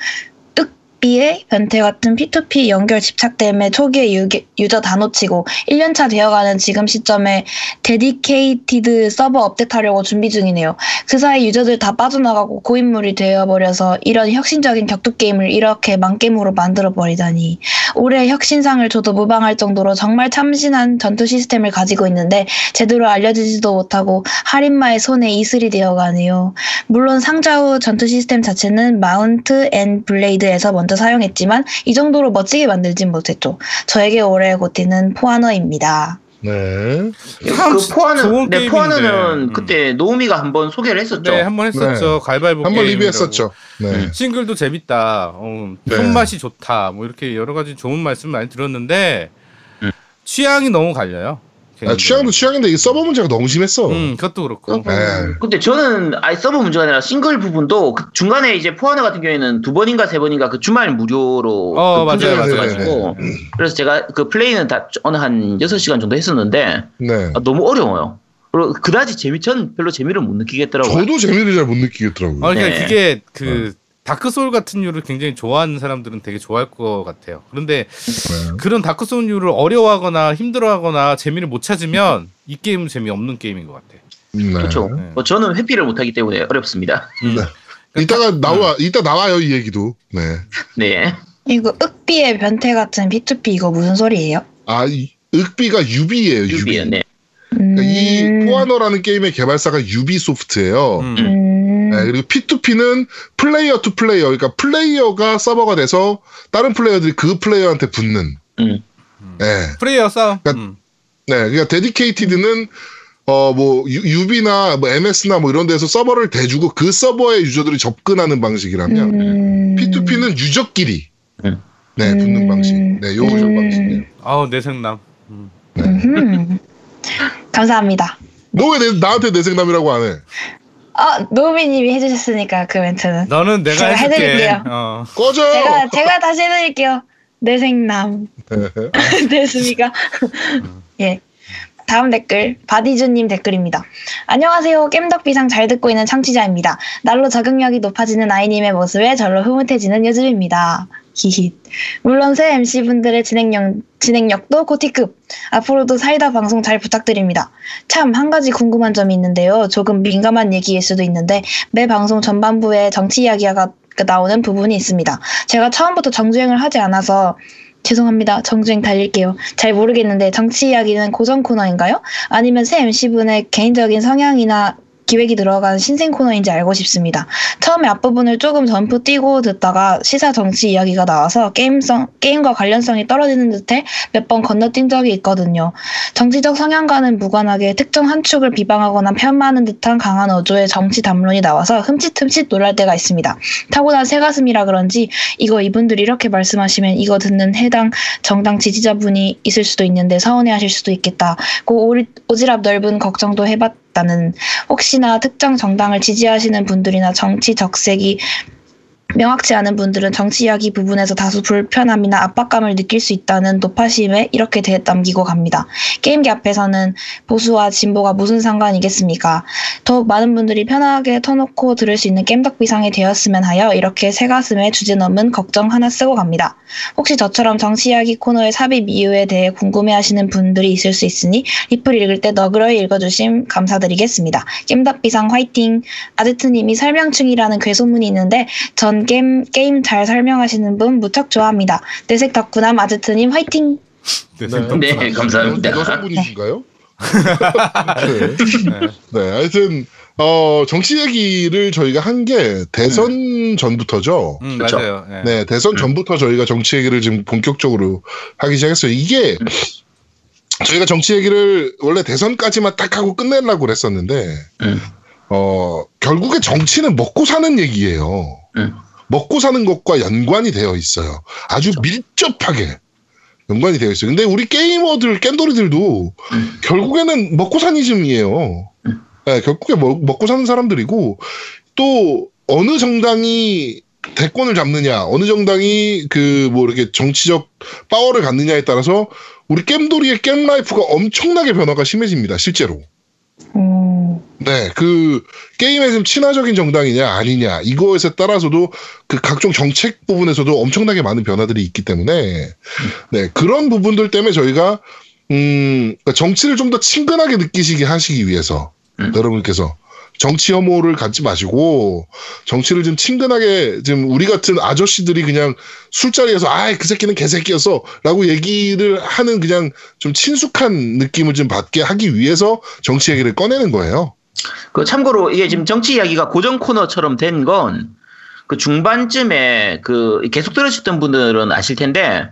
[SPEAKER 6] 뚝비의 변태 같은 P2P 연결 집착 때문에 초기에 유게- 유저 다 놓치고 1년차 되어가는 지금 시점에 데디케이티드 서버 업데이트하려고 준비 중이네요. 그 사이 유저들 다 빠져나가고 고인물이 되어버려서 이런 혁신적인 격투 게임을 이렇게 망게임으로 만들어버리다니. 올해 혁신상을 줘도 무방할 정도로 정말 참신한 전투 시스템을 가지고 있는데 제대로 알려지지도 못하고 할인마의 손에 이슬이 되어가네요. 물론 상좌우 전투 시스템 자체는 마운트 앤 블레이드에서 먼저 사용했지만 이 정도로 멋지게 만들진 못했죠. 저에게 올해 고티는 포아너입니다.
[SPEAKER 3] 네.
[SPEAKER 7] 참
[SPEAKER 5] 그 포화는
[SPEAKER 7] 좋은
[SPEAKER 5] 네,
[SPEAKER 7] 게임인데.
[SPEAKER 5] 포화는
[SPEAKER 7] 음.
[SPEAKER 5] 그때 노우미가 한번 소개를 했었죠.
[SPEAKER 7] 네, 한 번 했었죠. 갈발보
[SPEAKER 3] 한 번
[SPEAKER 7] 게임이라고. 음,
[SPEAKER 3] 리뷰했었죠. 네.
[SPEAKER 7] 싱글도 재밌다. 어,
[SPEAKER 3] 네.
[SPEAKER 7] 손맛이 좋다. 뭐 이렇게 여러 가지 좋은 말씀 많이 들었는데 취향이 너무 갈려요.
[SPEAKER 3] 아, 취향도 취향인데 이 서버 문제가 너무 심했어.
[SPEAKER 7] 음, 그것도 그렇고.
[SPEAKER 3] 네.
[SPEAKER 5] 근데 저는 아예 서버 문제가 아니라 싱글 부분도 그 중간에 이제 포화너 같은 경우에는 두 번인가 세 번인가 그 주말 무료로 그
[SPEAKER 7] 어, 맞아요, 네,
[SPEAKER 5] 분석을
[SPEAKER 3] 맞아요.
[SPEAKER 5] 해가지고 그래서 제가 그 플레이는 다 어느 한 6시간 정도 했었는데
[SPEAKER 3] 네.
[SPEAKER 5] 아, 너무 어려워요. 그리고 그다지 재미 전 별로 재미를 못 느끼겠더라고요.
[SPEAKER 3] 저도 재미를 잘 못 느끼겠더라고요.
[SPEAKER 7] 아, 그러니까
[SPEAKER 5] 네.
[SPEAKER 7] 그게 그 다크 소울 같은 유를 굉장히 좋아하는 사람들은 되게 좋아할 것 같아요. 그런데 그런 다크 소울 유를 어려워하거나 힘들어하거나 재미를 못 찾으면 이 게임은 재미없는 게임인 것 같아.
[SPEAKER 3] 네.
[SPEAKER 5] 그렇죠.
[SPEAKER 7] 네.
[SPEAKER 5] 뭐 저는 회피를 못하기 때문에 어렵습니다.
[SPEAKER 7] 음.
[SPEAKER 3] 이따가 나와 이따 나와요 이 얘기도. 네.
[SPEAKER 5] 네.
[SPEAKER 6] 이거 윽비의 변태 같은 P2P 이거 무슨 소리예요?
[SPEAKER 3] 아 이, 윽비가 유비예요. 유비.
[SPEAKER 5] 유비에 네.
[SPEAKER 6] 음.
[SPEAKER 3] 그러니까 이 포아노라는 게임의 개발사가 유비소프트예요.
[SPEAKER 7] 음.
[SPEAKER 6] 음.
[SPEAKER 3] 네, 그리고 P2P는 플레이어 투 플레이어, 그러니까 플레이어가 서버가 돼서 다른 플레이어들이 그 플레이어한테 붙는.
[SPEAKER 5] 음.
[SPEAKER 3] 네,
[SPEAKER 7] 프레이어 싸움.
[SPEAKER 3] 그러니까
[SPEAKER 7] 음.
[SPEAKER 3] 네, 그러니까 데디케이티드는 어뭐 유비나 뭐 MS나 뭐 이런 데서 서버를 대주고 그 서버에 유저들이 접근하는 방식이라면
[SPEAKER 6] 음.
[SPEAKER 3] P2P는 유저끼리
[SPEAKER 5] 음.
[SPEAKER 3] 네 붙는
[SPEAKER 6] 음.
[SPEAKER 3] 방식, 네 요거 좀
[SPEAKER 6] 음.
[SPEAKER 3] 방식이에요.
[SPEAKER 7] 아우 내 생남. 음.
[SPEAKER 6] 음흠. 감사합니다.
[SPEAKER 3] 너 왜 나한테 내 생남이라고 안 해?
[SPEAKER 6] 아 노우미님이 해주셨으니까 그 멘트는
[SPEAKER 7] 너는 내가
[SPEAKER 6] 제가
[SPEAKER 7] 해줄게.
[SPEAKER 6] 해드릴게요.
[SPEAKER 7] 어.
[SPEAKER 3] 꺼져.
[SPEAKER 6] 제가 제가 다시 해드릴게요. 내 생남
[SPEAKER 3] 예.
[SPEAKER 6] 됐습니까? 예. 다음 댓글 바디즈님 댓글입니다. 안녕하세요. 겜덕비상 잘 듣고 있는 창취자입니다. 날로 적응력이 높아지는 아이님의 모습에 절로 흐뭇해지는 요즘입니다. 히히. 물론 새 MC분들의 진행력, 진행력도 고티급. 앞으로도 사이다 방송 잘 부탁드립니다. 참, 한 가지 궁금한 점이 있는데요. 조금 민감한 얘기일 수도 있는데, 매 방송 전반부에 정치 이야기가 나오는 부분이 있습니다. 제가 처음부터 정주행을 하지 않아서, 죄송합니다. 정주행 달릴게요. 잘 모르겠는데, 정치 이야기는 고정 코너인가요? 아니면 새 MC분의 개인적인 성향이나 기획이 들어간 신생 코너인지 알고 싶습니다. 처음에 앞부분을 조금 점프 뛰고 듣다가 시사 정치 이야기가 나와서 게임성, 게임과 관련성이 떨어지는 듯해 몇 번 건너뛴 적이 있거든요. 정치적 성향과는 무관하게 특정 한 축을 비방하거나 편마하는 듯한 강한 어조의 정치 담론이 나와서 흠칫흠칫 놀랄 때가 있습니다. 타고난 새가슴이라 그런지 이거 이분들이 이렇게 말씀하시면 이거 듣는 해당 정당 지지자분이 있을 수도 있는데 서운해하실 수도 있겠다고 오리- 오지랖 넓은 걱정도 해봤다는 혹시나 특정 정당을 지지하시는 분들이나 정치 적색이 명확치 않은 분들은 정치 이야기 부분에서 다소 불편함이나 압박감을 느낄 수 있다는 노파심에 이렇게 대- 남기고 갑니다. 게임기 앞에서는 보수와 진보가 무슨 상관이겠습니까? 더욱 많은 분들이 편하게 터놓고 들을 수 있는 겜덕비상이 되었으면 하여 이렇게 새가슴에 주제 넘은 걱정 하나 쓰고 갑니다. 혹시 저처럼 정치 이야기 코너의 삽입 이유에 대해 궁금해하시는 분들이 있을 수 있으니 리플 읽을 때 너그러이 읽어주심 감사드리겠습니다. 겜덕비상 화이팅! 아제트님이 설명충이라는 괴소문이 있는데 전 게임, 게임 잘 설명하시는 분 무척 좋아합니다. 내색 덕후남 아제트님 화이팅!
[SPEAKER 7] 내 음, 생남.
[SPEAKER 5] 네, 감사합니다.
[SPEAKER 3] 여- 여성분이신가요? 네. 네, 하여튼 어, 정치 얘기를 저희가 한 게 대선
[SPEAKER 5] 네.
[SPEAKER 3] 전부터죠.
[SPEAKER 7] 음,
[SPEAKER 5] 그렇죠.
[SPEAKER 7] 맞아요. 예.
[SPEAKER 3] 네, 대선 전부터 저희가 정치 얘기를 지금 본격적으로 하기 시작했어요. 이게 저희가 정치 얘기를 원래 대선까지만 딱 하고 끝내려고 그랬었는데,
[SPEAKER 5] 음.
[SPEAKER 3] 어, 결국에 정치는 먹고 사는 얘기예요.
[SPEAKER 5] 음.
[SPEAKER 3] 먹고 사는 것과 연관이 되어 있어요. 아주 밀접하게 연관이 되어 있어요. 근데 우리 게이머들, 깬돌이들도 결국에는 먹고 사니즘이에요. 네, 결국에 먹, 먹고 사는 사람들이고 또 어느 정당이 대권을 잡느냐, 어느 정당이 그 뭐 이렇게 정치적 파워를 갖느냐에 따라서 우리 겜돌이의 겜 라이프가 엄청나게 변화가 심해집니다. 실제로.
[SPEAKER 6] 음,
[SPEAKER 3] 네, 그 게임에 좀 친화적인 정당이냐 아니냐 이거에서 따라서도 그 각종 정책 부분에서도 엄청나게 많은 변화들이 있기 때문에 네 그런 부분들 때문에 저희가 음 그러니까 정치를 좀 더 친근하게 느끼시게 하시기 위해서
[SPEAKER 5] 음.
[SPEAKER 3] 여러분께서 정치 혐오를 갖지 마시고 정치를 좀 친근하게 지금 우리 같은 아저씨들이 그냥 술자리에서 아이 그 새끼는 개새끼였어라고 얘기를 하는 그냥 좀 친숙한 느낌을 좀 받게 하기 위해서 정치 얘기를 꺼내는 거예요.
[SPEAKER 5] 그 참고로 이게 지금 정치 이야기가 고정 코너처럼 된 건 그 중반쯤에 그 계속 들으셨던 분들은 아실 텐데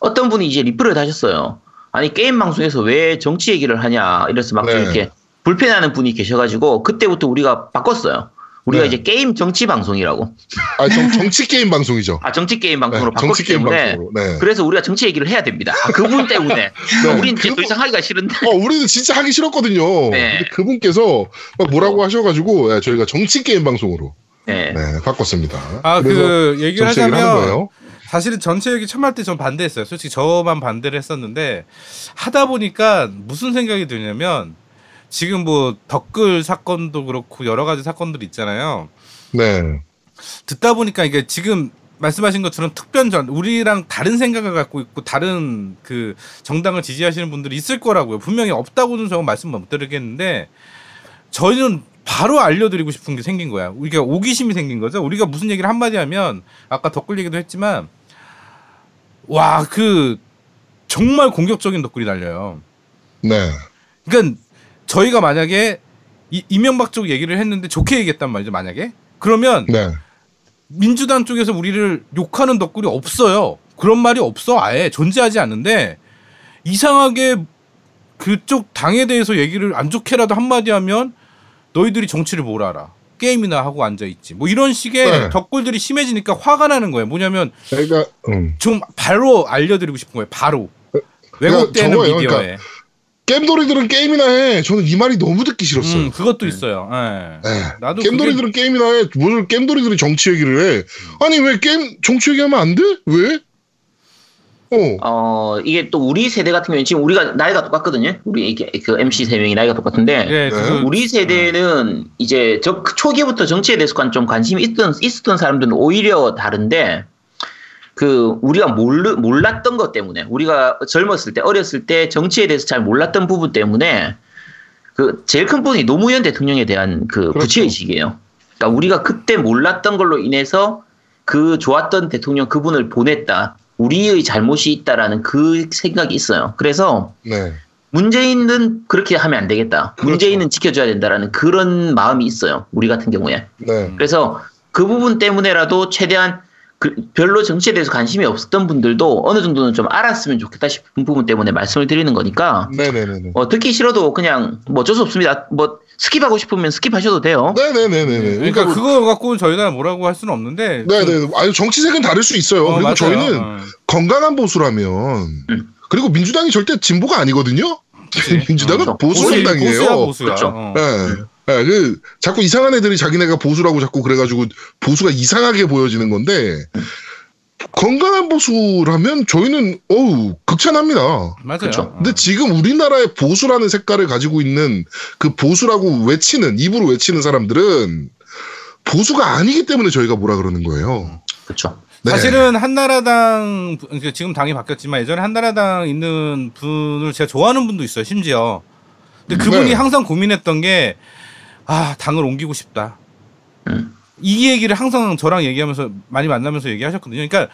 [SPEAKER 5] 어떤 분이 이제 리플을 다셨어요. 아니 게임 방송에서 왜 정치 얘기를 하냐 이래서 막좀
[SPEAKER 3] 네.
[SPEAKER 5] 이렇게 불편해하는 분이 계셔가지고 그때부터 우리가 바꿨어요. 우리가
[SPEAKER 3] 네.
[SPEAKER 5] 이제 게임 정치 방송이라고.
[SPEAKER 3] 아, 정, 정치 게임 방송이죠.
[SPEAKER 5] 아 정치 게임
[SPEAKER 3] 네,
[SPEAKER 5] 방송으로 바꿨기
[SPEAKER 3] 정치 게임
[SPEAKER 5] 때문에
[SPEAKER 3] 방송으로. 네.
[SPEAKER 5] 그래서 우리가 정치 얘기를 해야 됩니다. 아, 그분 때문에
[SPEAKER 3] 네,
[SPEAKER 5] 우리는 이제 더
[SPEAKER 3] 그분-
[SPEAKER 5] 이상 하기가 싫은데.
[SPEAKER 3] 어, 우리는 진짜 하기 싫었거든요.
[SPEAKER 5] 네. 어.
[SPEAKER 3] 근데 그분께서 막 뭐라고 하셔가지고 예, 저희가 정치 게임 방송으로
[SPEAKER 5] 네.
[SPEAKER 3] 네, 바꿨습니다.
[SPEAKER 7] 아,
[SPEAKER 3] 그래서
[SPEAKER 7] 그 얘기를
[SPEAKER 3] 정치 얘기를 하는
[SPEAKER 7] 하자면
[SPEAKER 3] 거예요.
[SPEAKER 7] 사실은 전체 얘기 처음 할 때 전 반대했어요. 솔직히 저만 반대를 했었는데 하다 보니까 무슨 생각이 드냐면 지금 뭐 덧글 사건도 그렇고 여러 가지 사건들이 있잖아요.
[SPEAKER 3] 네,
[SPEAKER 7] 듣다 보니까 이게 지금 말씀하신 것처럼 특별전 우리랑 다른 생각을 갖고 있고 다른 그 정당을 지지하시는 분들이 있을 거라고요. 분명히 없다고는 저는 말씀 못 드리겠는데 저희는 바로 알려드리고 싶은 게 생긴 거야. 우리가 오기심이 생긴 거죠. 우리가 무슨 얘기를 한마디 하면 아까 덧글 얘기도 했지만 와 그 정말 공격적인 덧글이 달려요.
[SPEAKER 3] 네,
[SPEAKER 7] 그러니까 저희가 만약에 이, 이명박 쪽 얘기를 했는데 좋게 얘기했단 말이죠. 만약에 그러면
[SPEAKER 3] 네.
[SPEAKER 7] 민주당 쪽에서 우리를 욕하는 덧글이 없어요. 그런 말이 없어. 아예 존재하지 않는데 이상하게 그쪽 당에 대해서 얘기를 안 좋게라도 한마디 하면 너희들이 정치를 뭘 알아. 게임이나 하고 앉아있지. 뭐 이런 식의
[SPEAKER 3] 네.
[SPEAKER 7] 덧글들이 심해지니까 화가 나는 거예요. 뭐냐면
[SPEAKER 3] 저희가 음.
[SPEAKER 7] 좀 바로 알려드리고 싶은 거예요. 바로. 왜곡되는
[SPEAKER 3] 그, 저거예요.
[SPEAKER 7] 미디어에. 음,
[SPEAKER 3] 그러니까 겜돌이들은 게임이나 해. 저는 이 말이 너무 듣기 싫었어요.
[SPEAKER 7] 음, 그것도 있어요. 예.
[SPEAKER 3] 네.
[SPEAKER 7] 나도 그게-
[SPEAKER 3] 겜돌이들은 게임이나 해. 무슨 겜돌이들이 정치 얘기를 해. 아니 왜 게임 정치 얘기하면 안 돼? 왜? 어,
[SPEAKER 5] 어, 이게 또 우리 세대 같은 경우는 지금 우리가 나이가 똑같거든요. 우리 이게 그 MC 세 명이 나이가 똑같은데
[SPEAKER 3] 네.
[SPEAKER 7] 예, 그-
[SPEAKER 5] 우리 세대는 이제 저그 초기부터 정치에 대해서 관- 좀 관심이 있던 있었던 사람들은 오히려 다른데 그 우리가 몰르, 몰랐던 것 때문에 우리가 젊었을 때 어렸을 때 정치에 대해서 잘 몰랐던 부분 때문에 그 제일 큰 부분이 노무현 대통령에 대한 그 부채 의식이에요. 그러니까 우리가 그때 몰랐던 걸로 인해서 그 좋았던 대통령 그분을 보냈다. 우리의 잘못이 있다라는 그 생각이 있어요. 그래서
[SPEAKER 3] 네.
[SPEAKER 5] 문재인은 그렇게 하면 안 되겠다.
[SPEAKER 3] 그렇죠.
[SPEAKER 5] 문재인은 지켜줘야 된다라는 그런 마음이 있어요. 우리 같은 경우에.
[SPEAKER 7] 음.
[SPEAKER 3] 네.
[SPEAKER 5] 그래서 그 부분 때문에라도 최대한 그- 별로 정치에 대해서 관심이 없었던 분들도 어느 정도는 좀 알았으면 좋겠다 싶은 부분 때문에 말씀을 드리는 거니까
[SPEAKER 3] 음. 네네네네.
[SPEAKER 5] 어, 듣기 싫어도 그냥 뭐 어쩔 수 없습니다. 뭐 스킵하고 싶으면 스킵하셔도 돼요.
[SPEAKER 3] 네네네네네.
[SPEAKER 7] 그러니까 그거 갖고 저희가 뭐라고 할 수는 없는데
[SPEAKER 3] 네네. 아니 정치색은 다를 수 있어요.
[SPEAKER 7] 어,
[SPEAKER 3] 그리고
[SPEAKER 7] 맞아요.
[SPEAKER 3] 저희는
[SPEAKER 7] 어. 네.
[SPEAKER 3] 건강한 보수라면
[SPEAKER 5] 음.
[SPEAKER 3] 그리고 민주당이 절대 진보가 아니거든요. 민주당은
[SPEAKER 5] 어,
[SPEAKER 3] 보수
[SPEAKER 7] 그렇죠. 보수-
[SPEAKER 3] 정당이에요.
[SPEAKER 7] 보수야 보수야.
[SPEAKER 5] 그렇죠.
[SPEAKER 7] 어.
[SPEAKER 3] 예. 예, 그 자꾸 이상한 애들이 자기네가 보수라고 자꾸 그래가지고 보수가 이상하게 보여지는 건데
[SPEAKER 7] 네.
[SPEAKER 3] 건강한 보수라면 저희는 어우 극찬합니다.
[SPEAKER 7] 맞아요.
[SPEAKER 5] 그렇죠.
[SPEAKER 3] 근데 지금 우리나라의 보수라는 색깔을 가지고 있는 그 보수라고 외치는 입으로 외치는 사람들은 보수가 아니기 때문에 저희가 뭐라 그러는 거예요.
[SPEAKER 5] 그렇죠.
[SPEAKER 3] 네.
[SPEAKER 7] 사실은 한나라당 분- 그러니까 지금 당이 바뀌었지만 예전에 한나라당 있는 분을 제가 좋아하는 분도 있어요. 심지어. 근데 그분이
[SPEAKER 3] 네.
[SPEAKER 7] 항상 고민했던 게 아, 당을 옮기고 싶다.
[SPEAKER 5] 음.
[SPEAKER 7] 이 얘기를 항상 저랑 얘기하면서 많이 만나면서 얘기하셨거든요. 그러니까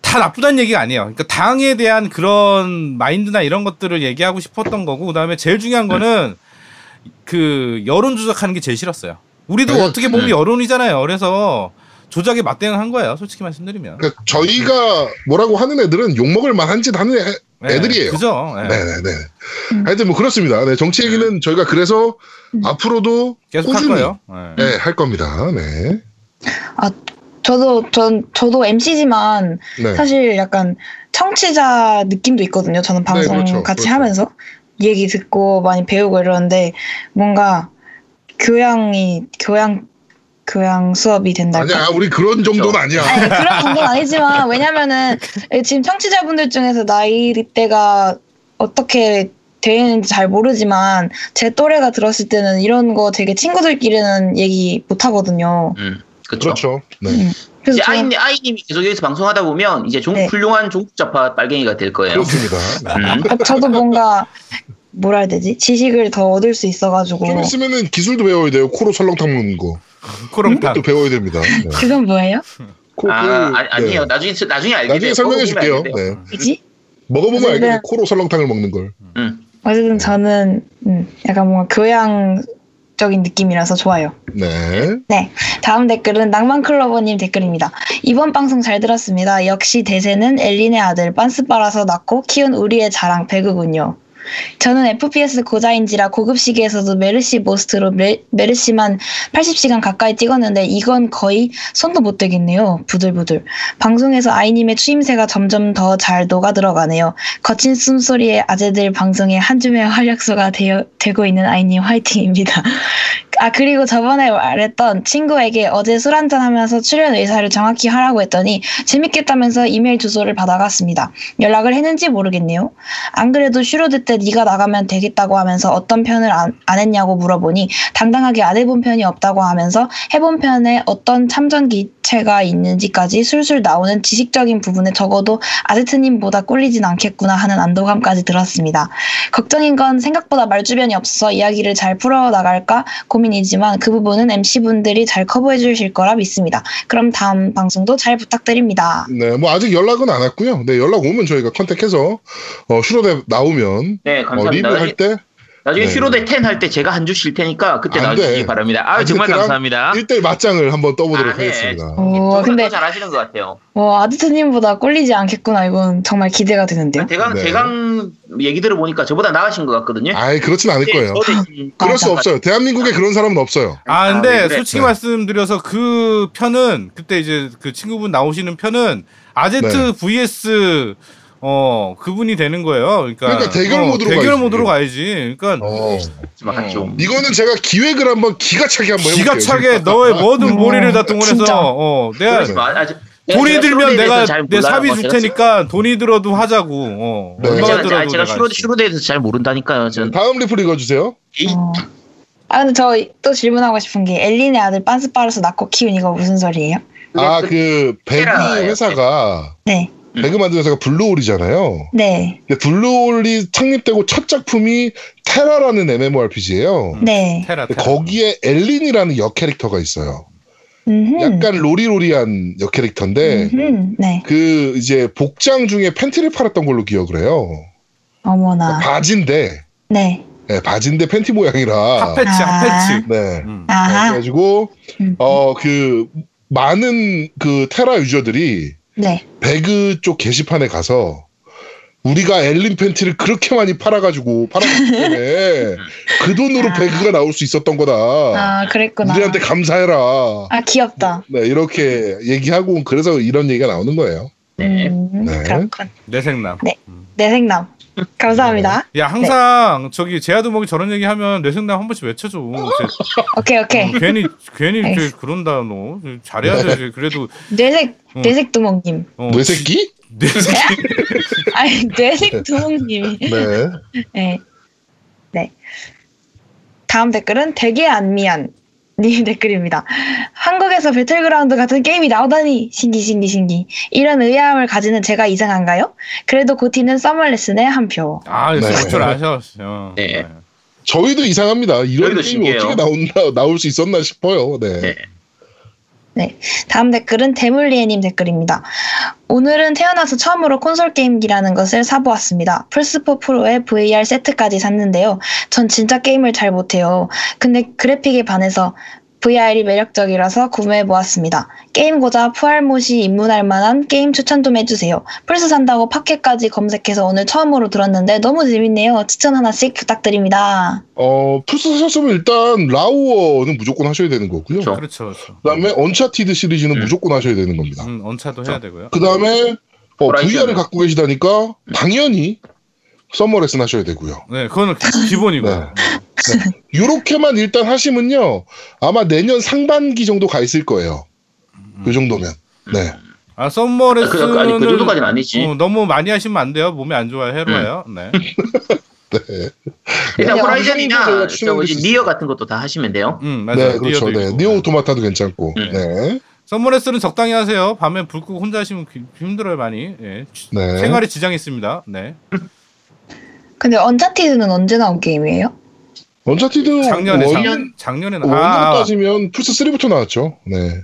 [SPEAKER 7] 다 나쁘다는 얘기가 아니에요. 그러니까 당에 대한 그런 마인드나 이런 것들을 얘기하고 싶었던 거고 그다음에 제일
[SPEAKER 3] 네.
[SPEAKER 7] 중요한 거는 그 여론 조작하는 게 제일 싫었어요. 우리도
[SPEAKER 3] 네.
[SPEAKER 7] 어떻게 보면
[SPEAKER 5] 음.
[SPEAKER 7] 여론이잖아요. 그래서 조작에 맞대응한 거예요. 솔직히 말씀드리면.
[SPEAKER 3] 그러니까 저희가 뭐라고 하는 애들은 욕먹을 만한 짓 하는 애, 들이에요
[SPEAKER 7] 네. 그죠? 예.
[SPEAKER 3] 네네네. 하여튼 뭐 그렇습니다. 네, 정치 얘기는 저희가 그래서 앞으로도
[SPEAKER 7] 계속 할
[SPEAKER 3] 꾸준히
[SPEAKER 7] 거예요. 예.
[SPEAKER 3] 네, 할 겁니다. 네.
[SPEAKER 6] 저도 전 저도 MC지만
[SPEAKER 3] 네.
[SPEAKER 6] 사실 약간 청취자 느낌도 있거든요. 저는 방송
[SPEAKER 3] 네, 그렇죠.
[SPEAKER 6] 같이
[SPEAKER 3] 그렇죠.
[SPEAKER 6] 하면서 얘기 듣고 많이 배우고 이러는데 뭔가 교양이 교양 교양 수업이 된다.
[SPEAKER 3] 아니야, 우리 그런 정도는 아니야.
[SPEAKER 6] 아니 그런 정도는 아니지만 왜냐면은 지금 청취자분들 중에서 나이대가 어떻게 되는지 잘 모르지만 제 또래가 들었을 때는 이런 거 되게 친구들끼리는 얘기 못 하거든요.
[SPEAKER 5] 음, 그렇죠.
[SPEAKER 3] 그렇죠. 네.
[SPEAKER 6] 음. 그래서
[SPEAKER 5] 이제
[SPEAKER 6] 저는-
[SPEAKER 5] 아이님, 아이님이 계속 여기서 방송하다 보면 이제 종,
[SPEAKER 6] 네.
[SPEAKER 5] 훌륭한 종국자파 빨갱이가 될 거예요.
[SPEAKER 3] 그렇습니다. 네.
[SPEAKER 5] 음.
[SPEAKER 6] 아, 저도 뭔가 뭐라 해야 되지 지식을 더 얻을 수 있어가지고
[SPEAKER 3] 좀 있으면은 기술도 배워야 돼요. 코로 설렁탕 먹는 거.
[SPEAKER 7] 코롱탕.
[SPEAKER 3] 또 배워야 됩니다. 네.
[SPEAKER 6] 그건 뭐예요?
[SPEAKER 3] 코,
[SPEAKER 5] 아,
[SPEAKER 3] 그,
[SPEAKER 5] 아, 아니에요.
[SPEAKER 3] 네.
[SPEAKER 5] 나중에, 나중에 알게
[SPEAKER 3] 나중에
[SPEAKER 5] 돼요.
[SPEAKER 3] 설명해 줄게요.
[SPEAKER 5] 먹어보면 알게 돼요.
[SPEAKER 3] 네.
[SPEAKER 6] 뭐지?
[SPEAKER 3] 먹어보면 알겠네.
[SPEAKER 6] 네.
[SPEAKER 3] 코로 설렁탕을 먹는 걸.
[SPEAKER 5] 음.
[SPEAKER 6] 어쨌든 저는 음, 약간 뭔가 교양적인 느낌이라서 좋아요.
[SPEAKER 3] 네.
[SPEAKER 6] 다음 댓글은 낭만클로버님 댓글입니다. 이번 방송 잘 들었습니다. 역시 대세는 엘린의 아들 빤스빠라서 낳고 키운 우리의 자랑 배그군요. 저는 FPS 고자인지라 고급 시계에서도 메르시 모스트로 메, 르시만 80시간 가까이 찍었는데 이건 거의 손도 못 대겠네요. 부들부들. 방송에서 아이님의 추임새가 점점 더 잘 녹아 들어가네요. 거친 숨소리에 아재들 방송의 한 줌의 활약소가 되어, 되고 있는 아이님 화이팅입니다. 아 그리고 저번에 말했던 친구에게 어제 술 한잔 하면서 출연 의사를 정확히 하라고 했더니 재밌겠다면서 이메일 주소를 받아갔습니다. 연락을 했는지 모르겠네요. 안 그래도 슈로드 때 네가 나가면 되겠다고 하면서 어떤 편을 안, 안 했냐고 물어보니 당당하게 안 해본 편이 없다고 하면서 해본 편에 어떤 참전 기체가 있는지까지 술술 나오는 지식적인 부분에 적어도 아제트님보다 꿀리진 않겠구나 하는 안도감까지 들었습니다. 걱정인 건 생각보다 말주변이 없어 이야기를 잘 풀어나갈까 고민이지만 그 부분은 MC분들이 잘 커버해 주실 거라 믿습니다. 그럼 다음 방송도 잘 부탁드립니다.
[SPEAKER 3] 네. 뭐 아직 연락은 안 왔고요. 네. 연락 오면 저희가 컨택해서 어, 슈로데 나오면
[SPEAKER 5] 네,
[SPEAKER 3] 어,
[SPEAKER 5] 감사합니다.
[SPEAKER 3] 리뷰할 때
[SPEAKER 5] 나중에
[SPEAKER 3] 네.
[SPEAKER 5] 휴로데 10 할 때 제가 한 주 쉴 테니까 그때
[SPEAKER 3] 안
[SPEAKER 5] 나와주시기
[SPEAKER 3] 돼.
[SPEAKER 5] 바랍니다. 아
[SPEAKER 3] 안
[SPEAKER 5] 정말
[SPEAKER 3] 돼, 그럼.
[SPEAKER 5] 감사합니다.
[SPEAKER 3] 1대1 맞짱을 한번 떠보도록
[SPEAKER 5] 아, 네.
[SPEAKER 3] 하겠습니다.
[SPEAKER 7] 어,
[SPEAKER 6] 오,
[SPEAKER 5] 근데
[SPEAKER 6] 근데
[SPEAKER 5] 잘하시는 것 같아요.
[SPEAKER 6] 뭐 아드트님보다 꼴리지 않겠구나 이건 정말 기대가 되는데요.
[SPEAKER 5] 대강
[SPEAKER 3] 네.
[SPEAKER 5] 대강 얘기 들어보니까 저보다 나으신 것 같거든요. 네,
[SPEAKER 3] 아이, 그렇진 않을 거예요.
[SPEAKER 5] 저도 지금
[SPEAKER 3] 그럴 수
[SPEAKER 6] 맞아.
[SPEAKER 3] 없어요. 대한민국에 그런 사람은 없어요.
[SPEAKER 7] 아,
[SPEAKER 5] 아,
[SPEAKER 7] 근데
[SPEAKER 5] 왜 그래?
[SPEAKER 7] 솔직히
[SPEAKER 3] 네.
[SPEAKER 7] 말씀드려서 그 편은 그때 이제 그 친구분 나오시는 편은 아제트
[SPEAKER 3] 네.
[SPEAKER 7] vs 어 그분이 되는 거예요. 그러니까,
[SPEAKER 3] 그러니까 대결
[SPEAKER 7] 어,
[SPEAKER 3] 모드로
[SPEAKER 7] 대결
[SPEAKER 3] 가야지.
[SPEAKER 7] 모드로 가야지. 그러니까
[SPEAKER 3] 어.
[SPEAKER 5] 막 좀.
[SPEAKER 3] 이거는 제가 기획을 한번 기가 차게 한번 뭐 해볼게요. 아,
[SPEAKER 7] 기가 차게 너의 모든
[SPEAKER 6] 음,
[SPEAKER 7] 머리를 다 동원해서
[SPEAKER 6] 진짜.
[SPEAKER 7] 어 내가
[SPEAKER 5] 그러지 마. 아직- 내가
[SPEAKER 7] 돈이
[SPEAKER 5] 제가
[SPEAKER 7] 들면
[SPEAKER 5] 슈로데에
[SPEAKER 7] 내가
[SPEAKER 5] 대해서 잘
[SPEAKER 7] 내
[SPEAKER 5] 몰라요.
[SPEAKER 7] 사비
[SPEAKER 5] 뭐
[SPEAKER 7] 줄
[SPEAKER 5] 제가
[SPEAKER 7] 테니까 돈이 들어도 하자고 어
[SPEAKER 3] 네.
[SPEAKER 7] 얼마가
[SPEAKER 5] 제가,
[SPEAKER 7] 들어도
[SPEAKER 5] 제가, 제가
[SPEAKER 7] 내가
[SPEAKER 5] 슈로데
[SPEAKER 7] 알지.
[SPEAKER 5] 슈로데에 대해서 잘 모른다니까요. 저는
[SPEAKER 3] 다음 리플 읽어주세요.
[SPEAKER 6] 어. 아 근데 저 또 질문하고 싶은 게 엘린의 아들 빤스빠르서 낳고 키운 이거 무슨 소리예요?
[SPEAKER 3] 아, 그, 배그
[SPEAKER 5] 테라. 예,
[SPEAKER 3] 회사가,
[SPEAKER 6] 네,
[SPEAKER 3] 배그 만드는 회사가 블루홀이잖아요.
[SPEAKER 6] 네,
[SPEAKER 3] 근데 블루홀이 그러니까 창립되고 첫 작품이 테라라는 MMORPG예요.
[SPEAKER 6] 네.
[SPEAKER 7] 테라 테라.
[SPEAKER 3] 그 거기에 엘린이라는 역 캐릭터가 있어요.
[SPEAKER 6] 음,
[SPEAKER 3] 약간 로리로리한 역 캐릭터인데,
[SPEAKER 6] 음, 네.
[SPEAKER 3] 그, 이제, 복장 중에 팬티를 팔았던 걸로 기억을 해요. 그러니까
[SPEAKER 6] 어머나.
[SPEAKER 3] 바지인데,
[SPEAKER 6] 네.
[SPEAKER 3] 네, 바지인데 팬티 모양이라.
[SPEAKER 7] 핫패치 핫패치.
[SPEAKER 3] 네.
[SPEAKER 7] 음.
[SPEAKER 6] 아하.
[SPEAKER 3] 그래가지고,
[SPEAKER 6] 음.
[SPEAKER 3] 어, 그, 많은 그 테라 유저들이
[SPEAKER 6] 네.
[SPEAKER 3] 배그 쪽 게시판에 가서 우리가 엘린 팬티를 그렇게 많이 팔아가지고 팔았기 때문에 그 돈으로
[SPEAKER 6] 아.
[SPEAKER 3] 배그가 나올 수 있었던 거다.
[SPEAKER 6] 아 그랬구나.
[SPEAKER 3] 우리한테 감사해라.
[SPEAKER 6] 아 귀엽다.
[SPEAKER 3] 네, 이렇게 얘기하고 그래서 이런 얘기가 나오는 거예요.
[SPEAKER 5] 네.
[SPEAKER 6] 음,
[SPEAKER 3] 네.
[SPEAKER 6] 그렇군.
[SPEAKER 7] 내 생남. 어.
[SPEAKER 6] 내 생남.
[SPEAKER 3] 네.
[SPEAKER 6] 감사합니다. 네.
[SPEAKER 7] 야 항상 저기 제아도목이 저런 얘기 하면 내 생남 한 번씩 외쳐줘. 제-
[SPEAKER 6] 어, 오케이 오케이.
[SPEAKER 7] 어, 괜히 괜히 이렇게
[SPEAKER 6] 알겠어.
[SPEAKER 7] 그런다 너
[SPEAKER 6] 네.
[SPEAKER 7] 잘해야지 그래도
[SPEAKER 6] 뇌색
[SPEAKER 7] 음.
[SPEAKER 6] 뇌색 두목님.
[SPEAKER 7] 어,
[SPEAKER 3] 뇌새끼?
[SPEAKER 7] 뇌색
[SPEAKER 6] 아니 뇌색 두목님이.
[SPEAKER 3] 네.
[SPEAKER 6] 네. 네. 다음 댓글은 되게 안미안. 님 댓글입니다. 한국에서 배틀그라운드 같은 게임이 나오다니 신기 신기 신기. 이런 의아함을 가지는 제가 이상한가요? 그래도 고티는 서머레슨의 한 표.
[SPEAKER 7] 아
[SPEAKER 3] 네.
[SPEAKER 7] 쓸줄 아셨어요.
[SPEAKER 5] 네.
[SPEAKER 3] 저희도 이상합니다. 이런
[SPEAKER 5] 저희도
[SPEAKER 3] 게임이
[SPEAKER 5] 신기해요.
[SPEAKER 3] 어떻게 나온다, 나올 수 있었나 싶어요. 네.
[SPEAKER 5] 네.
[SPEAKER 6] 다음 댓글은 데물리에님 댓글입니다. 오늘은 태어나서 처음으로 콘솔 게임기라는 것을 사보았습니다. 플스4 프로의 VR 세트까지 샀는데요. 전 진짜 게임을 잘 못해요. 근데 그래픽에 반해서 VR이 매력적이라서 구매해보았습니다. 게임고자 푸알못이 입문할 만한 게임 추천 좀 해주세요. 플스 산다고 팟캐까지 검색해서 오늘 처음으로 들었는데 너무 재밌네요. 추천 하나씩 부탁드립니다.
[SPEAKER 3] 어, 플스 사셨으면 일단 라우어는 무조건 하셔야 되는 거고요.
[SPEAKER 5] 그렇죠.
[SPEAKER 7] 그렇죠. 그렇죠.
[SPEAKER 3] 그 다음에 언차티드 시리즈는
[SPEAKER 5] 음.
[SPEAKER 3] 무조건 하셔야 되는 겁니다.
[SPEAKER 7] 음, 언차도 해야 되고요.
[SPEAKER 3] 그 다음에 어,
[SPEAKER 5] 호라이즌.
[SPEAKER 3] VR을 갖고 계시다니까 당연히 썸머레슨 하셔야 되고요.
[SPEAKER 7] 네, 그거는 기- 기본이고.
[SPEAKER 3] 네.
[SPEAKER 6] 수는.
[SPEAKER 3] 요렇게만 일단 하시면요. 아마 내년 상반기 정도 가 있을 거예요. 요 정도면. 네.
[SPEAKER 7] 아 썸머
[SPEAKER 5] 그,
[SPEAKER 7] 레슨을
[SPEAKER 5] 아니, 그 정도까지는 아니지.
[SPEAKER 7] 어, 너무 많이 하시면 안 돼요. 몸이 안 좋아요. 해봐요. 네.
[SPEAKER 5] 일단
[SPEAKER 3] 아니, 아무래도
[SPEAKER 5] 호라이즌이나
[SPEAKER 3] 추천해
[SPEAKER 5] 저 뭐지,
[SPEAKER 3] 주실 수
[SPEAKER 5] 니어 같은 것도 다 하시면 돼요.
[SPEAKER 7] 음, 맞아요.
[SPEAKER 3] 네, 그렇죠.
[SPEAKER 7] 니어도
[SPEAKER 3] 네.
[SPEAKER 7] 있고.
[SPEAKER 3] 니오 오토마타도 괜찮고.
[SPEAKER 5] 음.
[SPEAKER 3] 네.
[SPEAKER 7] 썸머 레슨은 적당히 하세요. 밤에 불 끄고 혼자 하시면 귀- 힘들어요 많이. 예. 지-
[SPEAKER 3] 네.
[SPEAKER 7] 생활에 지장이 있습니다. 네.
[SPEAKER 6] 근데 언차티드는 언제 나온 게임이에요?
[SPEAKER 3] 언차티드
[SPEAKER 7] 작년에
[SPEAKER 3] 원년
[SPEAKER 7] 작, 작년에 나.
[SPEAKER 3] 원으로
[SPEAKER 7] 아, 아,
[SPEAKER 3] 따지면 플스 3부터 나왔죠. 네.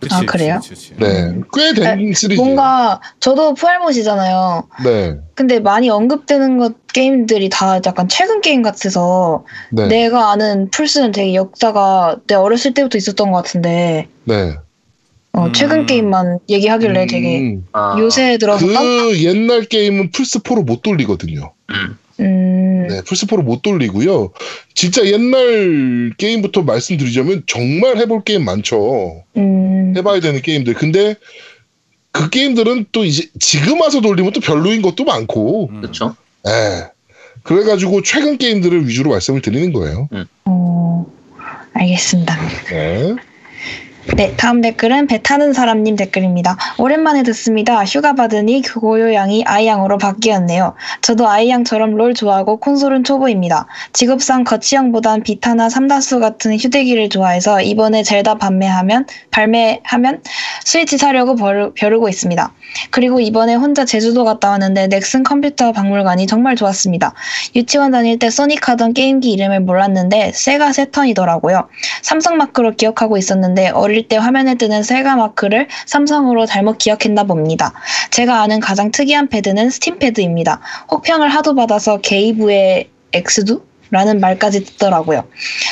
[SPEAKER 7] 그치,
[SPEAKER 6] 아, 그래요?
[SPEAKER 7] 그치, 그치, 그치.
[SPEAKER 3] 네. 꽤 된 시리즈.
[SPEAKER 6] 음. 뭔가 저도 푸알못이잖아요.
[SPEAKER 3] 네.
[SPEAKER 6] 근데 많이 언급되는 것 게임들이 다 약간 최근 게임 같아서
[SPEAKER 3] 네. 네.
[SPEAKER 6] 내가 아는 플스는 되게 역사가 내 어렸을 때부터 있었던 것 같은데 어,
[SPEAKER 7] 음.
[SPEAKER 6] 최근 게임만 얘기하길래 네, 되게
[SPEAKER 3] 네. 음,
[SPEAKER 5] 아,
[SPEAKER 6] 요새 들어서 깜-
[SPEAKER 3] 그 옛날 게임은 플스 4로 못 돌리거든요.
[SPEAKER 6] 음,
[SPEAKER 3] 네, 플스 4로 못 돌리고요. 진짜 옛날 게임부터 말씀드리자면 정말 해볼 게임 많죠.
[SPEAKER 6] 음,
[SPEAKER 3] 해봐야 되는 게임들. 근데 그 게임들은 또 이제 지금 와서 돌리면 또 별로인 것도 많고.
[SPEAKER 7] 음.
[SPEAKER 5] 그렇죠.
[SPEAKER 3] 예. 그래가지고 최근 게임들을 위주로 말씀을 드리는 거예요.
[SPEAKER 6] 어, 알겠습니다.
[SPEAKER 3] 네.
[SPEAKER 6] 네, 다음 댓글은 배 타는 사람님 댓글입니다. 오랜만에 듣습니다. 휴가 받으니 고요양이 아이양으로 바뀌었네요. 저도 아이양처럼 롤 좋아하고 콘솔은 초보입니다. 직업상 거치형보단 비타나 삼다수 같은 휴대기를 좋아해서 이번에 젤다 판매하면 발매하면 스위치 사려고 벼르, 벼르고 있습니다. 그리고 이번에 혼자 제주도 갔다 왔는데 넥슨 컴퓨터 박물관이 정말 좋았습니다. 유치원 다닐 때 소닉 하던 게임기 이름을 몰랐는데 세가 세턴이더라고요. 삼성 마크로 기억하고 있었는데 어릴 때 화면에 뜨는 세가 마크를 삼성으로 잘못 기억했나 봅니다. 제가 아는 가장 특이한 패드는 스팀 패드입니다. 혹평을 하도 받아서 게이브의 엑스두? 라는 말까지 듣더라고요.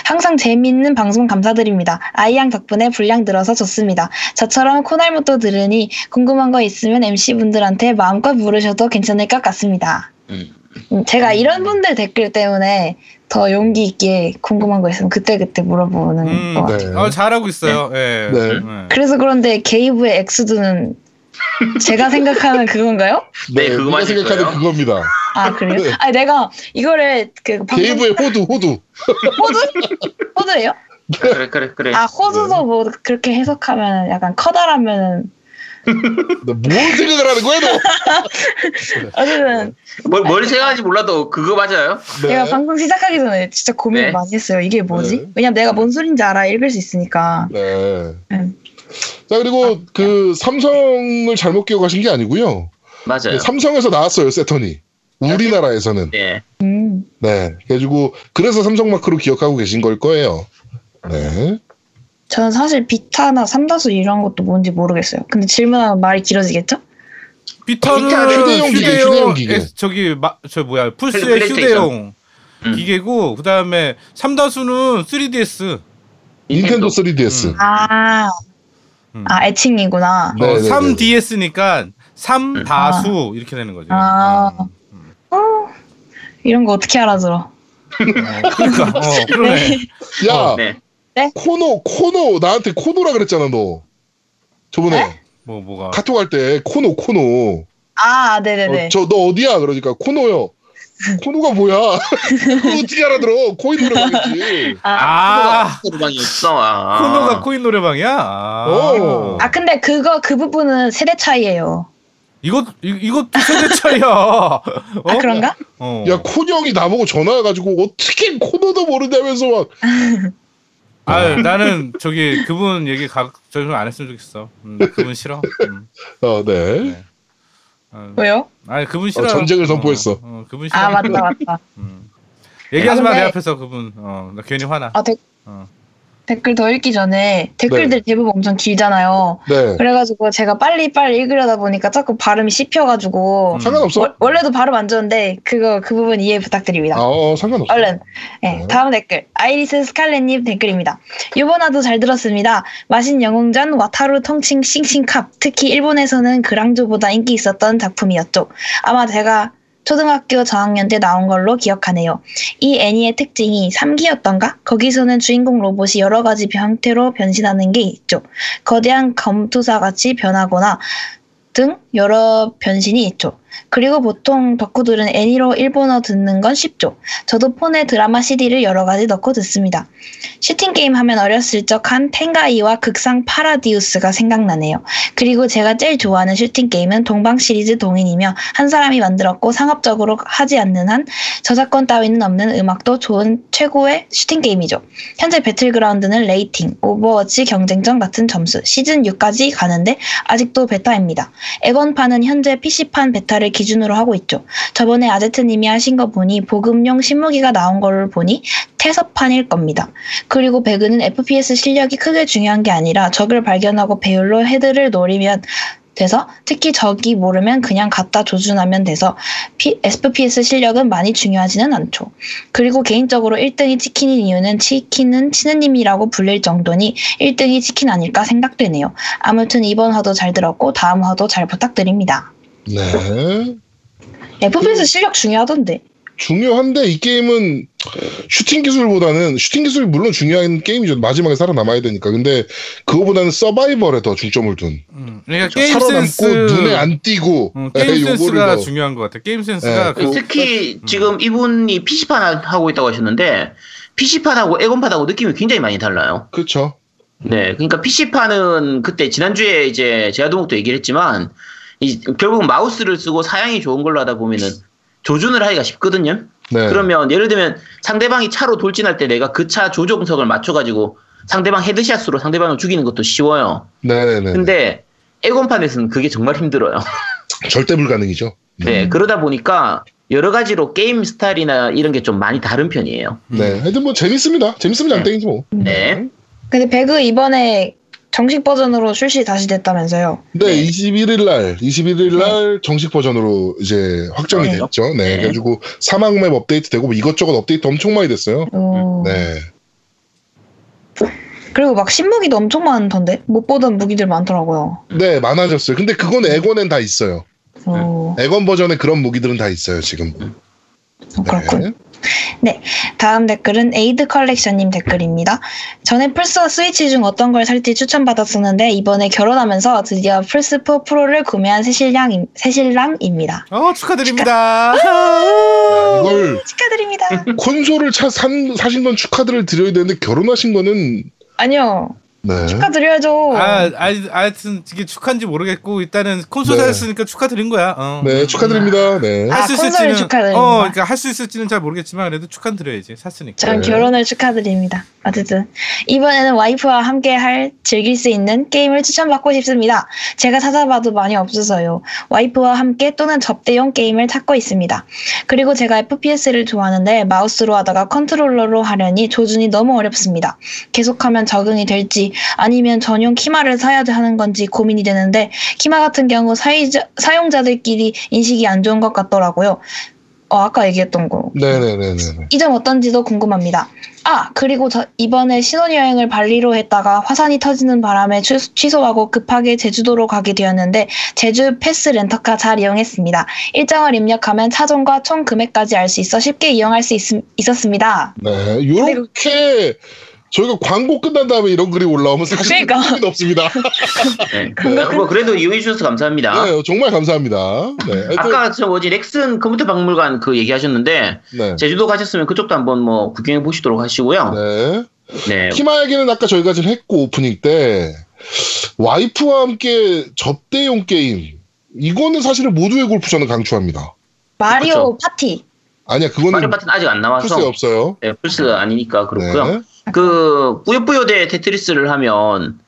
[SPEAKER 6] 항상 재미있는 방송 감사드립니다. 아이양 덕분에 분량 늘어서 좋습니다. 저처럼 코날못도 들으니 궁금한 거 있으면 MC분들한테 마음껏 물으셔도 괜찮을 것 같습니다.
[SPEAKER 5] 음.
[SPEAKER 6] 음, 제가 이런 분들 댓글 때문에 더 용기 있게 궁금한 거 있으면 그때그때 물어보는
[SPEAKER 7] 음,
[SPEAKER 6] 것 같아요.
[SPEAKER 3] 네.
[SPEAKER 7] 어, 잘하고 있어요. 예.
[SPEAKER 3] 네.
[SPEAKER 7] 네.
[SPEAKER 6] 그래서 그런데 게이브의 엑스두는 제가 생각하는 그건가요?
[SPEAKER 5] 네, 그거
[SPEAKER 3] 우리가
[SPEAKER 5] 맞을
[SPEAKER 3] 생각하는
[SPEAKER 5] 거예요.
[SPEAKER 3] 그겁니다.
[SPEAKER 6] 아 그래요?
[SPEAKER 3] 네.
[SPEAKER 6] 아니 내가 이거를 그 방금
[SPEAKER 3] 게이브의 호두, 호두.
[SPEAKER 6] 호두 호두예요?
[SPEAKER 5] 그래, 그래, 그래.
[SPEAKER 3] 네.
[SPEAKER 6] 아 호두도 뭐 그렇게 해석하면 약간 커다라면
[SPEAKER 3] 뭘 생각을 하는 거야, 너? 네.
[SPEAKER 6] 어쨌든
[SPEAKER 5] 뭘, 뭘
[SPEAKER 7] 아, 네.
[SPEAKER 5] 생각하는지 몰라도 그거 맞아요.
[SPEAKER 3] 네,
[SPEAKER 6] 내가 방송 시작하기 전에 진짜 고민을
[SPEAKER 5] 네.
[SPEAKER 6] 많이 했어요. 이게 뭐지?
[SPEAKER 3] 네.
[SPEAKER 6] 왜냐면 내가 뭔 소린지 알아 읽을 수 있으니까.
[SPEAKER 3] 네.
[SPEAKER 6] 음.
[SPEAKER 3] 자, 그리고 그 삼성을 잘못 기억하신 게 아니고요.
[SPEAKER 5] 맞아요.
[SPEAKER 3] 그 삼성에서 나왔어요, 세턴이. 우리나라에서는.
[SPEAKER 5] 네.
[SPEAKER 6] 음.
[SPEAKER 3] 네. 그래가지고, 그래서 삼성 마크로 기억하고 계신 걸 거예요. 네.
[SPEAKER 6] 저는 사실 비타나 삼다수 이런 것도 뭔지 모르겠어요. 근데 질문하면 말이 길어지겠죠?
[SPEAKER 7] 비타는
[SPEAKER 5] 비타는
[SPEAKER 3] 그 휴대용 기계, 휴대용 기계.
[SPEAKER 7] 에, 저기 마, 저 뭐야
[SPEAKER 5] 플레-
[SPEAKER 7] 플스의
[SPEAKER 5] 플레이스테이션.
[SPEAKER 7] 휴대용
[SPEAKER 5] 음.
[SPEAKER 7] 기계고 그 다음에 삼다수는 어, 3DS.
[SPEAKER 3] 닌텐도 3DS.
[SPEAKER 7] 음.
[SPEAKER 6] 아,
[SPEAKER 7] 음.
[SPEAKER 6] 아 애칭이구나.
[SPEAKER 3] 네, 네, 네.
[SPEAKER 7] 3DS니까 삼다수 이렇게 되는 거죠.
[SPEAKER 6] 아.
[SPEAKER 7] 음.
[SPEAKER 6] 이런 거 어떻게 알아들어?
[SPEAKER 7] 어, 그러니까 어, 그러네.
[SPEAKER 3] 야,
[SPEAKER 5] 네.
[SPEAKER 3] 코노, 코노. 나한테 코노라 그랬잖아, 너. 저번에
[SPEAKER 5] 네?
[SPEAKER 7] 뭐 뭐가
[SPEAKER 3] 카톡 할 때 코노, 코노.
[SPEAKER 6] 아, 네네네.
[SPEAKER 3] 어, 저, 너 어디야? 그러니까 코노요. 코노가 뭐야? 그거 어떻게 알아들어? 코인 노래방이지.
[SPEAKER 7] 아
[SPEAKER 5] 도방이었어. 아.
[SPEAKER 7] 코노가 코인 노래방이야. 아.
[SPEAKER 3] 오.
[SPEAKER 6] 아, 근데 그거, 그 부분은 세대 차이예요
[SPEAKER 7] 이것 이, 이것도 세대 차이야. 어?
[SPEAKER 6] 아, 그런가?
[SPEAKER 7] 어.
[SPEAKER 3] 야, 콘형이 나보고 전화해가지고 어떻게 코노도 모른다면서 막.
[SPEAKER 7] 아 나는 저기 그분 얘기 가, 저기 안 했으면 좋겠어. 음, 그분 싫어. 음.
[SPEAKER 3] 어, 네.
[SPEAKER 7] 네. 아,
[SPEAKER 6] 왜요?
[SPEAKER 7] 아니 그분 싫어.
[SPEAKER 3] 어, 전쟁을 선포했어.
[SPEAKER 7] 어, 어, 그분 싫어.
[SPEAKER 6] 아, 맞다, 맞다.
[SPEAKER 7] 음. 얘기하지 마 내
[SPEAKER 6] 근데-
[SPEAKER 7] 앞에서 그분. 어, 나 괜히 화나.
[SPEAKER 6] 아, 댓-
[SPEAKER 7] 어.
[SPEAKER 6] 댓글 더 읽기 전에 댓글들 대부분 엄청 길잖아요.
[SPEAKER 3] 네.
[SPEAKER 6] 그래가지고 제가 빨리빨리 읽으려다 보니까 자꾸 발음이 씹혀가지고.
[SPEAKER 7] 음.
[SPEAKER 3] 상관없어.
[SPEAKER 6] 월- 원래도 발음 안 좋은데, 그거, 그 부분 이해 부탁드립니다.
[SPEAKER 3] 아, 어, 상관없어.
[SPEAKER 6] 얼른. 네,
[SPEAKER 3] 네.
[SPEAKER 6] 다음 댓글. 아이리스 스칼렛님 댓글입니다. 유보나도 잘 들었습니다. 마신 영웅전 와타루 통칭 싱싱캅. 특히 일본에서는 그랑조보다 인기 있었던 작품이었죠. 아마 제가 초등학교 저학년 때 나온 걸로 기억하네요. 이 애니의 특징이 3기였던가? 거기서는 주인공 로봇이 여러 가지 형태로 변신하는 게 있죠. 거대한 검투사 같이 변하거나 등 여러 변신이 있죠. 그리고 보통 덕후들은 애니로 일본어 듣는 건 쉽죠. 저도 폰에 드라마 CD를 여러 가지 넣고 듣습니다. 슈팅 게임 하면 어렸을 적 한 펜가이와 극상 파라디우스가 생각나네요. 그리고 제가 제일 좋아하는 슈팅 게임은 동방 시리즈 동인이며 한 사람이 만들었고 상업적으로 하지 않는 한 저작권 따위는 없는 음악도 좋은 최고의 슈팅 게임이죠. 현재 배틀그라운드는 레이팅, 오버워치 경쟁전 같은 점수, 시즌 6까지 가는데 아직도 베타입니다. 에건판은 현재 PC판 베타를 기준으로 하고 있죠. 저번에 아제트님이 하신 거 보니 보급용 신무기가 나온 걸 보니 태서판일 겁니다. 그리고 배그는 FPS 실력이 크게 중요한 게 아니라 적을 발견하고 배율로 헤드를 노리면 돼서 특히 적이 모르면 그냥 갖다 조준하면 돼서 P- FPS 실력은 많이 중요하지는 않죠. 그리고 개인적으로 1등이 치킨인 이유는 치킨은 치느님이라고 불릴 정도니 1등이 치킨 아닐까 생각되네요. 아무튼 이번 화도 잘 들었고 다음 화도 잘 부탁드립니다.
[SPEAKER 3] 네.
[SPEAKER 6] FPS 실력 중요하던데.
[SPEAKER 3] 중요한데 이 게임은 슈팅 기술보다는 슈팅 기술이 물론 중요한 게임이죠. 마지막에 살아남아야 되니까. 근데 그거보다는 서바이벌에 더 중점을 둔.
[SPEAKER 7] 음, 그러니까 게임
[SPEAKER 3] 살아남고
[SPEAKER 7] 센스
[SPEAKER 3] 눈에 안 띄고
[SPEAKER 7] 음,
[SPEAKER 3] 에,
[SPEAKER 7] 게임
[SPEAKER 3] 요거를 뭐.
[SPEAKER 7] 센스가
[SPEAKER 3] 더.
[SPEAKER 7] 중요한 것 같아. 게임 센스가
[SPEAKER 3] 예.
[SPEAKER 7] 그-
[SPEAKER 6] 음.
[SPEAKER 5] 특히
[SPEAKER 7] 음.
[SPEAKER 5] 지금 이분이 PC판 하고 있다고 하셨는데 PC판하고 에건판하고 느낌이 굉장히 많이 달라요.
[SPEAKER 3] 그쵸.
[SPEAKER 5] 네, 그러니까 PC판은 그때 지난주에 이제 제아동욱도 얘기를 했지만 이- 결국 마우스를 쓰고 사양이 좋은 걸로 하다 보면은 조준을 하기가 쉽거든요.
[SPEAKER 3] 네.
[SPEAKER 5] 그러면 예를 들면 상대방이 차로 돌진할 때 내가 그 차 조종석을 맞춰가지고 상대방 헤드샷으로 상대방을 죽이는 것도 쉬워요.
[SPEAKER 3] 네네네.
[SPEAKER 5] 근데 에곤판에서는 그게 정말 힘들어요.
[SPEAKER 3] 절대 불가능이죠. 음.
[SPEAKER 5] 네, 그러다 보니까 여러 가지로 게임 스타일이나 이런 게 좀 많이 다른 편이에요.
[SPEAKER 7] 음.
[SPEAKER 3] 네. 하여튼 뭐 재밌습니다. 재밌으면 장땡이지 뭐.
[SPEAKER 5] 네.
[SPEAKER 6] 근데 배그 이번에 정식 버전으로 출시 다시 됐다면서요.
[SPEAKER 3] 네, 21일 날, 21일 날
[SPEAKER 7] 네.
[SPEAKER 3] 정식 버전으로 이제 확정이
[SPEAKER 5] 그래요?
[SPEAKER 3] 됐죠. 네,
[SPEAKER 5] 네.
[SPEAKER 3] 그래가지고 사망맵 업데이트 되고 뭐 이것저것 업데이트 엄청 많이 됐어요.
[SPEAKER 6] 오.
[SPEAKER 3] 네,
[SPEAKER 6] 그리고 막 신무기도 엄청 많던데 못 보던 무기들 많더라고요.
[SPEAKER 3] 네 많아졌어요. 근데 그건 에건엔 다 있어요.
[SPEAKER 6] 오,
[SPEAKER 3] 에건 버전의 그런 무기들은 다 있어요 지금.
[SPEAKER 6] 그렇군.
[SPEAKER 3] 네.
[SPEAKER 6] 다음 댓글은 에이드 컬렉션님 댓글입니다. 전에 플스와 스위치 중 어떤 걸 살지 추천받았었는데 이번에 결혼하면서 드디어 플스4 프로를 구매한 새신랑, 새신랑입니다.
[SPEAKER 7] 어 축하드립니다.
[SPEAKER 3] 이걸
[SPEAKER 6] 축하드립니다.
[SPEAKER 3] 콘솔을 차 산, 사신 건 축하드려 드려야 되는데 결혼하신 거는
[SPEAKER 6] 아니요.
[SPEAKER 3] 네.
[SPEAKER 6] 축하드려야죠.
[SPEAKER 7] 아, 아, 하여튼 이게 축한지 모르겠고 일단은 콘솔
[SPEAKER 3] 네.
[SPEAKER 7] 사였으니까 축하드린 거야. 어. 음.
[SPEAKER 3] 네, 축하드립니다. 네.
[SPEAKER 6] 아,
[SPEAKER 7] 할수
[SPEAKER 6] 콘솔을 축하드리는
[SPEAKER 7] 어,
[SPEAKER 6] 거야?
[SPEAKER 7] 그러니까 할 수 있을지는 잘 모르겠지만 그래도 축하드려야지 샀으니까.
[SPEAKER 6] 전
[SPEAKER 3] 네.
[SPEAKER 6] 결혼을 축하드립니다. 어쨌든 이번에는 와이프와 함께 할 즐길 수 있는 게임을 추천받고 싶습니다. 제가 찾아봐도 많이 없어서요. 와이프와 함께 또는 접대용 게임을 찾고 있습니다. 그리고 제가 FPS를 좋아하는데 마우스로 하다가 컨트롤러로 하려니 조준이 너무 어렵습니다. 계속하면 적응이 될지 아니면 전용 키마를 사야 하는 건지 고민이 되는데 키마 같은 경우 사이자, 사용자들끼리 인식이 안 좋은 것 같더라고요. 어, 아까 얘기했던 거.
[SPEAKER 3] 네네네네.
[SPEAKER 6] 이 점 어떤지도 궁금합니다. 아, 그리고 저 이번에 신혼여행을 발리로 했다가 화산이 터지는 바람에 취- 취소하고 급하게 제주도로 가게 되었는데 제주 패스 렌터카 잘 이용했습니다. 일정을 입력하면 차종과 총 금액까지 알 수 있어 쉽게 이용할 수 있, 있었습니다.
[SPEAKER 3] 네, 요렇게 저희가 광고 끝난 다음에 이런 글이 올라오면 사실
[SPEAKER 6] 그러니까.
[SPEAKER 3] 없습니다.
[SPEAKER 5] 네. 뭐 그래도 이용해 주셔서
[SPEAKER 6] 아.
[SPEAKER 5] 감사합니다.
[SPEAKER 3] 네, 정말 감사합니다. 네, 하여튼,
[SPEAKER 5] 아까 저 뭐지 렉슨 컴퓨터 박물관 그 얘기하셨는데
[SPEAKER 3] 네.
[SPEAKER 5] 제주도 가셨으면 그쪽도 한번 뭐 구경해 보시도록 하시고요.
[SPEAKER 3] 네.
[SPEAKER 5] 네.
[SPEAKER 3] 키마 얘기는 아까 저희가 지금 했고 오프닝 때 와이프와 함께 접대용 게임 이거는 사실은 모두의 골프 저는 강추합니다.
[SPEAKER 6] 마리오 파티.
[SPEAKER 3] 아니야
[SPEAKER 5] 마리오
[SPEAKER 3] 그거는
[SPEAKER 5] 뭐 파트는 아직 안 나와서
[SPEAKER 3] 글쎄 뭐 없어요.
[SPEAKER 5] 네, 플스가 아니니까 그렇고요.
[SPEAKER 3] 네.
[SPEAKER 5] 그 뿌요뿌요대 테트리스를 하면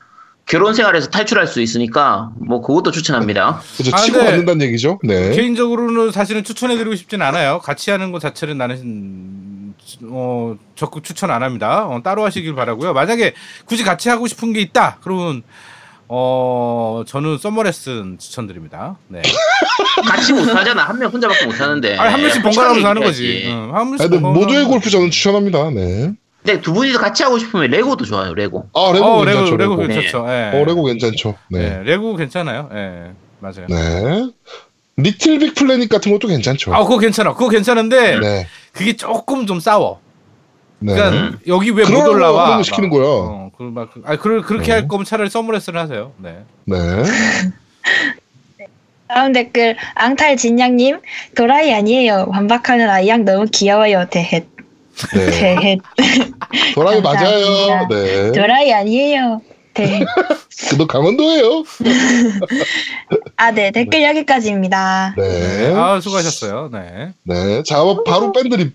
[SPEAKER 5] 결혼 생활에서 탈출할 수 있으니까 뭐 그것도 추천합니다.
[SPEAKER 3] 그죠
[SPEAKER 7] 아,
[SPEAKER 3] 치고
[SPEAKER 7] 네.
[SPEAKER 3] 받는다는 얘기죠. 네.
[SPEAKER 7] 개인적으로는 사실은 추천해드리고 싶진 않아요. 같이 하는 것 자체는 나는 음, 어, 적극 추천 안 합니다. 어, 따로 하시길 바라고요. 만약에 굳이 같이 하고 싶은 게 있다. 그러면 어 저는 서머레슨 추천드립니다. 네.
[SPEAKER 5] 같이 못 하잖아. 한 명 혼자밖에 못 하는데.
[SPEAKER 7] 아니 한 명씩 번갈아가면서 하는 거지. 어.
[SPEAKER 5] 같이.
[SPEAKER 7] 응, 한
[SPEAKER 3] 네. 아,
[SPEAKER 7] 명씩
[SPEAKER 3] 근데
[SPEAKER 7] 번갈아가면서.
[SPEAKER 3] 모두의 골프 저는 추천합니다. 네.
[SPEAKER 5] 근데 두 분이서 같이 하고 싶으면 레고도 좋아요. 레고.
[SPEAKER 3] 아 레고
[SPEAKER 7] 어, 레고
[SPEAKER 3] 괜찮죠.
[SPEAKER 7] 레고
[SPEAKER 3] 레고.
[SPEAKER 5] 네.
[SPEAKER 7] 괜찮죠. 예.
[SPEAKER 3] 어 레고 괜찮죠.
[SPEAKER 7] 네.
[SPEAKER 3] 네.
[SPEAKER 7] 레고 괜찮아요. 예. 맞아요.
[SPEAKER 3] 네. 리틀 빅 플래닛 같은 것도 괜찮죠.
[SPEAKER 7] 아, 그거 괜찮아. 그거 괜찮은데
[SPEAKER 3] 네.
[SPEAKER 7] 그게 조금 좀 싸워.
[SPEAKER 3] 네.
[SPEAKER 7] 그러니까 여기 왜 못
[SPEAKER 3] 그런
[SPEAKER 7] 올라와?
[SPEAKER 3] 거
[SPEAKER 7] 막.
[SPEAKER 3] 시키는 거야.
[SPEAKER 7] 어, 그, 막, 그- 아, 그, 그렇게
[SPEAKER 3] 네.
[SPEAKER 7] 할 거면 차라리 서머레슨을 하세요. 네.
[SPEAKER 3] 네.
[SPEAKER 6] 다음 댓글 앙탈 진양님 도라이 아니에요. 반박하는 아이양 너무 귀여워요. 대헷
[SPEAKER 3] 네.
[SPEAKER 6] 대헷
[SPEAKER 3] 도라이 맞아요.
[SPEAKER 6] 감사합니다.
[SPEAKER 3] 네.
[SPEAKER 6] 도라이 아니에요. 대헷
[SPEAKER 3] 너 강원도예요.
[SPEAKER 6] 아네 댓글 여기까지입니다.
[SPEAKER 3] 네.
[SPEAKER 7] 아 수고하셨어요. 네.
[SPEAKER 3] 네. 자, 바로 밴드 리플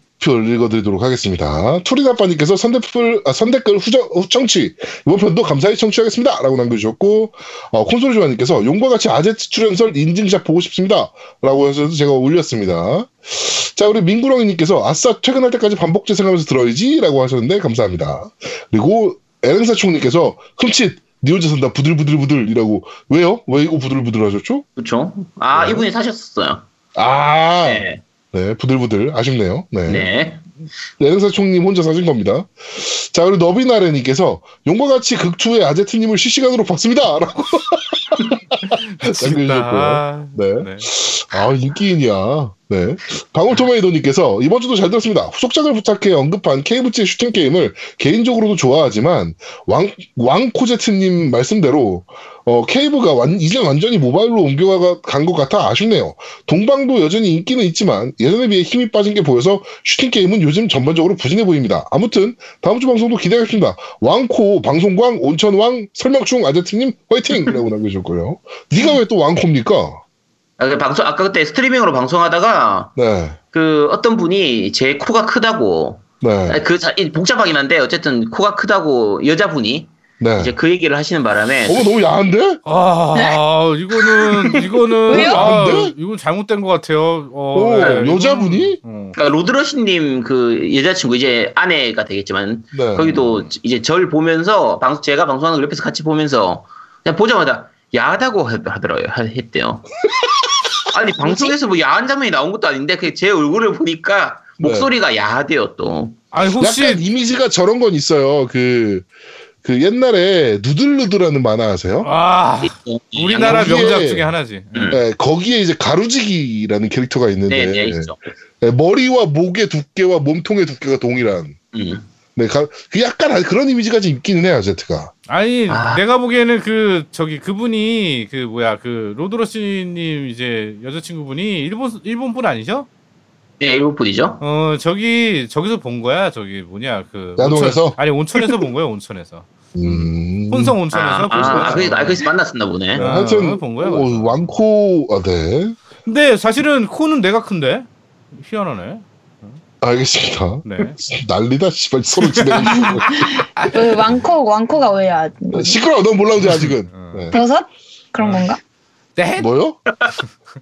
[SPEAKER 3] 읽어드리도록 하겠습니다. 투리나빠님께서 선댓글, 아, 선댓글 후정, 후청취, 이번 편도 감사히 청취하겠습니다. 라고 남겨주셨고, 어, 콘솔 조아님께서 용과 같이 아재 출연설 인증샷 보고 싶습니다. 라고 하셔서 제가 올렸습니다. 자, 우리 민구렁이님께서 아싸, 퇴근할 때까지 반복 재생하면서 들어야지. 라고 하셨는데, 감사합니다. 그리고 에랭사총님께서 흠칫, 니 혼자 산다, 부들부들부들. 이라고. 왜요? 왜 이거 부들부들 하셨죠?
[SPEAKER 5] 그렇죠. 아 이분이 사셨었어요.
[SPEAKER 3] 아, 네,
[SPEAKER 5] 네.
[SPEAKER 3] 부들부들. 아쉽네요.
[SPEAKER 5] 네.
[SPEAKER 3] 내릉사 총님 혼자 사신 겁니다. 자, 그리고 너비나래님께서 용과 같이 극투의 아제트님을 실시간으로 봤습니다. 라고.
[SPEAKER 7] 미치겠다.
[SPEAKER 3] 네.
[SPEAKER 7] 네.
[SPEAKER 3] 아, 인기인이야. 네. 방울토메이도님께서 이번 주도 잘 들었습니다. 후속작을 부탁해 언급한 KFC 슈팅 게임을 개인적으로도 좋아하지만 왕, 왕코제트님 말씀대로 어, 케이브가 완, 이제 완전히 모바일로 옮겨간 것 같아 아쉽네요. 동방도 여전히 인기는 있지만 예전에 비해 힘이 빠진 게 보여서 슈팅 게임은 요즘 전반적으로 부진해 보입니다. 아무튼 다음 주 방송도 기대하겠습니다. 왕코, 방송광, 온천왕, 설명충 아제트님 화이팅! 라고 남겨주셨고요. 네가 왜 또 왕코입니까?
[SPEAKER 5] 아, 그 방송 아까 그때 스트리밍으로 방송하다가
[SPEAKER 3] 네.
[SPEAKER 5] 그 어떤 분이 제 코가 크다고
[SPEAKER 3] 네.
[SPEAKER 5] 아, 그 자- 이 복잡하긴 한데 어쨌든 코가 크다고 여자분이
[SPEAKER 3] 네.
[SPEAKER 5] 이제 그 얘기를 하시는 바람에
[SPEAKER 3] 어머 너무 야한데?
[SPEAKER 7] 아 이거는 이거는
[SPEAKER 3] 왜요? 안
[SPEAKER 7] 아,
[SPEAKER 3] 돼?
[SPEAKER 7] 이건 잘못된 것 같아요. 어,
[SPEAKER 3] 오,
[SPEAKER 7] 네.
[SPEAKER 3] 여자분이?
[SPEAKER 7] 어.
[SPEAKER 5] 그러니까 로드러시님 그 여자친구 이제 아내가 되겠지만
[SPEAKER 3] 네.
[SPEAKER 5] 거기도 이제 절 보면서 방 제가 방송하는 걸 옆에서 같이 보면서 그냥 보자마자 야하다고 하- 하더라고요 하- 했대요. 아니 방송에서 뭐 야한 장면이 나온 것도 아닌데 그 제 얼굴을 보니까
[SPEAKER 3] 네.
[SPEAKER 5] 목소리가 야하대요 또.
[SPEAKER 7] 아니 혹시
[SPEAKER 3] 약간 이미지가 저런 건 있어요. 그, 그 옛날에 누들누들하는 만화 아세요?
[SPEAKER 7] 아 우리나라
[SPEAKER 3] 여기에-
[SPEAKER 7] 명작 중에 하나지.
[SPEAKER 3] 네, 거기에 이제 가루지기라는 캐릭터가 있는데
[SPEAKER 5] 음. 네네 네, 있죠.
[SPEAKER 3] 네, 머리와 목의 두께와 몸통의 두께가 동일한
[SPEAKER 5] 음.
[SPEAKER 3] 네, 가, 그 약간 아- 그런 이미지가 좀 있기는 해요 아제트가
[SPEAKER 7] 아니
[SPEAKER 5] 아.
[SPEAKER 7] 내가 보기에는 그 저기 그분이 그 뭐야 그 로드러시님 이제 여자친구분이 일본 일본 분 아니죠?
[SPEAKER 5] 네 일곱 분이죠.
[SPEAKER 7] 어 저기 저기서 본 거야 저기 뭐냐 그
[SPEAKER 3] 야동에서?
[SPEAKER 7] 온천- 아니 온천에서 본 거야 온천에서
[SPEAKER 3] 음...
[SPEAKER 7] 혼성
[SPEAKER 5] 아,
[SPEAKER 7] 온천에서
[SPEAKER 5] 아,
[SPEAKER 7] 본 거야.
[SPEAKER 5] 아, 그, 아, 그래서 만났었나 보네.
[SPEAKER 7] 네.
[SPEAKER 3] 하여튼
[SPEAKER 7] 아, 본 거야,
[SPEAKER 3] 어, 왕코 아, 네
[SPEAKER 7] 근데 사실은 코는 내가 큰데 희한하네.
[SPEAKER 3] 알겠습니다
[SPEAKER 7] 네.
[SPEAKER 3] 난리다 씨발 서로 지내고
[SPEAKER 6] 왜그 왕코 왕코가 왜야?
[SPEAKER 3] 시끄러워 넌 몰라 이제 아직은
[SPEAKER 7] 어.
[SPEAKER 3] 네.
[SPEAKER 6] 버섯 그런 건가?
[SPEAKER 7] 네.
[SPEAKER 3] 뭐요?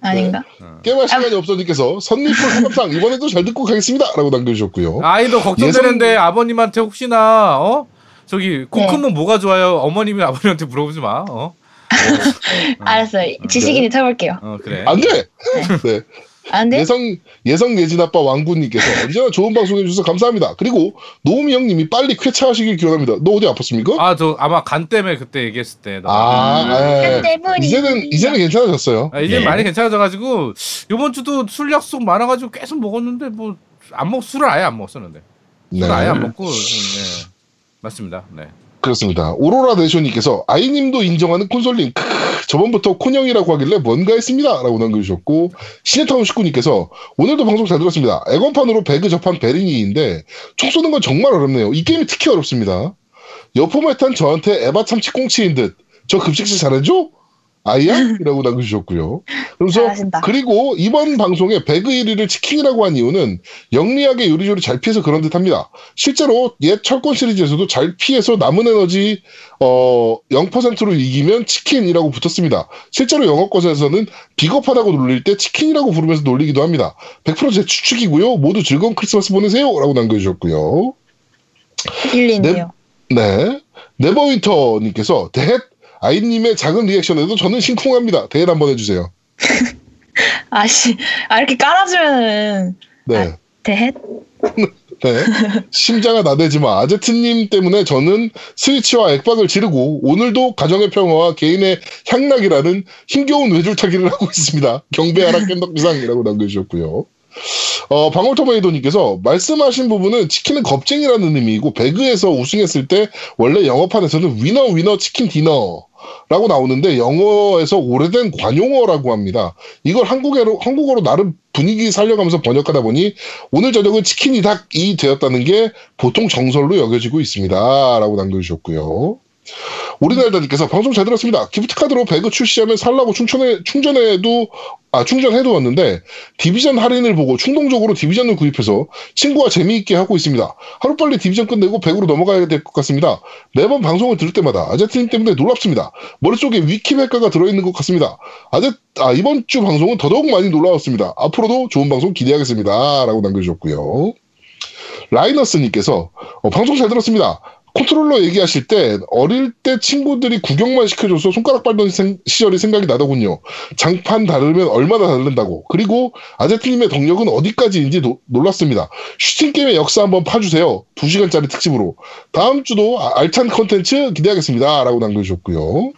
[SPEAKER 6] 아닌가?
[SPEAKER 3] 게임할 시간이 없어님께서 선리풀 삼합상 이번에도 잘 듣고 가겠습니다 라고 남겨주셨고요
[SPEAKER 7] 아이도 걱정되는데 아버님한테 혹시나 어 저기 코
[SPEAKER 6] 네.
[SPEAKER 7] 크면 뭐가 좋아요? 어머님이 아버님한테 물어보지 마. 어,
[SPEAKER 6] 알았어요. 지식인이 쳐볼게요. 아,
[SPEAKER 7] 어 그래.
[SPEAKER 3] 안돼 네.
[SPEAKER 6] 안 돼?
[SPEAKER 3] 예성 예성 예진 아빠 왕군님께서 언제나 좋은 방송 해주셔서 감사합니다 그리고 노우미 형님이 빨리 쾌차하시길 기원합니다 너 어디 아팠습니까?
[SPEAKER 7] 아 저 아마 간 때문에 그때 얘기했을 때. 나.
[SPEAKER 3] 아, 예.
[SPEAKER 6] 네, 때문이.
[SPEAKER 3] 이제는 이제는 괜찮아졌어요.
[SPEAKER 7] 아, 이제
[SPEAKER 5] 네.
[SPEAKER 7] 많이 괜찮아져가지고 요번 주도 술 약속 많아가지고 계속 먹었는데 뭐 안 먹 술을 아예 안 먹었었는데
[SPEAKER 3] 네,
[SPEAKER 7] 술 아예 안 먹고 네. 맞습니다. 네.
[SPEAKER 3] 그렇습니다. 오로라 대쇼님께서 아이님도 인정하는 콘솔님. 크으, 저번부터 콘형이라고 하길래 뭔가 했습니다라고 남겨주셨고 시네타운 식구님께서 오늘도 방송 잘 들었습니다. 애건판으로 배그 접한 베리니인데 총 쏘는 건 정말 어렵네요. 이 게임이 특히 어렵습니다. 여포메탄 저한테 에바 참치 꽁치인 듯. 저 급식실 잘해줘? 아이야? 이라고 남겨주셨고요. 그래서
[SPEAKER 6] 잘하신다.
[SPEAKER 3] 그리고 이번 방송에 배그 1위를 치킨이라고 한 이유는 영리하게 요리조리 잘 피해서 그런 듯합니다. 실제로 옛 철권 시리즈에서도 잘 피해서 남은 에너지 어 0%로 이기면 치킨이라고 붙었습니다. 실제로 영어권에서는 비겁하다고 놀릴 때 치킨이라고 부르면서 놀리기도 합니다. 100%제 추측이고요. 모두 즐거운 크리스마스 보내세요라고 남겨주셨고요.
[SPEAKER 6] 일리네요.
[SPEAKER 3] 네. 네버윈터님께서 대헷 아이님의 작은 리액션에도 저는 심쿵합니다. 대헷 한번 해주세요.
[SPEAKER 6] 아씨, 아 이렇게 깔아주면은
[SPEAKER 3] 네.
[SPEAKER 6] 대헷?
[SPEAKER 3] 네. 심장아 나대지마. 아제트님 때문에 저는 스위치와 액박을 지르고 오늘도 가정의 평화와 개인의 향락이라는 힘겨운 외줄타기를 하고 있습니다. 경배하라 깸덕비상이라고 남겨주셨고요. 어, 방울토마이도님께서 말씀하신 부분은 치킨은 겁쟁이라는 의미이고 배그에서 우승했을 때 원래 영어판에서는 위너 위너 치킨 디너 라고 나오는데 영어에서 오래된 관용어라고 합니다. 이걸 한국어로, 한국어로 나름 분위기 살려가면서 번역하다 보니 오늘 저녁은 치킨이 닭이 되었다는 게 보통 정설로 여겨지고 있습니다. 라고 남겨주셨고요. 우리나라님께서 방송 잘 들었습니다. 기프트 카드로 배그 출시하면 살라고 충전해, 충전해도, 아, 충전해두었는데, 디비전 할인을 보고 충동적으로 디비전을 구입해서 친구와 재미있게 하고 있습니다. 하루빨리 디비전 끝내고 배그로 넘어가야 될 것 같습니다. 매번 방송을 들을 때마다 아제트님 때문에 놀랍습니다. 머릿속에 위키백과가 들어있는 것 같습니다. 아제, 아, 이번 주 방송은 더더욱 많이 놀라웠습니다. 앞으로도 좋은 방송 기대하겠습니다. 라고 남겨주셨고요. 라이너스님께서 어, 방송 잘 들었습니다. 컨트롤러 얘기하실 때 어릴 때 친구들이 구경만 시켜줘서 손가락 빨던 생- 시절이 생각이 나더군요. 장판 다르면 얼마나 다른다고. 그리고 아제트님의 덕력은 어디까지인지 노- 놀랐습니다. 슈팅 게임의 역사 한번 파주세요. 2시간짜리 특집으로. 다음 주도 아- 알찬 컨텐츠 기대하겠습니다. 라고 남겨주셨고요.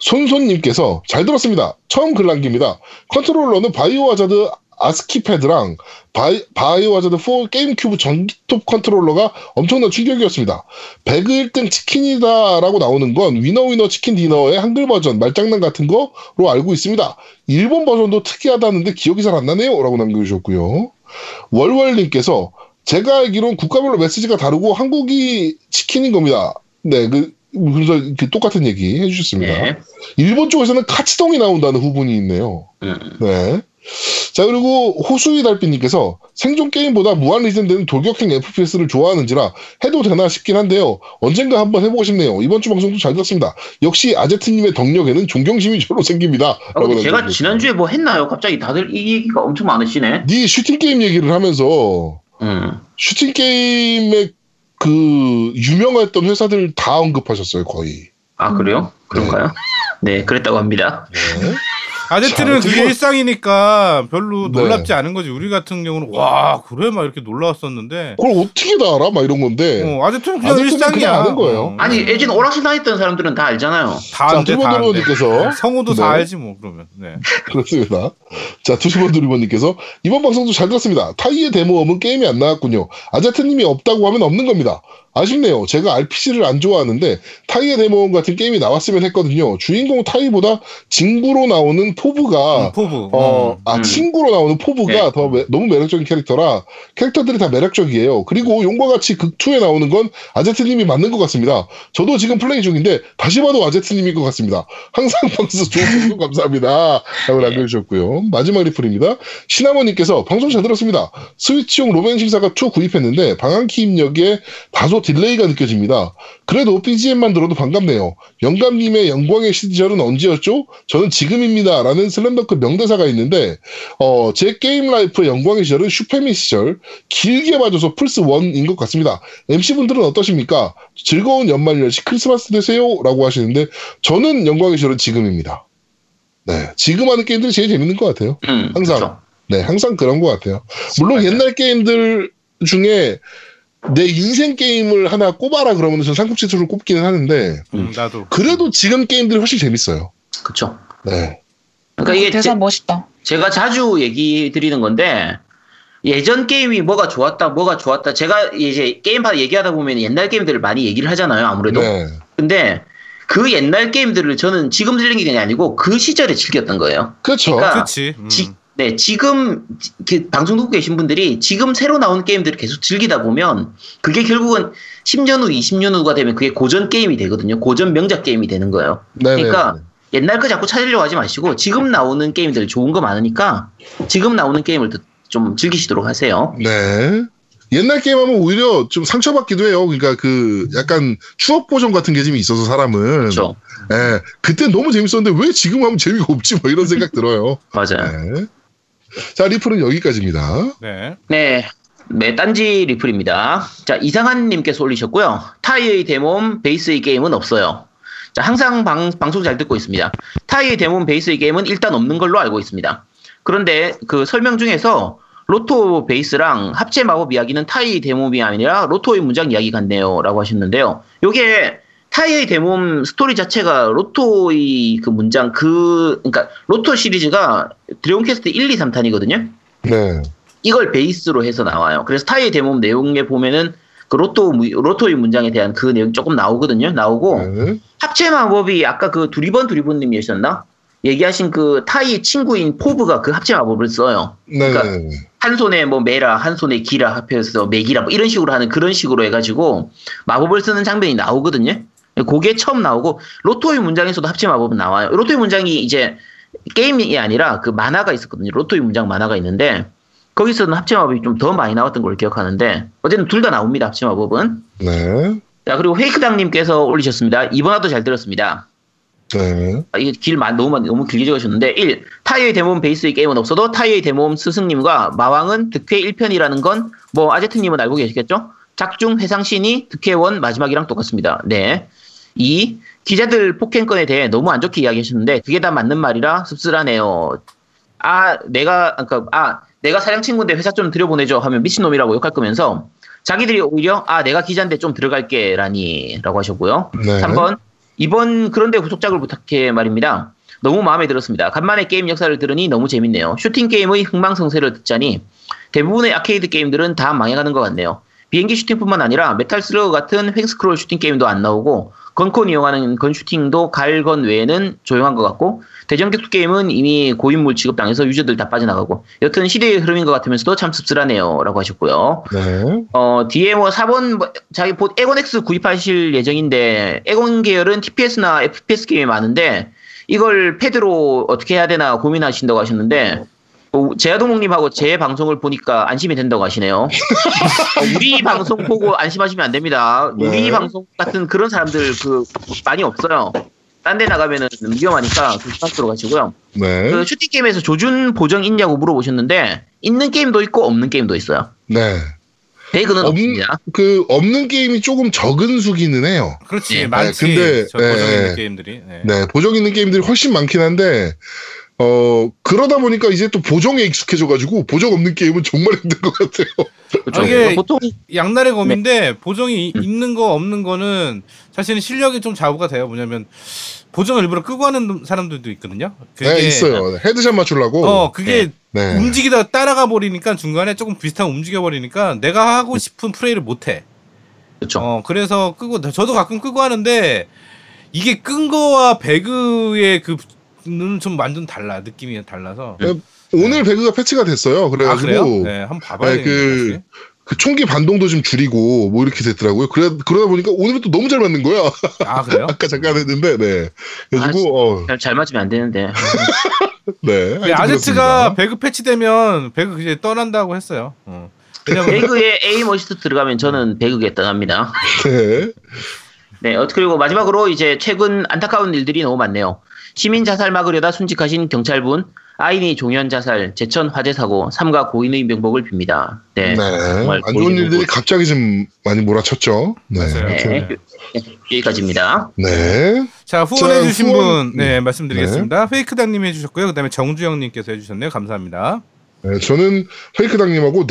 [SPEAKER 3] 손손님께서 잘 들었습니다. 처음 글 남깁니다. 컨트롤러는 바이오하자드 아스키 패드랑 바이, 바이오하자드 4 게임 큐브 전기톱 컨트롤러가 엄청난 충격이었습니다. 배그 1등 치킨이다라고 나오는 건 위너위너 치킨 디너의 한글 버전 말장난 같은 거로 알고 있습니다. 일본 버전도 특이하다는데 기억이 잘 안 나네요. 라고 남겨주셨고요. 월월님께서 제가 알기론 국가별로 메시지가 다르고 한국이 치킨인 겁니다. 네, 그, 그래서 이렇게 똑같은 얘기 해주셨습니다.
[SPEAKER 5] 네.
[SPEAKER 3] 일본 쪽에서는 카츠동이 나온다는 후분이 있네요.
[SPEAKER 5] 음.
[SPEAKER 3] 네. 자, 그리고 호수이 달빛님께서 생존 게임보다 무한 리젠되는 돌격형 FPS를 좋아하는지라 해도 되나 싶긴 한데요. 언젠가 한번 해보고 싶네요. 이번 주 방송도 잘 들었습니다. 역시 아제트님의 덕력에는 존경심이 절로 생깁니다.
[SPEAKER 5] 아, 근데 제가 지난주에 뭐 했나요? 갑자기 다들 이 얘기가 엄청 많으시네.
[SPEAKER 3] 네 슈팅 게임 얘기를 하면서
[SPEAKER 5] 음.
[SPEAKER 3] 슈팅 게임의 그 유명했던 회사들 다 언급하셨어요, 거의.
[SPEAKER 5] 아, 그래요? 그런가요? 네, 그랬다고 합니다.
[SPEAKER 3] 네.
[SPEAKER 7] 아제트는
[SPEAKER 3] 자,
[SPEAKER 7] 그게
[SPEAKER 3] 그거-
[SPEAKER 7] 일상이니까 별로
[SPEAKER 3] 네.
[SPEAKER 7] 놀랍지 않은 거지. 우리 같은 경우는 와 그래 막 이렇게 놀라웠었는데.
[SPEAKER 3] 그걸 어떻게 다 알아? 막 이런 건데.
[SPEAKER 7] 어, 아제트는 그냥
[SPEAKER 3] 네. 아제트는
[SPEAKER 7] 일상이야.
[SPEAKER 3] 그냥 아는 거예요.
[SPEAKER 7] 어,
[SPEAKER 5] 아니, 예전 오락실 다녔던 사람들은 다 알잖아요.
[SPEAKER 7] 다
[SPEAKER 3] 자,
[SPEAKER 7] 안돼
[SPEAKER 3] 두번
[SPEAKER 7] 다 안돼.
[SPEAKER 3] 여러분께서
[SPEAKER 7] 성우도
[SPEAKER 3] 네.
[SPEAKER 7] 다 알지 뭐 그러면. 네.
[SPEAKER 3] 그렇습니다. 자, 두시번 두리번님께서 이번 방송도 잘 들었습니다. 타이의 데모음은 게임이 안 나왔군요. 아제트님이 없다고 하면 없는 겁니다. 아쉽네요. 제가 RPG를 안 좋아하는데 타이의 데모음 같은 게임이 나왔으면 했거든요. 주인공 타이보다 친구로 나오는 포브가
[SPEAKER 7] 음, 포부.
[SPEAKER 3] 어,
[SPEAKER 7] 음.
[SPEAKER 3] 아,
[SPEAKER 5] 음.
[SPEAKER 3] 친구로 나오는 포부가
[SPEAKER 5] 네.
[SPEAKER 3] 더 매- 너무 매력적인 캐릭터라 캐릭터들이 다 매력적이에요. 그리고 용과 같이 극투에 나오는 건 아제트님이 맞는 것 같습니다. 저도 지금 플레이 중인데 다시 봐도 아제트님인 것 같습니다. 항상 방송 좋은 방송 감사합니다. 라고 남겨주셨고요. 마지막 리플입니다. 시나모님께서 방송 잘 들었습니다. 스위치용 로맨 식사가 2 구입했는데 방한키 입력에 다소 딜레이가 느껴집니다. 그래도 BGM만 들어도 반갑네요. 영감님의 영광의 시절은 언제였죠? 저는 지금입니다. 라는 슬램덩크 명대사가 있는데, 어, 제 게임 라이프 영광의 시절은 슈페미 시절, 길게 봐줘서 플스1인 것 같습니다. MC분들은 어떠십니까? 즐거운 연말 연시 크리스마스 되세요. 라고 하시는데, 저는 영광의 시절은 지금입니다. 네. 지금 하는 게임들이 제일 재밌는 것 같아요.
[SPEAKER 5] 음,
[SPEAKER 3] 항상.
[SPEAKER 5] 그쵸?
[SPEAKER 3] 네, 항상 그런 것 같아요. 물론 옛날 게임들 중에 내 인생 게임을 하나 꼽아라 그러면 저는 삼국지투를 꼽기는 하는데
[SPEAKER 7] 음, 나도.
[SPEAKER 3] 그래도 지금 게임들이 훨씬 재밌어요.
[SPEAKER 5] 그쵸?
[SPEAKER 3] 네,
[SPEAKER 5] 그러니까 이게
[SPEAKER 6] 어, 대사
[SPEAKER 5] 제-
[SPEAKER 6] 멋있다.
[SPEAKER 5] 제가 자주 얘기 드리는 건데 예전 게임이 뭐가 좋았다, 뭐가 좋았다. 제가 이제 게임판 얘기하다 보면 옛날 게임들을 많이 얘기를 하잖아요, 아무래도.
[SPEAKER 3] 네,
[SPEAKER 5] 근데 그 옛날 게임들을 저는 지금 즐기는 게 아니고 그 시절에 즐겼던 거예요.
[SPEAKER 3] 그렇죠.
[SPEAKER 5] 그러니까
[SPEAKER 7] 그렇지. 음.
[SPEAKER 5] 지, 네, 지금 지- 이렇게 방송 듣고 계신 분들이 지금 새로 나온 게임들을 계속 즐기다 보면 그게 결국은 10년 후, 20년 후가 되면 그게 고전 게임이 되거든요. 고전 명작 게임이 되는 거예요.
[SPEAKER 3] 네,
[SPEAKER 5] 그러니까 옛날 거 자꾸 찾으려고 하지 마시고 지금 나오는 게임들 좋은 거 많으니까 지금 나오는 게임을 더- 좀 즐기시도록 하세요.
[SPEAKER 3] 네, 네. 옛날 게임하면 오히려 좀 상처받기도 해요. 그러니까 그 약간 추억 보정 같은 게 좀 있어서 사람은.
[SPEAKER 5] 그렇죠.
[SPEAKER 3] 네, 그때 너무 재밌었는데 왜 지금 하면 재미가 없지? 뭐 이런 생각 들어요.
[SPEAKER 5] 맞아요.
[SPEAKER 3] 네. 자, 리플은 여기까지입니다.
[SPEAKER 7] 네.
[SPEAKER 5] 네. 네, 딴지 리플입니다. 자, 이상한님께서 올리셨고요. 타이의 데모음 베이스의 게임은 없어요. 자, 항상 방, 방송 잘 듣고 있습니다. 타이의 데모음 베이스의 게임은 일단 없는 걸로 알고 있습니다. 그런데 그 설명 중에서 로토 베이스랑 합체 마법 이야기는 타이 데모음이 아니라 로토의 문장 이야기 같네요. 라고 하셨는데요. 요게 타이의 데모음 스토리 자체가 로토의 그 문장 그, 그러니까 로토 시리즈가 드래곤 퀘스트 1, 2, 3탄이거든요.
[SPEAKER 3] 네,
[SPEAKER 5] 이걸 베이스로 해서 나와요. 그래서 타이의 데모 내용에 보면은 그 로또 무- 로또의 문장에 대한 그 내용 이 조금 나오거든요. 나오고
[SPEAKER 3] 네.
[SPEAKER 5] 합체 마법이 아까 그 두리번 두리번님이셨나 얘기하신 그 타이 친구인 포브가 그 합체 마법을 써요.
[SPEAKER 3] 네.
[SPEAKER 5] 그러니까 한 손에 뭐 매라, 한 손에 기라 합해서 매기라 뭐 이런 식으로 하는 그런 식으로 해가지고 마법을 쓰는 장면이 나오거든요. 그게 처음 나오고 로또의 문장에서도 합체 마법은 나와요. 로또의 문장이 이제 게임이 아니라 그 만화가 있었거든요. 로또의 문장 만화가 있는데 거기서는 합체 마법이 좀 더 많이 나왔던 걸 기억하는데 어쨌든 둘 다 나옵니다. 합체 마법은.
[SPEAKER 3] 네.
[SPEAKER 5] 자 그리고 회이크당님께서 올리셨습니다. 이번화도 잘 들었습니다.
[SPEAKER 3] 네.
[SPEAKER 5] 아, 이게 길 많- 너무 많- 너무 길게 적으셨는데 1. 타이의 대모음 베이스의 게임은 없어도 타이의 대모음 스승님과 마왕은 득회 1편이라는 건 뭐 아제트님은 알고 계시겠죠? 작중 회상신이 득회원 마지막이랑 똑같습니다. 네. 2. 기자들 폭행건에 대해 너무 안 좋게 이야기하셨는데 그게 다 맞는 말이라 씁쓸하네요. 아 내가 그러니까 아 내가 사장 친구인데 회사 좀 들여보내줘 하면 미친놈이라고 욕할 거면서 자기들이 오히려 아 내가 기자인데 좀 들어갈게라니라고 하셨고요.
[SPEAKER 3] 네.
[SPEAKER 5] 3번 이번 그런데 후속작을 부탁해 말입니다. 너무 마음에 들었습니다. 간만에 게임 역사를 들으니 너무 재밌네요. 슈팅 게임의 흥망성쇠를 듣자니 대부분의 아케이드 게임들은 다 망해가는 것 같네요. 비행기 슈팅뿐만 아니라 메탈 슬러그 같은 횡스크롤 슈팅 게임도 안 나오고 건콘 이용하는 건 슈팅도 갈건 외에는 조용한 것 같고 대전격투 게임은 이미 고인물 취급당해서 유저들 다 빠져나가고 여튼 시대의 흐름인 것 같으면서도 참 씁쓸하네요 라고 하셨고요
[SPEAKER 3] 네.
[SPEAKER 5] 어, 뒤에 뭐 4번 뭐, 자기 곧 에곤엑스 구입하실 예정인데 에곤 계열은 TPS나 FPS 게임이 많은데 이걸 패드로 어떻게 해야 되나 고민하신다고 하셨는데 어, 제아동목님하고 제 방송을 보니까 안심이 된다고 하시네요. 어, 우리 방송 보고 안심하시면 안 됩니다.
[SPEAKER 3] 네.
[SPEAKER 5] 우리 방송 같은 그런 사람들 그 많이 없어요. 딴 데 나가면은 위험하니까 조심하도록 하시고요.
[SPEAKER 3] 네.
[SPEAKER 5] 그 슈팅 게임에서 조준 보정 있냐고 물어보셨는데 있는 게임도 있고 없는 게임도 있어요.
[SPEAKER 3] 네.
[SPEAKER 5] 베이그는
[SPEAKER 3] 없-
[SPEAKER 5] 없습니다.
[SPEAKER 3] 그 없는 게임이 조금 적은 수기는 해요.
[SPEAKER 7] 그렇지
[SPEAKER 5] 네,
[SPEAKER 7] 많지.
[SPEAKER 3] 근데,
[SPEAKER 7] 저 고정 있는
[SPEAKER 3] 네.
[SPEAKER 7] 게임들이. 네.
[SPEAKER 3] 네, 보정 있는 게임들이 훨씬 많긴 한데 어 그러다 보니까 이제 또 보정에 익숙해져가지고 보정 없는 게임은 정말 힘든 것 같아요.
[SPEAKER 5] 그렇죠.
[SPEAKER 7] 아, 이게-
[SPEAKER 5] 보통
[SPEAKER 7] 양날의 검인데 보정이 이- 있는 거 없는 거는 사실은 실력이 좀 좌우가 돼요. 뭐냐면 보정을 일부러 끄고 하는 사람들도 있거든요. 그게
[SPEAKER 3] 네, 있어요. 헤드샷 맞추려고.
[SPEAKER 7] 어 그게
[SPEAKER 3] 네,
[SPEAKER 7] 움직이다 가 따라가 버리니까 중간에 조금 비슷한 움직여 버리니까 내가 하고 싶은 플레이를 못 해.
[SPEAKER 5] 그렇죠.
[SPEAKER 7] 어 그래서 끄고 저도 가끔 끄고 하는데 이게 끈 거와 배그의 그는 좀 완전 달라 느낌이 달라서.
[SPEAKER 3] 네, 오늘 배그가 패치가 됐어요.
[SPEAKER 7] 아 그래요?
[SPEAKER 3] 그래가지고
[SPEAKER 7] 네 한번 봐봐야
[SPEAKER 3] 네, 그-
[SPEAKER 7] 되겠네.
[SPEAKER 3] 그 총기 반동도 좀 줄이고 뭐 이렇게 됐더라고요. 그래 그러다 보니까 오늘은 또 너무 잘 맞는 거야.
[SPEAKER 7] 다시. 아 그래요?
[SPEAKER 3] 아까 잠깐 했는데 네. 그래가지고 어,
[SPEAKER 5] 잘, 잘 맞으면 안 되는데.
[SPEAKER 3] 네.
[SPEAKER 7] 네,
[SPEAKER 3] 하여튼 그렇습니다.
[SPEAKER 7] 아제트가 배그 패치되면 배그 이제 떠난다고 했어요. 어. 왜냐면
[SPEAKER 5] 배그에 에임 어시스트 들어가면 저는 배그에 떠납니다.
[SPEAKER 3] 네.
[SPEAKER 5] 네, 어, 그리고 마지막으로 이제 최근 안타까운 일들이 너무 많네요. 시민 자살 막으려다 순직하신 경찰분, 아이니 종현 자살, 제천 화재 사고, 삼가 고인의 명복을 빕니다. 네.
[SPEAKER 3] 네.
[SPEAKER 5] 정말
[SPEAKER 3] 안 좋은
[SPEAKER 5] 보이는
[SPEAKER 3] 일들이
[SPEAKER 5] 곳.
[SPEAKER 3] 갑자기 좀 많이 몰아쳤죠. 네.
[SPEAKER 7] 맞아요.
[SPEAKER 5] 네,
[SPEAKER 7] 네.
[SPEAKER 5] 요- 네, 여기까지입니다.
[SPEAKER 3] 네.
[SPEAKER 7] 자 후원해주신
[SPEAKER 3] 자, 후원-
[SPEAKER 7] 분, 네 말씀드리겠습니다. 페이크당님이 해주셨고요. 그다음에 정주영님께서 해주셨네요. 감사합니다.
[SPEAKER 3] 네, 저는 페이크당님하고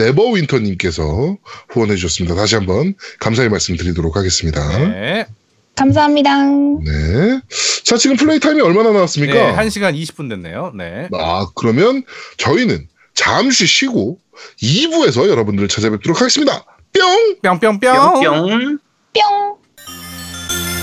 [SPEAKER 3] 네버윈터님께서 후원해 주셨습니다. 다시 한번 감사의 말씀 드리도록 하겠습니다.
[SPEAKER 7] 네,
[SPEAKER 6] 감사합니다.
[SPEAKER 3] 네. 자, 지금 플레이 타임이 얼마나 나왔습니까?
[SPEAKER 7] 네, 1 시간 20분 됐네요. 네,
[SPEAKER 3] 아, 그러면 저희는 잠시 쉬고 2부에서 여러분들을 찾아뵙도록 하겠습니다. 뿅!
[SPEAKER 7] 뿅뿅뿅.
[SPEAKER 5] 뿅뿅.
[SPEAKER 6] 뿅.